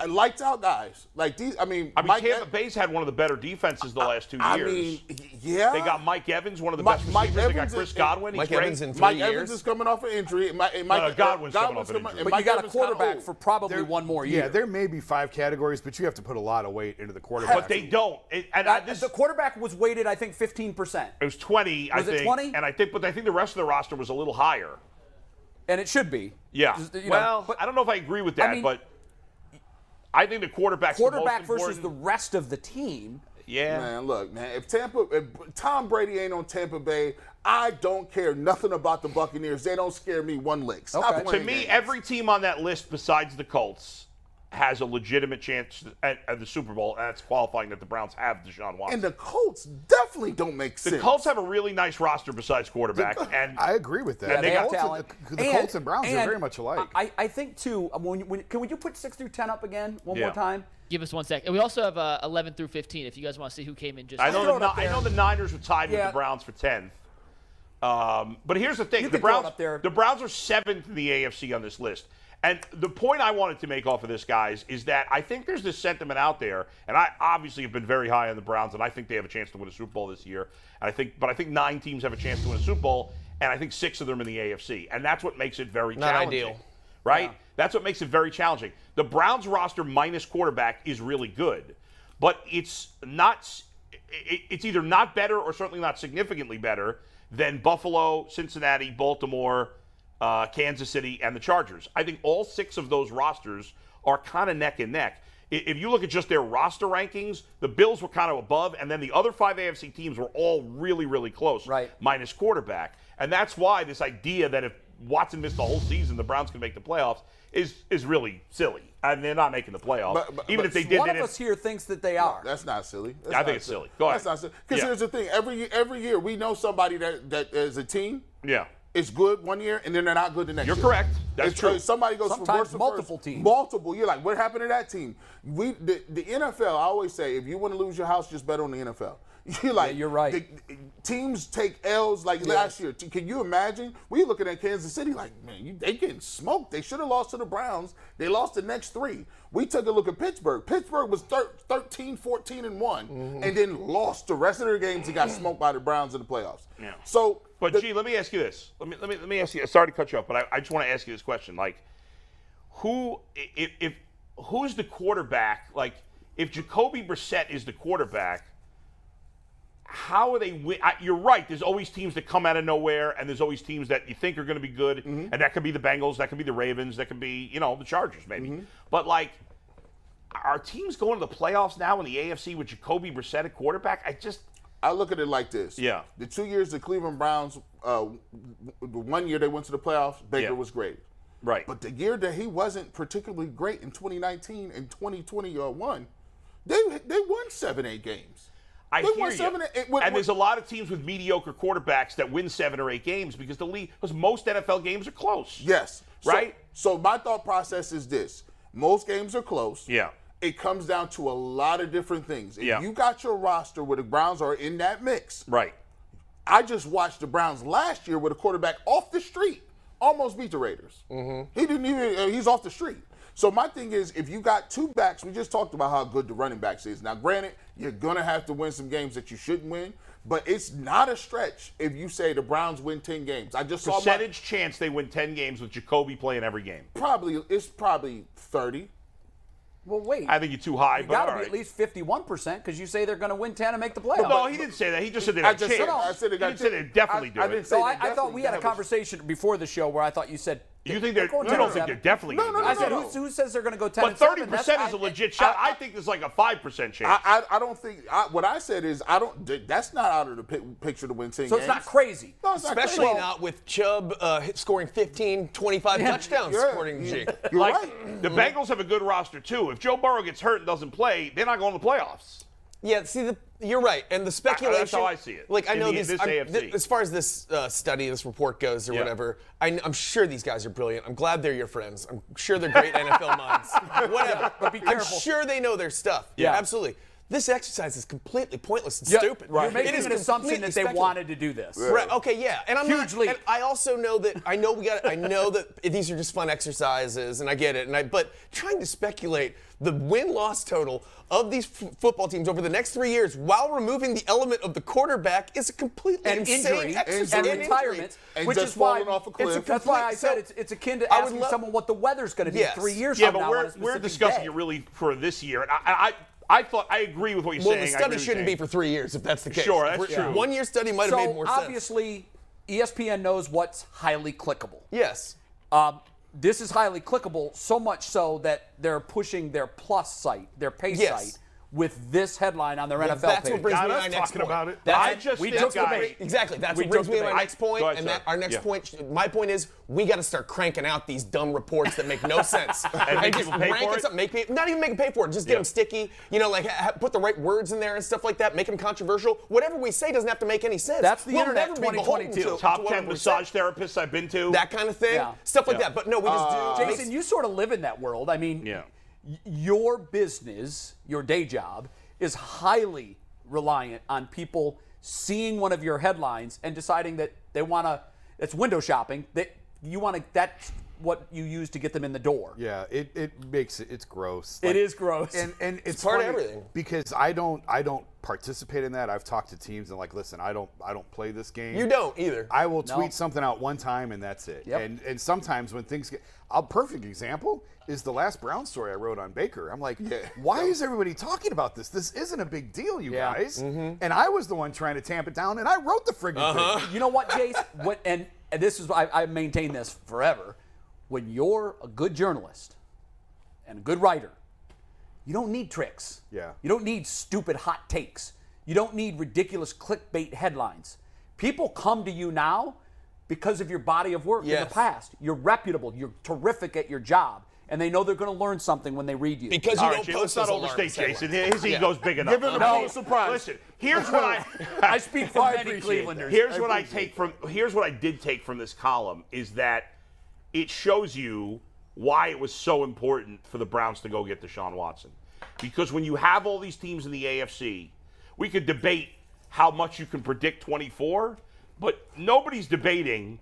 Speaker 6: uh, lights out guys? Like these, I mean,
Speaker 3: I mean,
Speaker 6: Mike
Speaker 3: Tampa
Speaker 6: Ev-
Speaker 3: Bay's had one of the better defenses the last two
Speaker 6: I
Speaker 3: years.
Speaker 6: mean, yeah.
Speaker 3: They got Mike Evans, one of the
Speaker 6: Mi-
Speaker 3: best
Speaker 6: Mike
Speaker 3: receivers. they got
Speaker 6: Evans
Speaker 3: Chris
Speaker 6: and-
Speaker 3: Godwin.
Speaker 5: Mike
Speaker 3: He's great.
Speaker 5: Evans in three
Speaker 6: Mike
Speaker 5: years.
Speaker 6: Evans is coming off an injury. Mike, and Mike,
Speaker 3: No, no, Godwin's coming off an
Speaker 6: coming-
Speaker 3: injury.
Speaker 6: and
Speaker 1: But
Speaker 6: Mike
Speaker 1: you got a
Speaker 6: Evans kinda
Speaker 1: quarterback
Speaker 6: old.
Speaker 1: for probably one more year.
Speaker 4: Yeah, there may be five categories, but you have to put a lot of weight into the quarterback.
Speaker 3: But they don't. It, and I,
Speaker 1: That-
Speaker 3: this,
Speaker 1: the quarterback was weighted, I think, 15%,
Speaker 3: it was 20, I
Speaker 1: Was it
Speaker 3: think.
Speaker 1: 20?
Speaker 3: And I think, but I think the rest of the roster was a little higher.
Speaker 1: and it should be.
Speaker 3: Yeah.
Speaker 1: Just, you know,
Speaker 3: well,
Speaker 1: but
Speaker 3: I don't know if I agree with that,
Speaker 1: mean-
Speaker 3: but I think the quarterback's
Speaker 1: quarterback
Speaker 3: the most
Speaker 1: versus the
Speaker 3: important.
Speaker 1: rest of the team.
Speaker 3: yeah.
Speaker 6: Man, look, man. If Tampa, if Tom Brady ain't on Tampa Bay, I don't care nothing about the Buccaneers. They don't scare me one lick. Stop
Speaker 1: Okay.
Speaker 3: To
Speaker 6: playing
Speaker 3: me,
Speaker 6: games.
Speaker 3: every team on that list besides the Colts has a legitimate chance at, at the Super Bowl, and that's qualifying that the Browns have Deshaun Watson.
Speaker 6: and the Colts definitely don't make
Speaker 3: the
Speaker 6: sense.
Speaker 3: Colts have a really nice roster besides quarterback, and
Speaker 4: I agree with that.
Speaker 3: And they
Speaker 4: the
Speaker 3: got
Speaker 4: Colts, and,
Speaker 1: talent.
Speaker 4: the, the Colts and Browns are very much alike.
Speaker 1: I, I think too. um, When, when, can would you put six through ten up again one
Speaker 3: Yeah.
Speaker 1: more time?
Speaker 2: Give us one sec. And we also have uh, 11 through 15 if you guys want to see who came in just
Speaker 3: I know
Speaker 1: throw
Speaker 3: the,
Speaker 1: it up
Speaker 3: Ni- I
Speaker 1: there.
Speaker 3: know the Niners were tied with
Speaker 1: Yeah.
Speaker 3: the Browns for tenth. Um, but here's the thing:
Speaker 1: You
Speaker 3: the
Speaker 1: can throw it
Speaker 3: Browns,
Speaker 1: up there.
Speaker 3: the Browns are seventh in the AFC on this list. And the point I wanted to make off of this, guys, is that I think there's this sentiment out there, and I obviously have been very high on the Browns, and I think they have a chance to win a Super Bowl this year. And I think, but I think nine teams have a chance to win a Super Bowl, and I think six of them in the AFC, and that's what makes it very
Speaker 5: Not
Speaker 3: challenging
Speaker 5: ideal.
Speaker 3: right? That's what makes it very challenging. The Browns roster minus quarterback is really good, but it's not. it- It's either not better or certainly not significantly better than Buffalo, Cincinnati, Baltimore, uh, Kansas City, and the Chargers. I think all six of those rosters are kind of neck and neck. I- If you look at just their roster rankings, the Bills were kind of above, and then the other five AFC teams were all really, really close
Speaker 1: Right.
Speaker 3: minus quarterback. And that's why this idea that if Watson missed the whole season, the Browns can make the playoffs is is really silly. And they're not making the playoffs.
Speaker 6: But- but-
Speaker 3: Even
Speaker 6: but
Speaker 3: if they did,
Speaker 1: one
Speaker 3: they
Speaker 1: of
Speaker 3: didn't.
Speaker 1: us here thinks that they are.
Speaker 6: That's not silly. That's
Speaker 3: I think
Speaker 6: not
Speaker 3: it's silly. Go ahead.
Speaker 6: That's not silly. Because
Speaker 3: Yeah.
Speaker 6: here's the thing: every year, every year we know somebody that that is a team
Speaker 3: yeah.
Speaker 6: is good one year and then they're not good the next.
Speaker 3: You're
Speaker 6: year.
Speaker 3: correct. That's
Speaker 6: It's-
Speaker 3: true.
Speaker 6: uh, Somebody goes from
Speaker 1: Sometimes
Speaker 6: worst to
Speaker 1: multiple
Speaker 6: first.
Speaker 1: teams.
Speaker 6: Multiple. You're like, what happened to that team? We the, the NFL. I always say, if you want to lose your house, just bet on the NFL. You're like,
Speaker 1: you're right.
Speaker 6: the- teams take L's like last year. T- Can you imagine? We looking at Kansas City like, man, you, they getting smoked. They should have lost to the Browns. They lost the next three. We took a look at Pittsburgh. Pittsburgh was thir- 13, 14, and one,
Speaker 1: Mm-hmm.
Speaker 6: and then lost the rest of their games and got smoked by the Browns in the playoffs.
Speaker 3: Yeah.
Speaker 6: So,
Speaker 3: But
Speaker 6: the-
Speaker 3: gee, let me ask you this. Let me let me let me ask you. Sorry to cut you off, but I, I just want to ask you this question. Like, who i- if, if who's the quarterback? Like, if Jacoby Brissett is the quarterback, how are they? Win- I, you're right. There's always teams that come out of nowhere, and there's always teams that you think are going to be good, and that could be the Bengals, that could be the Ravens, that could be you know the Chargers maybe. But like. Are teams going to the playoffs now in the AFC with Jacoby Brissett at quarterback? I just
Speaker 6: I look at it like this.
Speaker 3: Yeah.
Speaker 6: The two years the Cleveland Browns, uh, the one year they went to the playoffs, Baker
Speaker 3: Yeah.
Speaker 6: was great.
Speaker 3: right.
Speaker 6: But the year that he wasn't particularly great in 2019 and 2021, they they won seven eight games.
Speaker 3: I
Speaker 6: they
Speaker 3: hear
Speaker 6: won
Speaker 3: you.
Speaker 6: seven eight. when-
Speaker 3: and
Speaker 6: when-
Speaker 3: there's a lot of teams with mediocre quarterbacks that win seven or eight games because the league, because most NFL games are close.
Speaker 6: yes, So-
Speaker 3: Right?
Speaker 6: So, my thought process is this: most games are close.
Speaker 3: Yeah.
Speaker 6: It comes down to a lot of different things. If
Speaker 3: Yeah.
Speaker 6: you got your roster where the Browns are in that mix,
Speaker 3: Right.
Speaker 6: I just watched the Browns last year with a quarterback off the street, almost beat the Raiders. He didn't even. uh, he's off the street. So my thing is, if you got two backs, we just talked about how good the running backs is. Now, granted, you're gonna have to win some games that you shouldn't win, but it's not a stretch if you say the Browns win ten games. I just saw my,
Speaker 3: Percentage chance they win 10 games with Jacoby playing every game.
Speaker 6: probably it's probably thirty.
Speaker 1: well, wait.
Speaker 3: I think you're too high,
Speaker 1: you
Speaker 3: but all
Speaker 1: got to
Speaker 3: right.
Speaker 1: be at least 51% because you say they're going to win 10 and make the playoffs.
Speaker 3: no, he didn't say that. He just said they
Speaker 6: I
Speaker 3: had a
Speaker 6: just said,
Speaker 3: chance.
Speaker 6: I said they
Speaker 3: He
Speaker 6: got
Speaker 3: didn't say
Speaker 6: chance.
Speaker 3: they definitely
Speaker 6: I- I
Speaker 3: do
Speaker 6: didn't
Speaker 3: it.
Speaker 6: say-
Speaker 1: so I, I
Speaker 6: definitely
Speaker 1: thought we had a
Speaker 6: have a-
Speaker 1: conversation before the show where I thought you said
Speaker 3: You think they're?
Speaker 1: They're going
Speaker 3: You don't
Speaker 1: 10.
Speaker 3: think they're definitely?
Speaker 6: No,
Speaker 3: gonna
Speaker 6: no,
Speaker 3: do
Speaker 6: no,
Speaker 3: it.
Speaker 1: I said,
Speaker 6: no, no.
Speaker 1: who's, who says they're going to go 10
Speaker 3: But
Speaker 1: and 7?
Speaker 3: 30
Speaker 1: That's-
Speaker 3: percent
Speaker 1: I-
Speaker 3: is a legit shot. I, think there's like a five percent chance.
Speaker 6: I, I I don't think I, what I said is I don't. th- That's not out of the pi- picture to win ten.
Speaker 1: So
Speaker 6: games.
Speaker 1: it's not crazy.
Speaker 6: No, it's not
Speaker 5: Especially
Speaker 6: crazy.
Speaker 5: not with Chubb uh, hit- scoring 15, 25 touchdowns,
Speaker 6: Yeah.
Speaker 5: according to G.
Speaker 6: You're
Speaker 3: like
Speaker 6: right.
Speaker 3: the Bengals have a good roster too. If Joe Burrow gets hurt and doesn't play, they're not going to the playoffs.
Speaker 5: Yeah, see, the, you're right, and the speculation.
Speaker 3: that's how I see it,
Speaker 5: Like I
Speaker 3: in
Speaker 5: know
Speaker 3: the-
Speaker 5: these,
Speaker 3: this
Speaker 5: I'm-
Speaker 3: AFC.
Speaker 5: th- as far as this uh, study, this report goes, or
Speaker 3: Yeah.
Speaker 5: whatever. I, am sure these guys are brilliant. I'm glad they're your friends. I'm sure they're great NFL minds. Whatever.
Speaker 1: but be careful.
Speaker 5: I'm sure they know their stuff.
Speaker 1: Yeah.
Speaker 5: absolutely. This exercise is completely pointless and
Speaker 1: Yeah,
Speaker 5: stupid.
Speaker 1: You're making
Speaker 5: It is
Speaker 1: an assumption
Speaker 5: completely
Speaker 1: that they
Speaker 5: speculative.
Speaker 1: wanted to do this.
Speaker 5: Right. Okay. Yeah. And I'm
Speaker 1: Huge
Speaker 5: not,
Speaker 1: leap.
Speaker 5: And I also know that I know we got. I know that these are just fun exercises, and I get it. And I but trying to speculate the win-loss total of these f- football teams over the next three years, while removing the element of the quarterback, is a completely
Speaker 1: And
Speaker 5: insane
Speaker 1: injury
Speaker 5: exercise.
Speaker 1: and
Speaker 5: An injury.
Speaker 1: retirement,
Speaker 6: And
Speaker 1: which
Speaker 6: just
Speaker 1: is why
Speaker 6: falling off a
Speaker 1: It's
Speaker 6: cliff.
Speaker 1: that's why I
Speaker 5: complete-
Speaker 1: said
Speaker 5: so-
Speaker 1: it's it's akin to
Speaker 5: I would
Speaker 1: asking
Speaker 5: love-
Speaker 1: someone what the weather's going to be
Speaker 5: Yes.
Speaker 1: three years
Speaker 3: Yeah,
Speaker 1: from
Speaker 3: but
Speaker 1: now. on a
Speaker 3: we're,
Speaker 1: specific
Speaker 3: we're discussing
Speaker 1: day.
Speaker 3: it really for this year. And I, I, I thought, I agree with what you're
Speaker 5: Well,
Speaker 3: saying.
Speaker 5: the
Speaker 3: I
Speaker 5: study
Speaker 3: agree with
Speaker 5: shouldn't
Speaker 3: Jay.
Speaker 5: be for three years if that's the case.
Speaker 3: Sure, that's
Speaker 5: We're-
Speaker 3: true.
Speaker 5: One-year study might have
Speaker 1: So
Speaker 5: made more sense.
Speaker 1: obviously, E ESPN knows what's highly clickable.
Speaker 5: Yes.
Speaker 1: Um, this is highly clickable, so much so that they're pushing their plus site, their pay
Speaker 5: Yes.
Speaker 1: site, with this headline on their NFL
Speaker 5: that's
Speaker 1: page.
Speaker 5: what brings
Speaker 3: Got
Speaker 5: me to
Speaker 3: us
Speaker 5: my next
Speaker 3: talking
Speaker 5: point.
Speaker 3: about it.
Speaker 5: That's-
Speaker 3: I just
Speaker 1: we
Speaker 3: think,
Speaker 1: took the
Speaker 3: guys,
Speaker 1: bait.
Speaker 5: Exactly. That's
Speaker 1: We
Speaker 5: what brings
Speaker 1: took
Speaker 5: me
Speaker 1: the
Speaker 5: to my
Speaker 1: bait.
Speaker 5: next point,
Speaker 3: Go ahead,
Speaker 5: and
Speaker 3: sir.
Speaker 5: that our next
Speaker 3: Yeah.
Speaker 5: point. My point is we got to start cranking out these dumb reports that make no sense.
Speaker 3: make
Speaker 5: just
Speaker 3: people pay
Speaker 5: rank
Speaker 3: for it?
Speaker 5: up, make people not even make them pay for it. Just get
Speaker 3: Yeah.
Speaker 5: them sticky. You know, like ha- ha- put the right words in there and stuff like that. Make them controversial. Whatever we say doesn't have to make any sense.
Speaker 1: That's the
Speaker 5: We'll
Speaker 1: internet
Speaker 5: never be beholden
Speaker 1: 2022.
Speaker 5: to- to
Speaker 3: top
Speaker 5: whatever
Speaker 3: 10
Speaker 5: we say.
Speaker 3: massage therapists I've been to.
Speaker 5: That kind of thing.
Speaker 1: Yeah. Uh,
Speaker 5: Stuff like
Speaker 3: Yeah.
Speaker 5: that. But no, we just do.
Speaker 1: Jason, you sort of live in that world. I mean,
Speaker 3: Yeah.
Speaker 1: y- your business, your day job, is highly reliant on people seeing one of your headlines and deciding that they want to. It's window shopping. That you want to. That's what you use to get them in the door.
Speaker 4: Yeah, it, it makes it it's gross.
Speaker 1: It is gross.
Speaker 4: and and it's,
Speaker 5: part of
Speaker 4: funny
Speaker 5: everything.
Speaker 4: because I don't I don't participate in that. I've talked to teams and like, listen, I don't I don't play this game.
Speaker 5: You don't either.
Speaker 4: I will tweet
Speaker 1: No.
Speaker 4: something out one time and that's it.
Speaker 1: Yep.
Speaker 4: And and sometimes when things get a perfect example is the last Brown story I wrote on Baker. I'm like, why is everybody talking about this? This isn't a big deal, you
Speaker 1: Yeah. Mm-hmm.
Speaker 4: guys. And I was the one trying to tamp it down, and I wrote the friggin' thing.
Speaker 1: You know what, Jace? What and, and this is I, I maintain this forever. When you're a good journalist and a good writer, you don't need tricks.
Speaker 4: Yeah.
Speaker 1: You don't need stupid hot takes. You don't need ridiculous clickbait headlines. People come to you now because of your body of work in the
Speaker 5: Yes.
Speaker 1: past. You're reputable. You're terrific at your job, and they know they're going to learn something when they read you.
Speaker 5: because you
Speaker 3: All
Speaker 5: don't
Speaker 3: right, Jay, let's
Speaker 5: post
Speaker 3: not
Speaker 5: those alarm
Speaker 3: overstate
Speaker 5: headlines.
Speaker 3: Jason. His ego's big enough.
Speaker 6: Give him the No. surprise.
Speaker 3: Listen, here's what I.
Speaker 1: I speak for
Speaker 3: I
Speaker 1: many
Speaker 3: appreciate
Speaker 1: Clevelanders.
Speaker 3: that. Here's what I take from. Here's what I did take from this column is that it shows you why it was so important for the Browns to go get Deshaun Watson, because when you have all these teams in the AFC, we could debate how much you can predict 24, but nobody's debating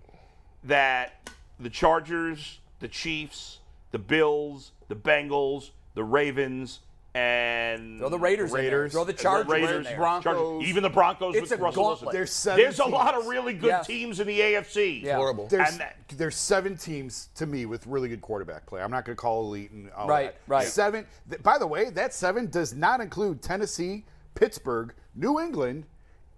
Speaker 3: that the Chargers, the Chiefs, the Bills, the Bengals, the Ravens, and
Speaker 1: Throw the Raiders in there.
Speaker 4: Raiders.
Speaker 1: Throw the Chargers
Speaker 3: Raiders,
Speaker 1: in there.
Speaker 6: Broncos.
Speaker 3: Chargers, even the Broncos
Speaker 1: It's
Speaker 3: with
Speaker 1: a
Speaker 3: Russell Wilson.
Speaker 1: gauntlet.
Speaker 4: There's seven
Speaker 3: There's a
Speaker 4: teams.
Speaker 3: lot of really good
Speaker 1: Yes.
Speaker 3: teams in the AFC.
Speaker 1: Yeah.
Speaker 5: Horrible.
Speaker 4: There's,
Speaker 3: And that-
Speaker 4: there's seven teams to me with really good quarterback play. I'm not going to call elite and all
Speaker 1: Right,
Speaker 4: that.
Speaker 1: right.
Speaker 4: Seven. Th- by the way, that seven does not include Tennessee, Pittsburgh, New England,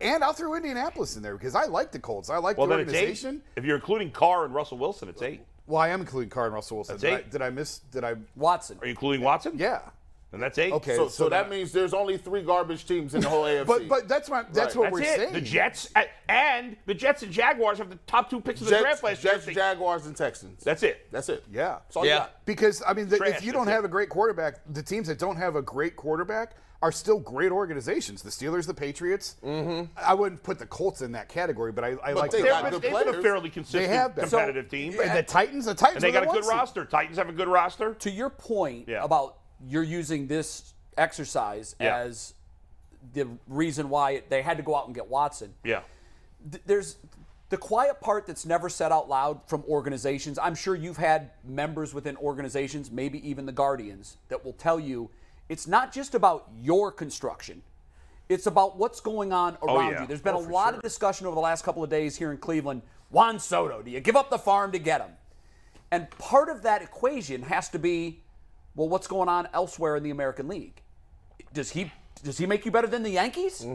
Speaker 4: and I'll throw Indianapolis in there because I like the Colts. I like
Speaker 3: Well,
Speaker 4: the
Speaker 3: then it's
Speaker 4: organization.
Speaker 3: eight. If you're including Carr and Russell Wilson, it's eight.
Speaker 4: Well, I am including Carr and Russell Wilson.
Speaker 3: That's
Speaker 4: Did I,
Speaker 3: eight.
Speaker 4: did I miss? Did I?
Speaker 1: Watson.
Speaker 3: Are you including Watson?
Speaker 4: Yeah.
Speaker 3: Then that's eight.
Speaker 4: Okay.
Speaker 6: So, so
Speaker 4: then
Speaker 6: that
Speaker 4: I-
Speaker 6: means there's only three garbage teams in the whole AFC.
Speaker 4: But but that's what that's
Speaker 6: Right.
Speaker 4: what
Speaker 3: That's
Speaker 4: we're
Speaker 3: it.
Speaker 4: saying.
Speaker 3: The Jets uh, and the Jets and Jaguars have the top two picks in the
Speaker 6: Jets,
Speaker 3: draft last year.
Speaker 6: Jets, Jaguars, and Texans.
Speaker 3: That's it.
Speaker 6: That's it.
Speaker 4: Yeah.
Speaker 6: That's all
Speaker 5: Yeah.
Speaker 6: you got.
Speaker 4: Because I mean, the,
Speaker 3: Trash,
Speaker 4: if you don't
Speaker 3: that's it.
Speaker 4: have a great quarterback, the teams that don't have a great quarterback are still great organizations. The Steelers, the Patriots. Mm-hmm. I wouldn't put the Colts in that category, but I, I like
Speaker 6: they
Speaker 4: the
Speaker 3: They've
Speaker 6: got
Speaker 4: Titans.
Speaker 3: been, they've
Speaker 6: good
Speaker 3: been a
Speaker 6: players.
Speaker 3: fairly consistent,
Speaker 4: They have been.
Speaker 3: competitive team.
Speaker 4: And the Titans, the Titans.
Speaker 3: And they
Speaker 4: were
Speaker 3: got
Speaker 4: the
Speaker 3: a good
Speaker 4: one seed.
Speaker 3: roster. Titans have a good roster.
Speaker 1: to your point
Speaker 3: Yeah.
Speaker 1: about you're using this exercise
Speaker 3: Yeah.
Speaker 1: as the reason why it, they had to go out and get Watson.
Speaker 3: Yeah.
Speaker 1: Th- there's the quiet part that's never said out loud from organizations. I'm sure you've had members within organizations, maybe even the Guardians, that will tell you it's not just about your construction. It's about what's going on around
Speaker 3: yeah.
Speaker 1: you. There's been a lot of discussion over the last couple of days here in Cleveland. Juan Soto, do you give up the farm to get him? And part of that equation has to be, well, what's going on elsewhere in the American League? Does he does he make you better than the Yankees?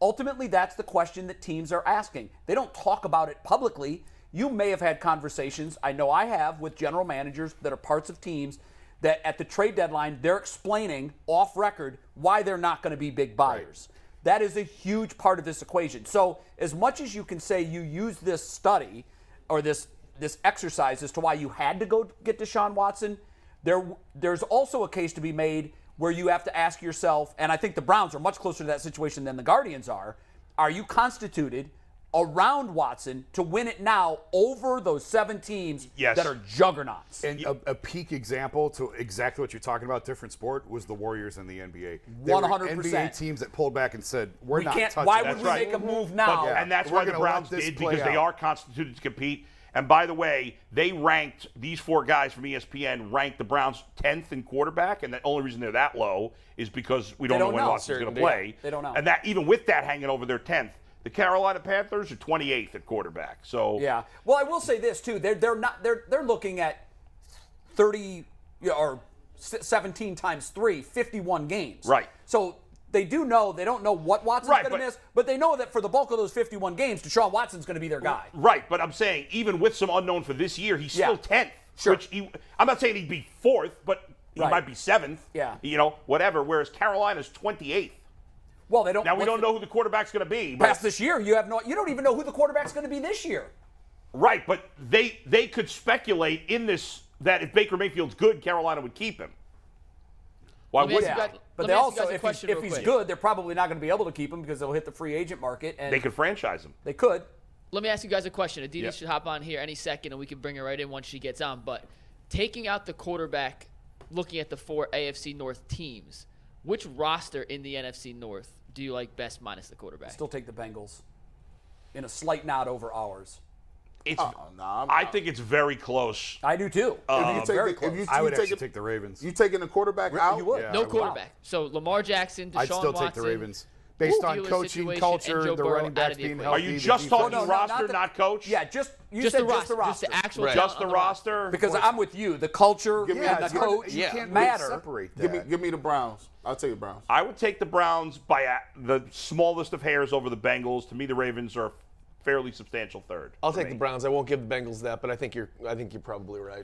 Speaker 1: Ultimately, that's the question that teams are asking. They don't talk about it publicly. You may have had conversations, I know I have, with general managers that are parts of teams that at the trade deadline they're explaining off record why they're not going to be big buyers. That is a huge part of this equation. So, as much as you can say you use this study or this this exercise as to why you had to go get Deshaun Watson, there there's also a case to be made where you have to ask yourself, and I think the Browns are much closer to that situation than the Guardians are. Are you constituted around Watson to win it now over those seven teams
Speaker 3: Yes.
Speaker 1: that are juggernauts.
Speaker 4: And a, a peak example to exactly what you're talking about, different sport, was the Warriors in the NBA. They were
Speaker 1: 100%.
Speaker 4: NBA teams that pulled back and said, "We're
Speaker 1: we
Speaker 4: not
Speaker 1: can't.
Speaker 4: touching."
Speaker 1: Why
Speaker 4: it."
Speaker 1: would
Speaker 3: That's
Speaker 1: we
Speaker 3: right.
Speaker 1: make a move
Speaker 3: But-
Speaker 1: now?
Speaker 4: Yeah.
Speaker 3: And that's
Speaker 4: We're
Speaker 3: why the
Speaker 4: gonna let
Speaker 3: Browns
Speaker 4: this
Speaker 3: did
Speaker 4: play
Speaker 3: because they
Speaker 4: out.
Speaker 3: are constituted to compete. And by the way, they ranked these four guys from E ESPN ranked the Browns 10th in quarterback, and the only reason they're that low is because we don't,
Speaker 1: don't
Speaker 3: know when
Speaker 1: know.
Speaker 3: Watson's going to
Speaker 5: Certainty.
Speaker 3: play.
Speaker 1: They don't know.
Speaker 3: And that even with that hanging over their 10th, the Carolina Panthers are 28th at quarterback. So
Speaker 1: Yeah. Well, I will say this too. They're they're not they're they're looking at 30 yeah, or s- 17 times 3, 51 games.
Speaker 3: Right.
Speaker 1: So they do know they don't know what Watson's
Speaker 3: Right,
Speaker 1: going
Speaker 3: but-
Speaker 1: to miss, but they know that for the bulk of those 51 games, Deshaun Watson's going to be their guy.
Speaker 3: Right, but I'm saying even with some unknown for this year, he's still
Speaker 1: Yeah.
Speaker 3: tenth.
Speaker 1: Sure.
Speaker 3: Which he, I'm not saying he'd be fourth, but he
Speaker 1: Right.
Speaker 3: might be seventh.
Speaker 1: Yeah.
Speaker 3: You know, whatever. Whereas Carolina's 28th.
Speaker 1: Well, they don't.
Speaker 3: Now we
Speaker 1: what's
Speaker 3: don't
Speaker 1: the-
Speaker 3: know who the quarterback's going to be. But,
Speaker 1: Past this year, you have no. You don't even know who the quarterback's going to be this year.
Speaker 3: right, but they they could speculate in this that if Baker Mayfield's good, Carolina would keep him. Why
Speaker 2: Let me
Speaker 3: would
Speaker 2: ask you
Speaker 3: not
Speaker 2: guys-
Speaker 1: But
Speaker 2: let
Speaker 1: they
Speaker 2: me ask you guys
Speaker 1: also,
Speaker 2: a
Speaker 1: if, he's,
Speaker 2: question
Speaker 1: if
Speaker 2: real
Speaker 1: he's
Speaker 2: quick.
Speaker 1: good, they're probably not going to be able to keep him because they'll hit the free agent market, and
Speaker 3: they could franchise him?
Speaker 1: They could.
Speaker 2: Let me ask you guys a question. Aditi
Speaker 3: Yeah.
Speaker 2: should hop on here any second, and we can bring her right in once she gets on. But taking out the quarterback, looking at the four AFC North teams, which roster in the NFC North do you like best minus the quarterback?
Speaker 1: Still take the Bengals in a slight nod over ours.
Speaker 3: It's.
Speaker 6: Oh, nah, I'm-
Speaker 3: I think it's very close.
Speaker 1: I do too.
Speaker 3: Um,
Speaker 6: if you take
Speaker 1: very
Speaker 6: the,
Speaker 1: close.
Speaker 6: If you,
Speaker 4: Uh, I
Speaker 6: you
Speaker 4: would
Speaker 6: take
Speaker 4: actually
Speaker 6: it,
Speaker 4: take the Ravens.
Speaker 6: You taking the quarterback out?
Speaker 1: you would.
Speaker 4: Yeah, I
Speaker 2: no
Speaker 4: would.
Speaker 2: quarterback. So Lamar Jackson, Deshaun
Speaker 4: I'd still
Speaker 2: Watson.
Speaker 4: take the Ravens based on
Speaker 2: Steelers
Speaker 4: coaching,
Speaker 2: situation, and
Speaker 4: culture,
Speaker 2: Joe
Speaker 4: the
Speaker 2: Burrow
Speaker 4: running
Speaker 2: out
Speaker 4: backs
Speaker 2: of the
Speaker 4: being
Speaker 2: equation.
Speaker 4: healthy.
Speaker 3: Are you just
Speaker 4: defense.
Speaker 3: talking
Speaker 1: Oh, no, not
Speaker 3: roster,
Speaker 1: the-
Speaker 3: not coach?
Speaker 1: Yeah, just you
Speaker 2: Just
Speaker 1: said
Speaker 2: the
Speaker 1: just the
Speaker 2: roster, just
Speaker 1: roster.
Speaker 2: the actual
Speaker 5: Right.
Speaker 2: talent
Speaker 3: Just the
Speaker 2: on roster.
Speaker 3: roster.
Speaker 1: because I'm with you. The culture
Speaker 6: Give me
Speaker 4: Yeah,
Speaker 1: and the
Speaker 4: it's
Speaker 6: you
Speaker 4: gotta-
Speaker 1: coach
Speaker 4: you can't really
Speaker 1: matter.
Speaker 4: separate
Speaker 6: Give me,
Speaker 4: that.
Speaker 6: give me the Browns. I'll take the Browns.
Speaker 3: I would take the Browns by a, the smallest of hairs over the Bengals. To me, the Ravens are a fairly substantial third.
Speaker 5: I'll
Speaker 3: for
Speaker 5: take
Speaker 3: me.
Speaker 5: the Browns. I won't give the Bengals that, but I think you're. I think you're probably right.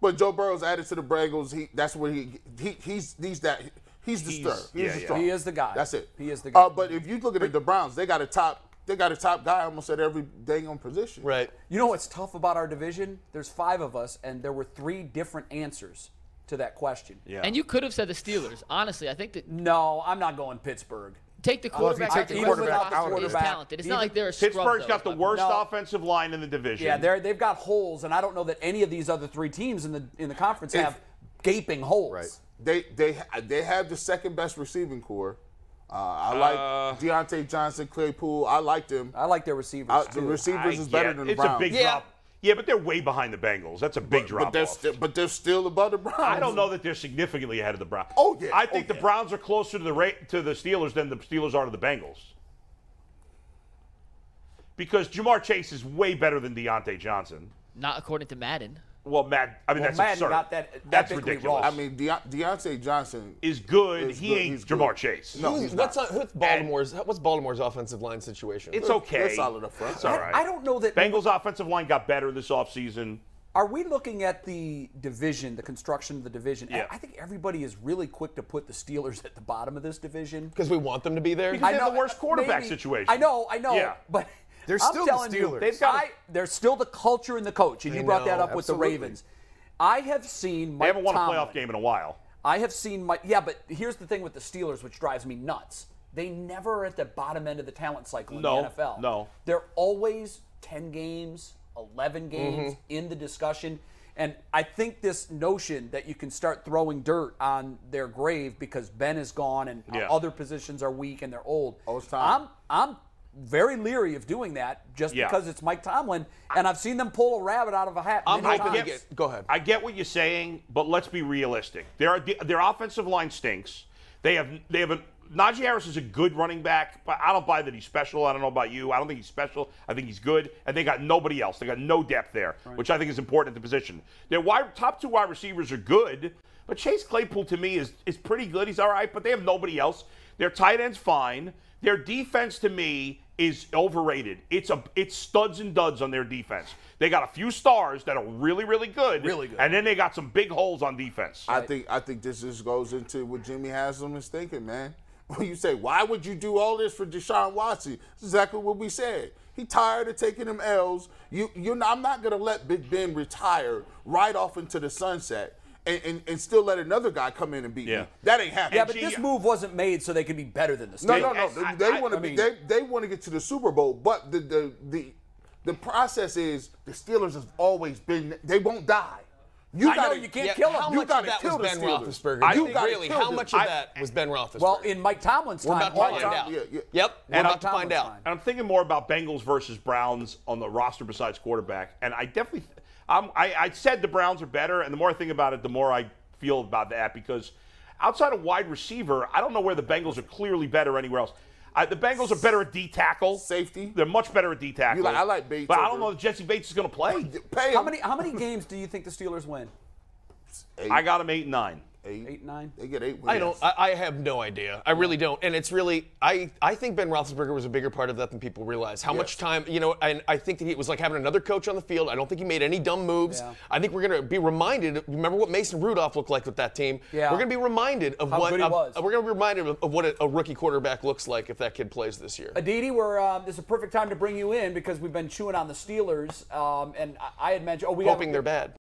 Speaker 6: But Joe Burrow's added to the Bengals. He that's what he he he's he's that he's the stir. He's
Speaker 3: yeah,
Speaker 6: the
Speaker 3: yeah.
Speaker 6: strong.
Speaker 1: He is the guy.
Speaker 6: That's it.
Speaker 1: He is the guy.
Speaker 6: Uh, but if you look at the Browns, they got a top they got a top guy almost at every dang on position.
Speaker 5: Right.
Speaker 1: You know what's tough about our division? There's five of us, and there were three different answers to that question. Yeah.
Speaker 2: And you could have said the Steelers. Honestly, I think that
Speaker 1: No, I'm not going Pittsburgh.
Speaker 2: take the
Speaker 4: Well, if you
Speaker 2: quarterback.
Speaker 4: take
Speaker 2: out
Speaker 4: the
Speaker 2: of
Speaker 4: quarterback
Speaker 2: roster,
Speaker 4: out of
Speaker 2: he's
Speaker 4: it.
Speaker 2: talented. It's not like they're a scrub,
Speaker 3: Pittsburgh's
Speaker 2: though,
Speaker 3: got the
Speaker 2: but-
Speaker 3: worst
Speaker 1: No.
Speaker 3: offensive line in the division.
Speaker 1: Yeah, they they've got holes, and I don't know that any of these other three teams in the in the conference have gaping holes.
Speaker 4: Right.
Speaker 6: They they they have the second best receiving core. Uh, I like
Speaker 3: Uh,
Speaker 6: Deontay Johnson, Claypool. I like them.
Speaker 1: I like their receivers
Speaker 6: Uh,
Speaker 1: too.
Speaker 6: the receivers
Speaker 3: I
Speaker 6: is better
Speaker 3: get-
Speaker 6: than the
Speaker 3: it's
Speaker 6: Browns.
Speaker 3: a big drop. Yeah, but they're way behind the Bengals. That's a big drop.
Speaker 6: but they're
Speaker 3: off.
Speaker 6: still but they're still above the Browns.
Speaker 3: I don't know that they're significantly ahead of the Browns.
Speaker 6: Oh, yeah.
Speaker 3: I think
Speaker 6: Oh,
Speaker 3: the
Speaker 6: yeah.
Speaker 3: Browns are closer to the ra- to the Steelers than the Steelers are to the Bengals. Because Jamar Chase is way better than Deontay Johnson.
Speaker 2: Not according to Madden.
Speaker 3: Well, Matt, I mean
Speaker 1: Well,
Speaker 3: that's
Speaker 1: Madden
Speaker 3: absurd.
Speaker 1: got that
Speaker 3: that's
Speaker 1: epically wrong.
Speaker 3: ridiculous.
Speaker 6: I mean, Deo- Deontay Johnson
Speaker 3: is good.
Speaker 6: is
Speaker 3: he
Speaker 6: good.
Speaker 3: ain't
Speaker 6: He's good.
Speaker 3: Jamar Chase.
Speaker 6: No,
Speaker 5: Who's-
Speaker 6: he's
Speaker 5: what's
Speaker 6: not.
Speaker 5: uh, what's Baltimore's what's Baltimore's offensive line situation?
Speaker 3: It's okay.
Speaker 6: They're solid up front.
Speaker 3: It's all
Speaker 1: I-
Speaker 3: right.
Speaker 1: I don't know that-
Speaker 3: Bengals offensive line got better this offseason.
Speaker 1: Are we looking at the division, the construction of the division?
Speaker 3: Yeah.
Speaker 1: I think everybody is really quick to put the Steelers at the bottom of this division.
Speaker 5: because we want them to be there.
Speaker 3: Because- They have the worst
Speaker 1: uh,
Speaker 3: quarterback situation.
Speaker 1: I know, I know,
Speaker 3: Yeah.
Speaker 1: but
Speaker 4: They're
Speaker 1: I'm
Speaker 4: still the
Speaker 1: telling you,
Speaker 4: Steelers.
Speaker 1: they've
Speaker 4: They've
Speaker 1: got.
Speaker 4: got-
Speaker 1: I, there's still the culture and the coach, and you brought that
Speaker 5: know,
Speaker 1: up with the
Speaker 4: absolutely.
Speaker 1: Ravens. I have seen Mike
Speaker 3: They haven't won a
Speaker 1: Tomlin.
Speaker 3: playoff game in a while.
Speaker 1: I have seen Mike. Yeah, but here's the thing with the Steelers, which drives me nuts. They never are at the bottom end of the talent cycle in
Speaker 3: No,
Speaker 1: the NFL.
Speaker 3: no.
Speaker 1: they're always 10 games, 11 games in the discussion. And I think this notion that you can start throwing dirt on their grave because Ben is gone and
Speaker 3: Yeah.
Speaker 1: other positions are weak and they're old.
Speaker 6: it's time.
Speaker 1: I'm I'm very leery of doing that just
Speaker 3: Yeah.
Speaker 1: because it's Mike Tomlin and I've seen them pull a rabbit out of a hat.
Speaker 5: I'm
Speaker 1: many
Speaker 5: hoping
Speaker 1: times.
Speaker 5: to get. Go ahead.
Speaker 3: I get what you're saying, but let's be realistic. Their their offensive line stinks. They have they have a Najee Harris is a good running back, but I don't buy that he's special. I don't know about you. I don't think he's special. I think he's good, and they got nobody else. They got no depth there, which I think is important at the position. Their wide, top two wide receivers are good, but Chase Claypool to me is is pretty good. He's all right, but they have nobody else. Their tight end's fine. Their defense to me is overrated. It's a it's studs and duds on their defense. They got a few stars that are really really good,
Speaker 1: Really good.
Speaker 3: and then they got some big holes on defense.
Speaker 6: I think I think this just goes into what Jimmy Haslam is thinking, man. When you say, why would you do all this for Deshaun Watson? That's exactly what we said. He tired of taking them L's. You, you, I'm not gonna let Big Ben retire right off into the sunset. and, and, and still let another guy come in and beat
Speaker 3: Yeah.
Speaker 6: me. That ain't happening.
Speaker 1: Yeah, but
Speaker 3: Gee,
Speaker 1: this
Speaker 3: I-
Speaker 1: move wasn't made so they could be better than the
Speaker 6: No,
Speaker 1: Steelers.
Speaker 6: no, no. They,
Speaker 3: I- I-
Speaker 6: want
Speaker 3: I
Speaker 6: to be.
Speaker 3: mean-
Speaker 6: They, they want to get to the Super Bowl, but the the the the process is the Steelers have always been. They won't die. You
Speaker 1: I know,
Speaker 6: gotta-
Speaker 1: you can't
Speaker 5: Yeah,
Speaker 1: kill
Speaker 5: how
Speaker 1: him.
Speaker 6: you
Speaker 5: much
Speaker 6: gotta
Speaker 5: of that was
Speaker 6: kill the
Speaker 5: Ben
Speaker 6: Steelers.
Speaker 5: Roethlisberger?
Speaker 6: I
Speaker 5: You
Speaker 6: think- gotta
Speaker 5: really,
Speaker 6: kill
Speaker 5: how
Speaker 6: them.
Speaker 5: much of
Speaker 6: I-
Speaker 5: that was Ben Roethlisberger?
Speaker 1: Well, in Mike Tomlin's
Speaker 5: we're
Speaker 1: time,
Speaker 5: about to
Speaker 1: all
Speaker 5: find
Speaker 1: time-
Speaker 5: out.
Speaker 6: yeah, yeah.
Speaker 5: Yep, we're
Speaker 3: And
Speaker 5: about to
Speaker 1: I'm-
Speaker 5: find out.
Speaker 3: And I'm thinking more about Bengals versus Browns on the roster besides quarterback. And I definitely, I'm, I, I said the Browns are better. And the more I think about it, the more I feel about that because outside of wide receiver, I don't know where the Bengals are clearly better anywhere else. I, the Bengals are better at D tackle.
Speaker 6: Safety.
Speaker 3: They're much better at D tackle.
Speaker 6: You like- I like Bates
Speaker 3: But I
Speaker 6: over-
Speaker 3: don't know if Jesse Bates is going to play.
Speaker 6: Pay
Speaker 1: How
Speaker 6: him.
Speaker 1: many how many games do you think the Steelers win?
Speaker 3: I got him 8 and 9.
Speaker 1: Eight, nine?
Speaker 6: They get eight. Wins.
Speaker 5: I don't. I, I have no idea. I really don't. And it's really. I I think Ben Roethlisberger was a bigger part of that than people realize. How much time, you know? And I think that he it was like having another coach on the field. I don't think he made any dumb moves.
Speaker 1: Yeah.
Speaker 5: I think we're gonna be reminded. Remember what Mason Rudolph looked like with that team.
Speaker 1: Yeah.
Speaker 5: We're gonna be reminded of
Speaker 1: How
Speaker 5: what.
Speaker 1: good he
Speaker 5: of-
Speaker 1: was.
Speaker 5: We're gonna be reminded of, of what a, a rookie quarterback looks like if that kid plays this year.
Speaker 1: Aditi, we're um, this is a perfect time to bring you in because we've been chewing on the Steelers, um, and I, I had mentioned. Oh, we
Speaker 5: Hoping
Speaker 1: haven't-
Speaker 5: they're bad.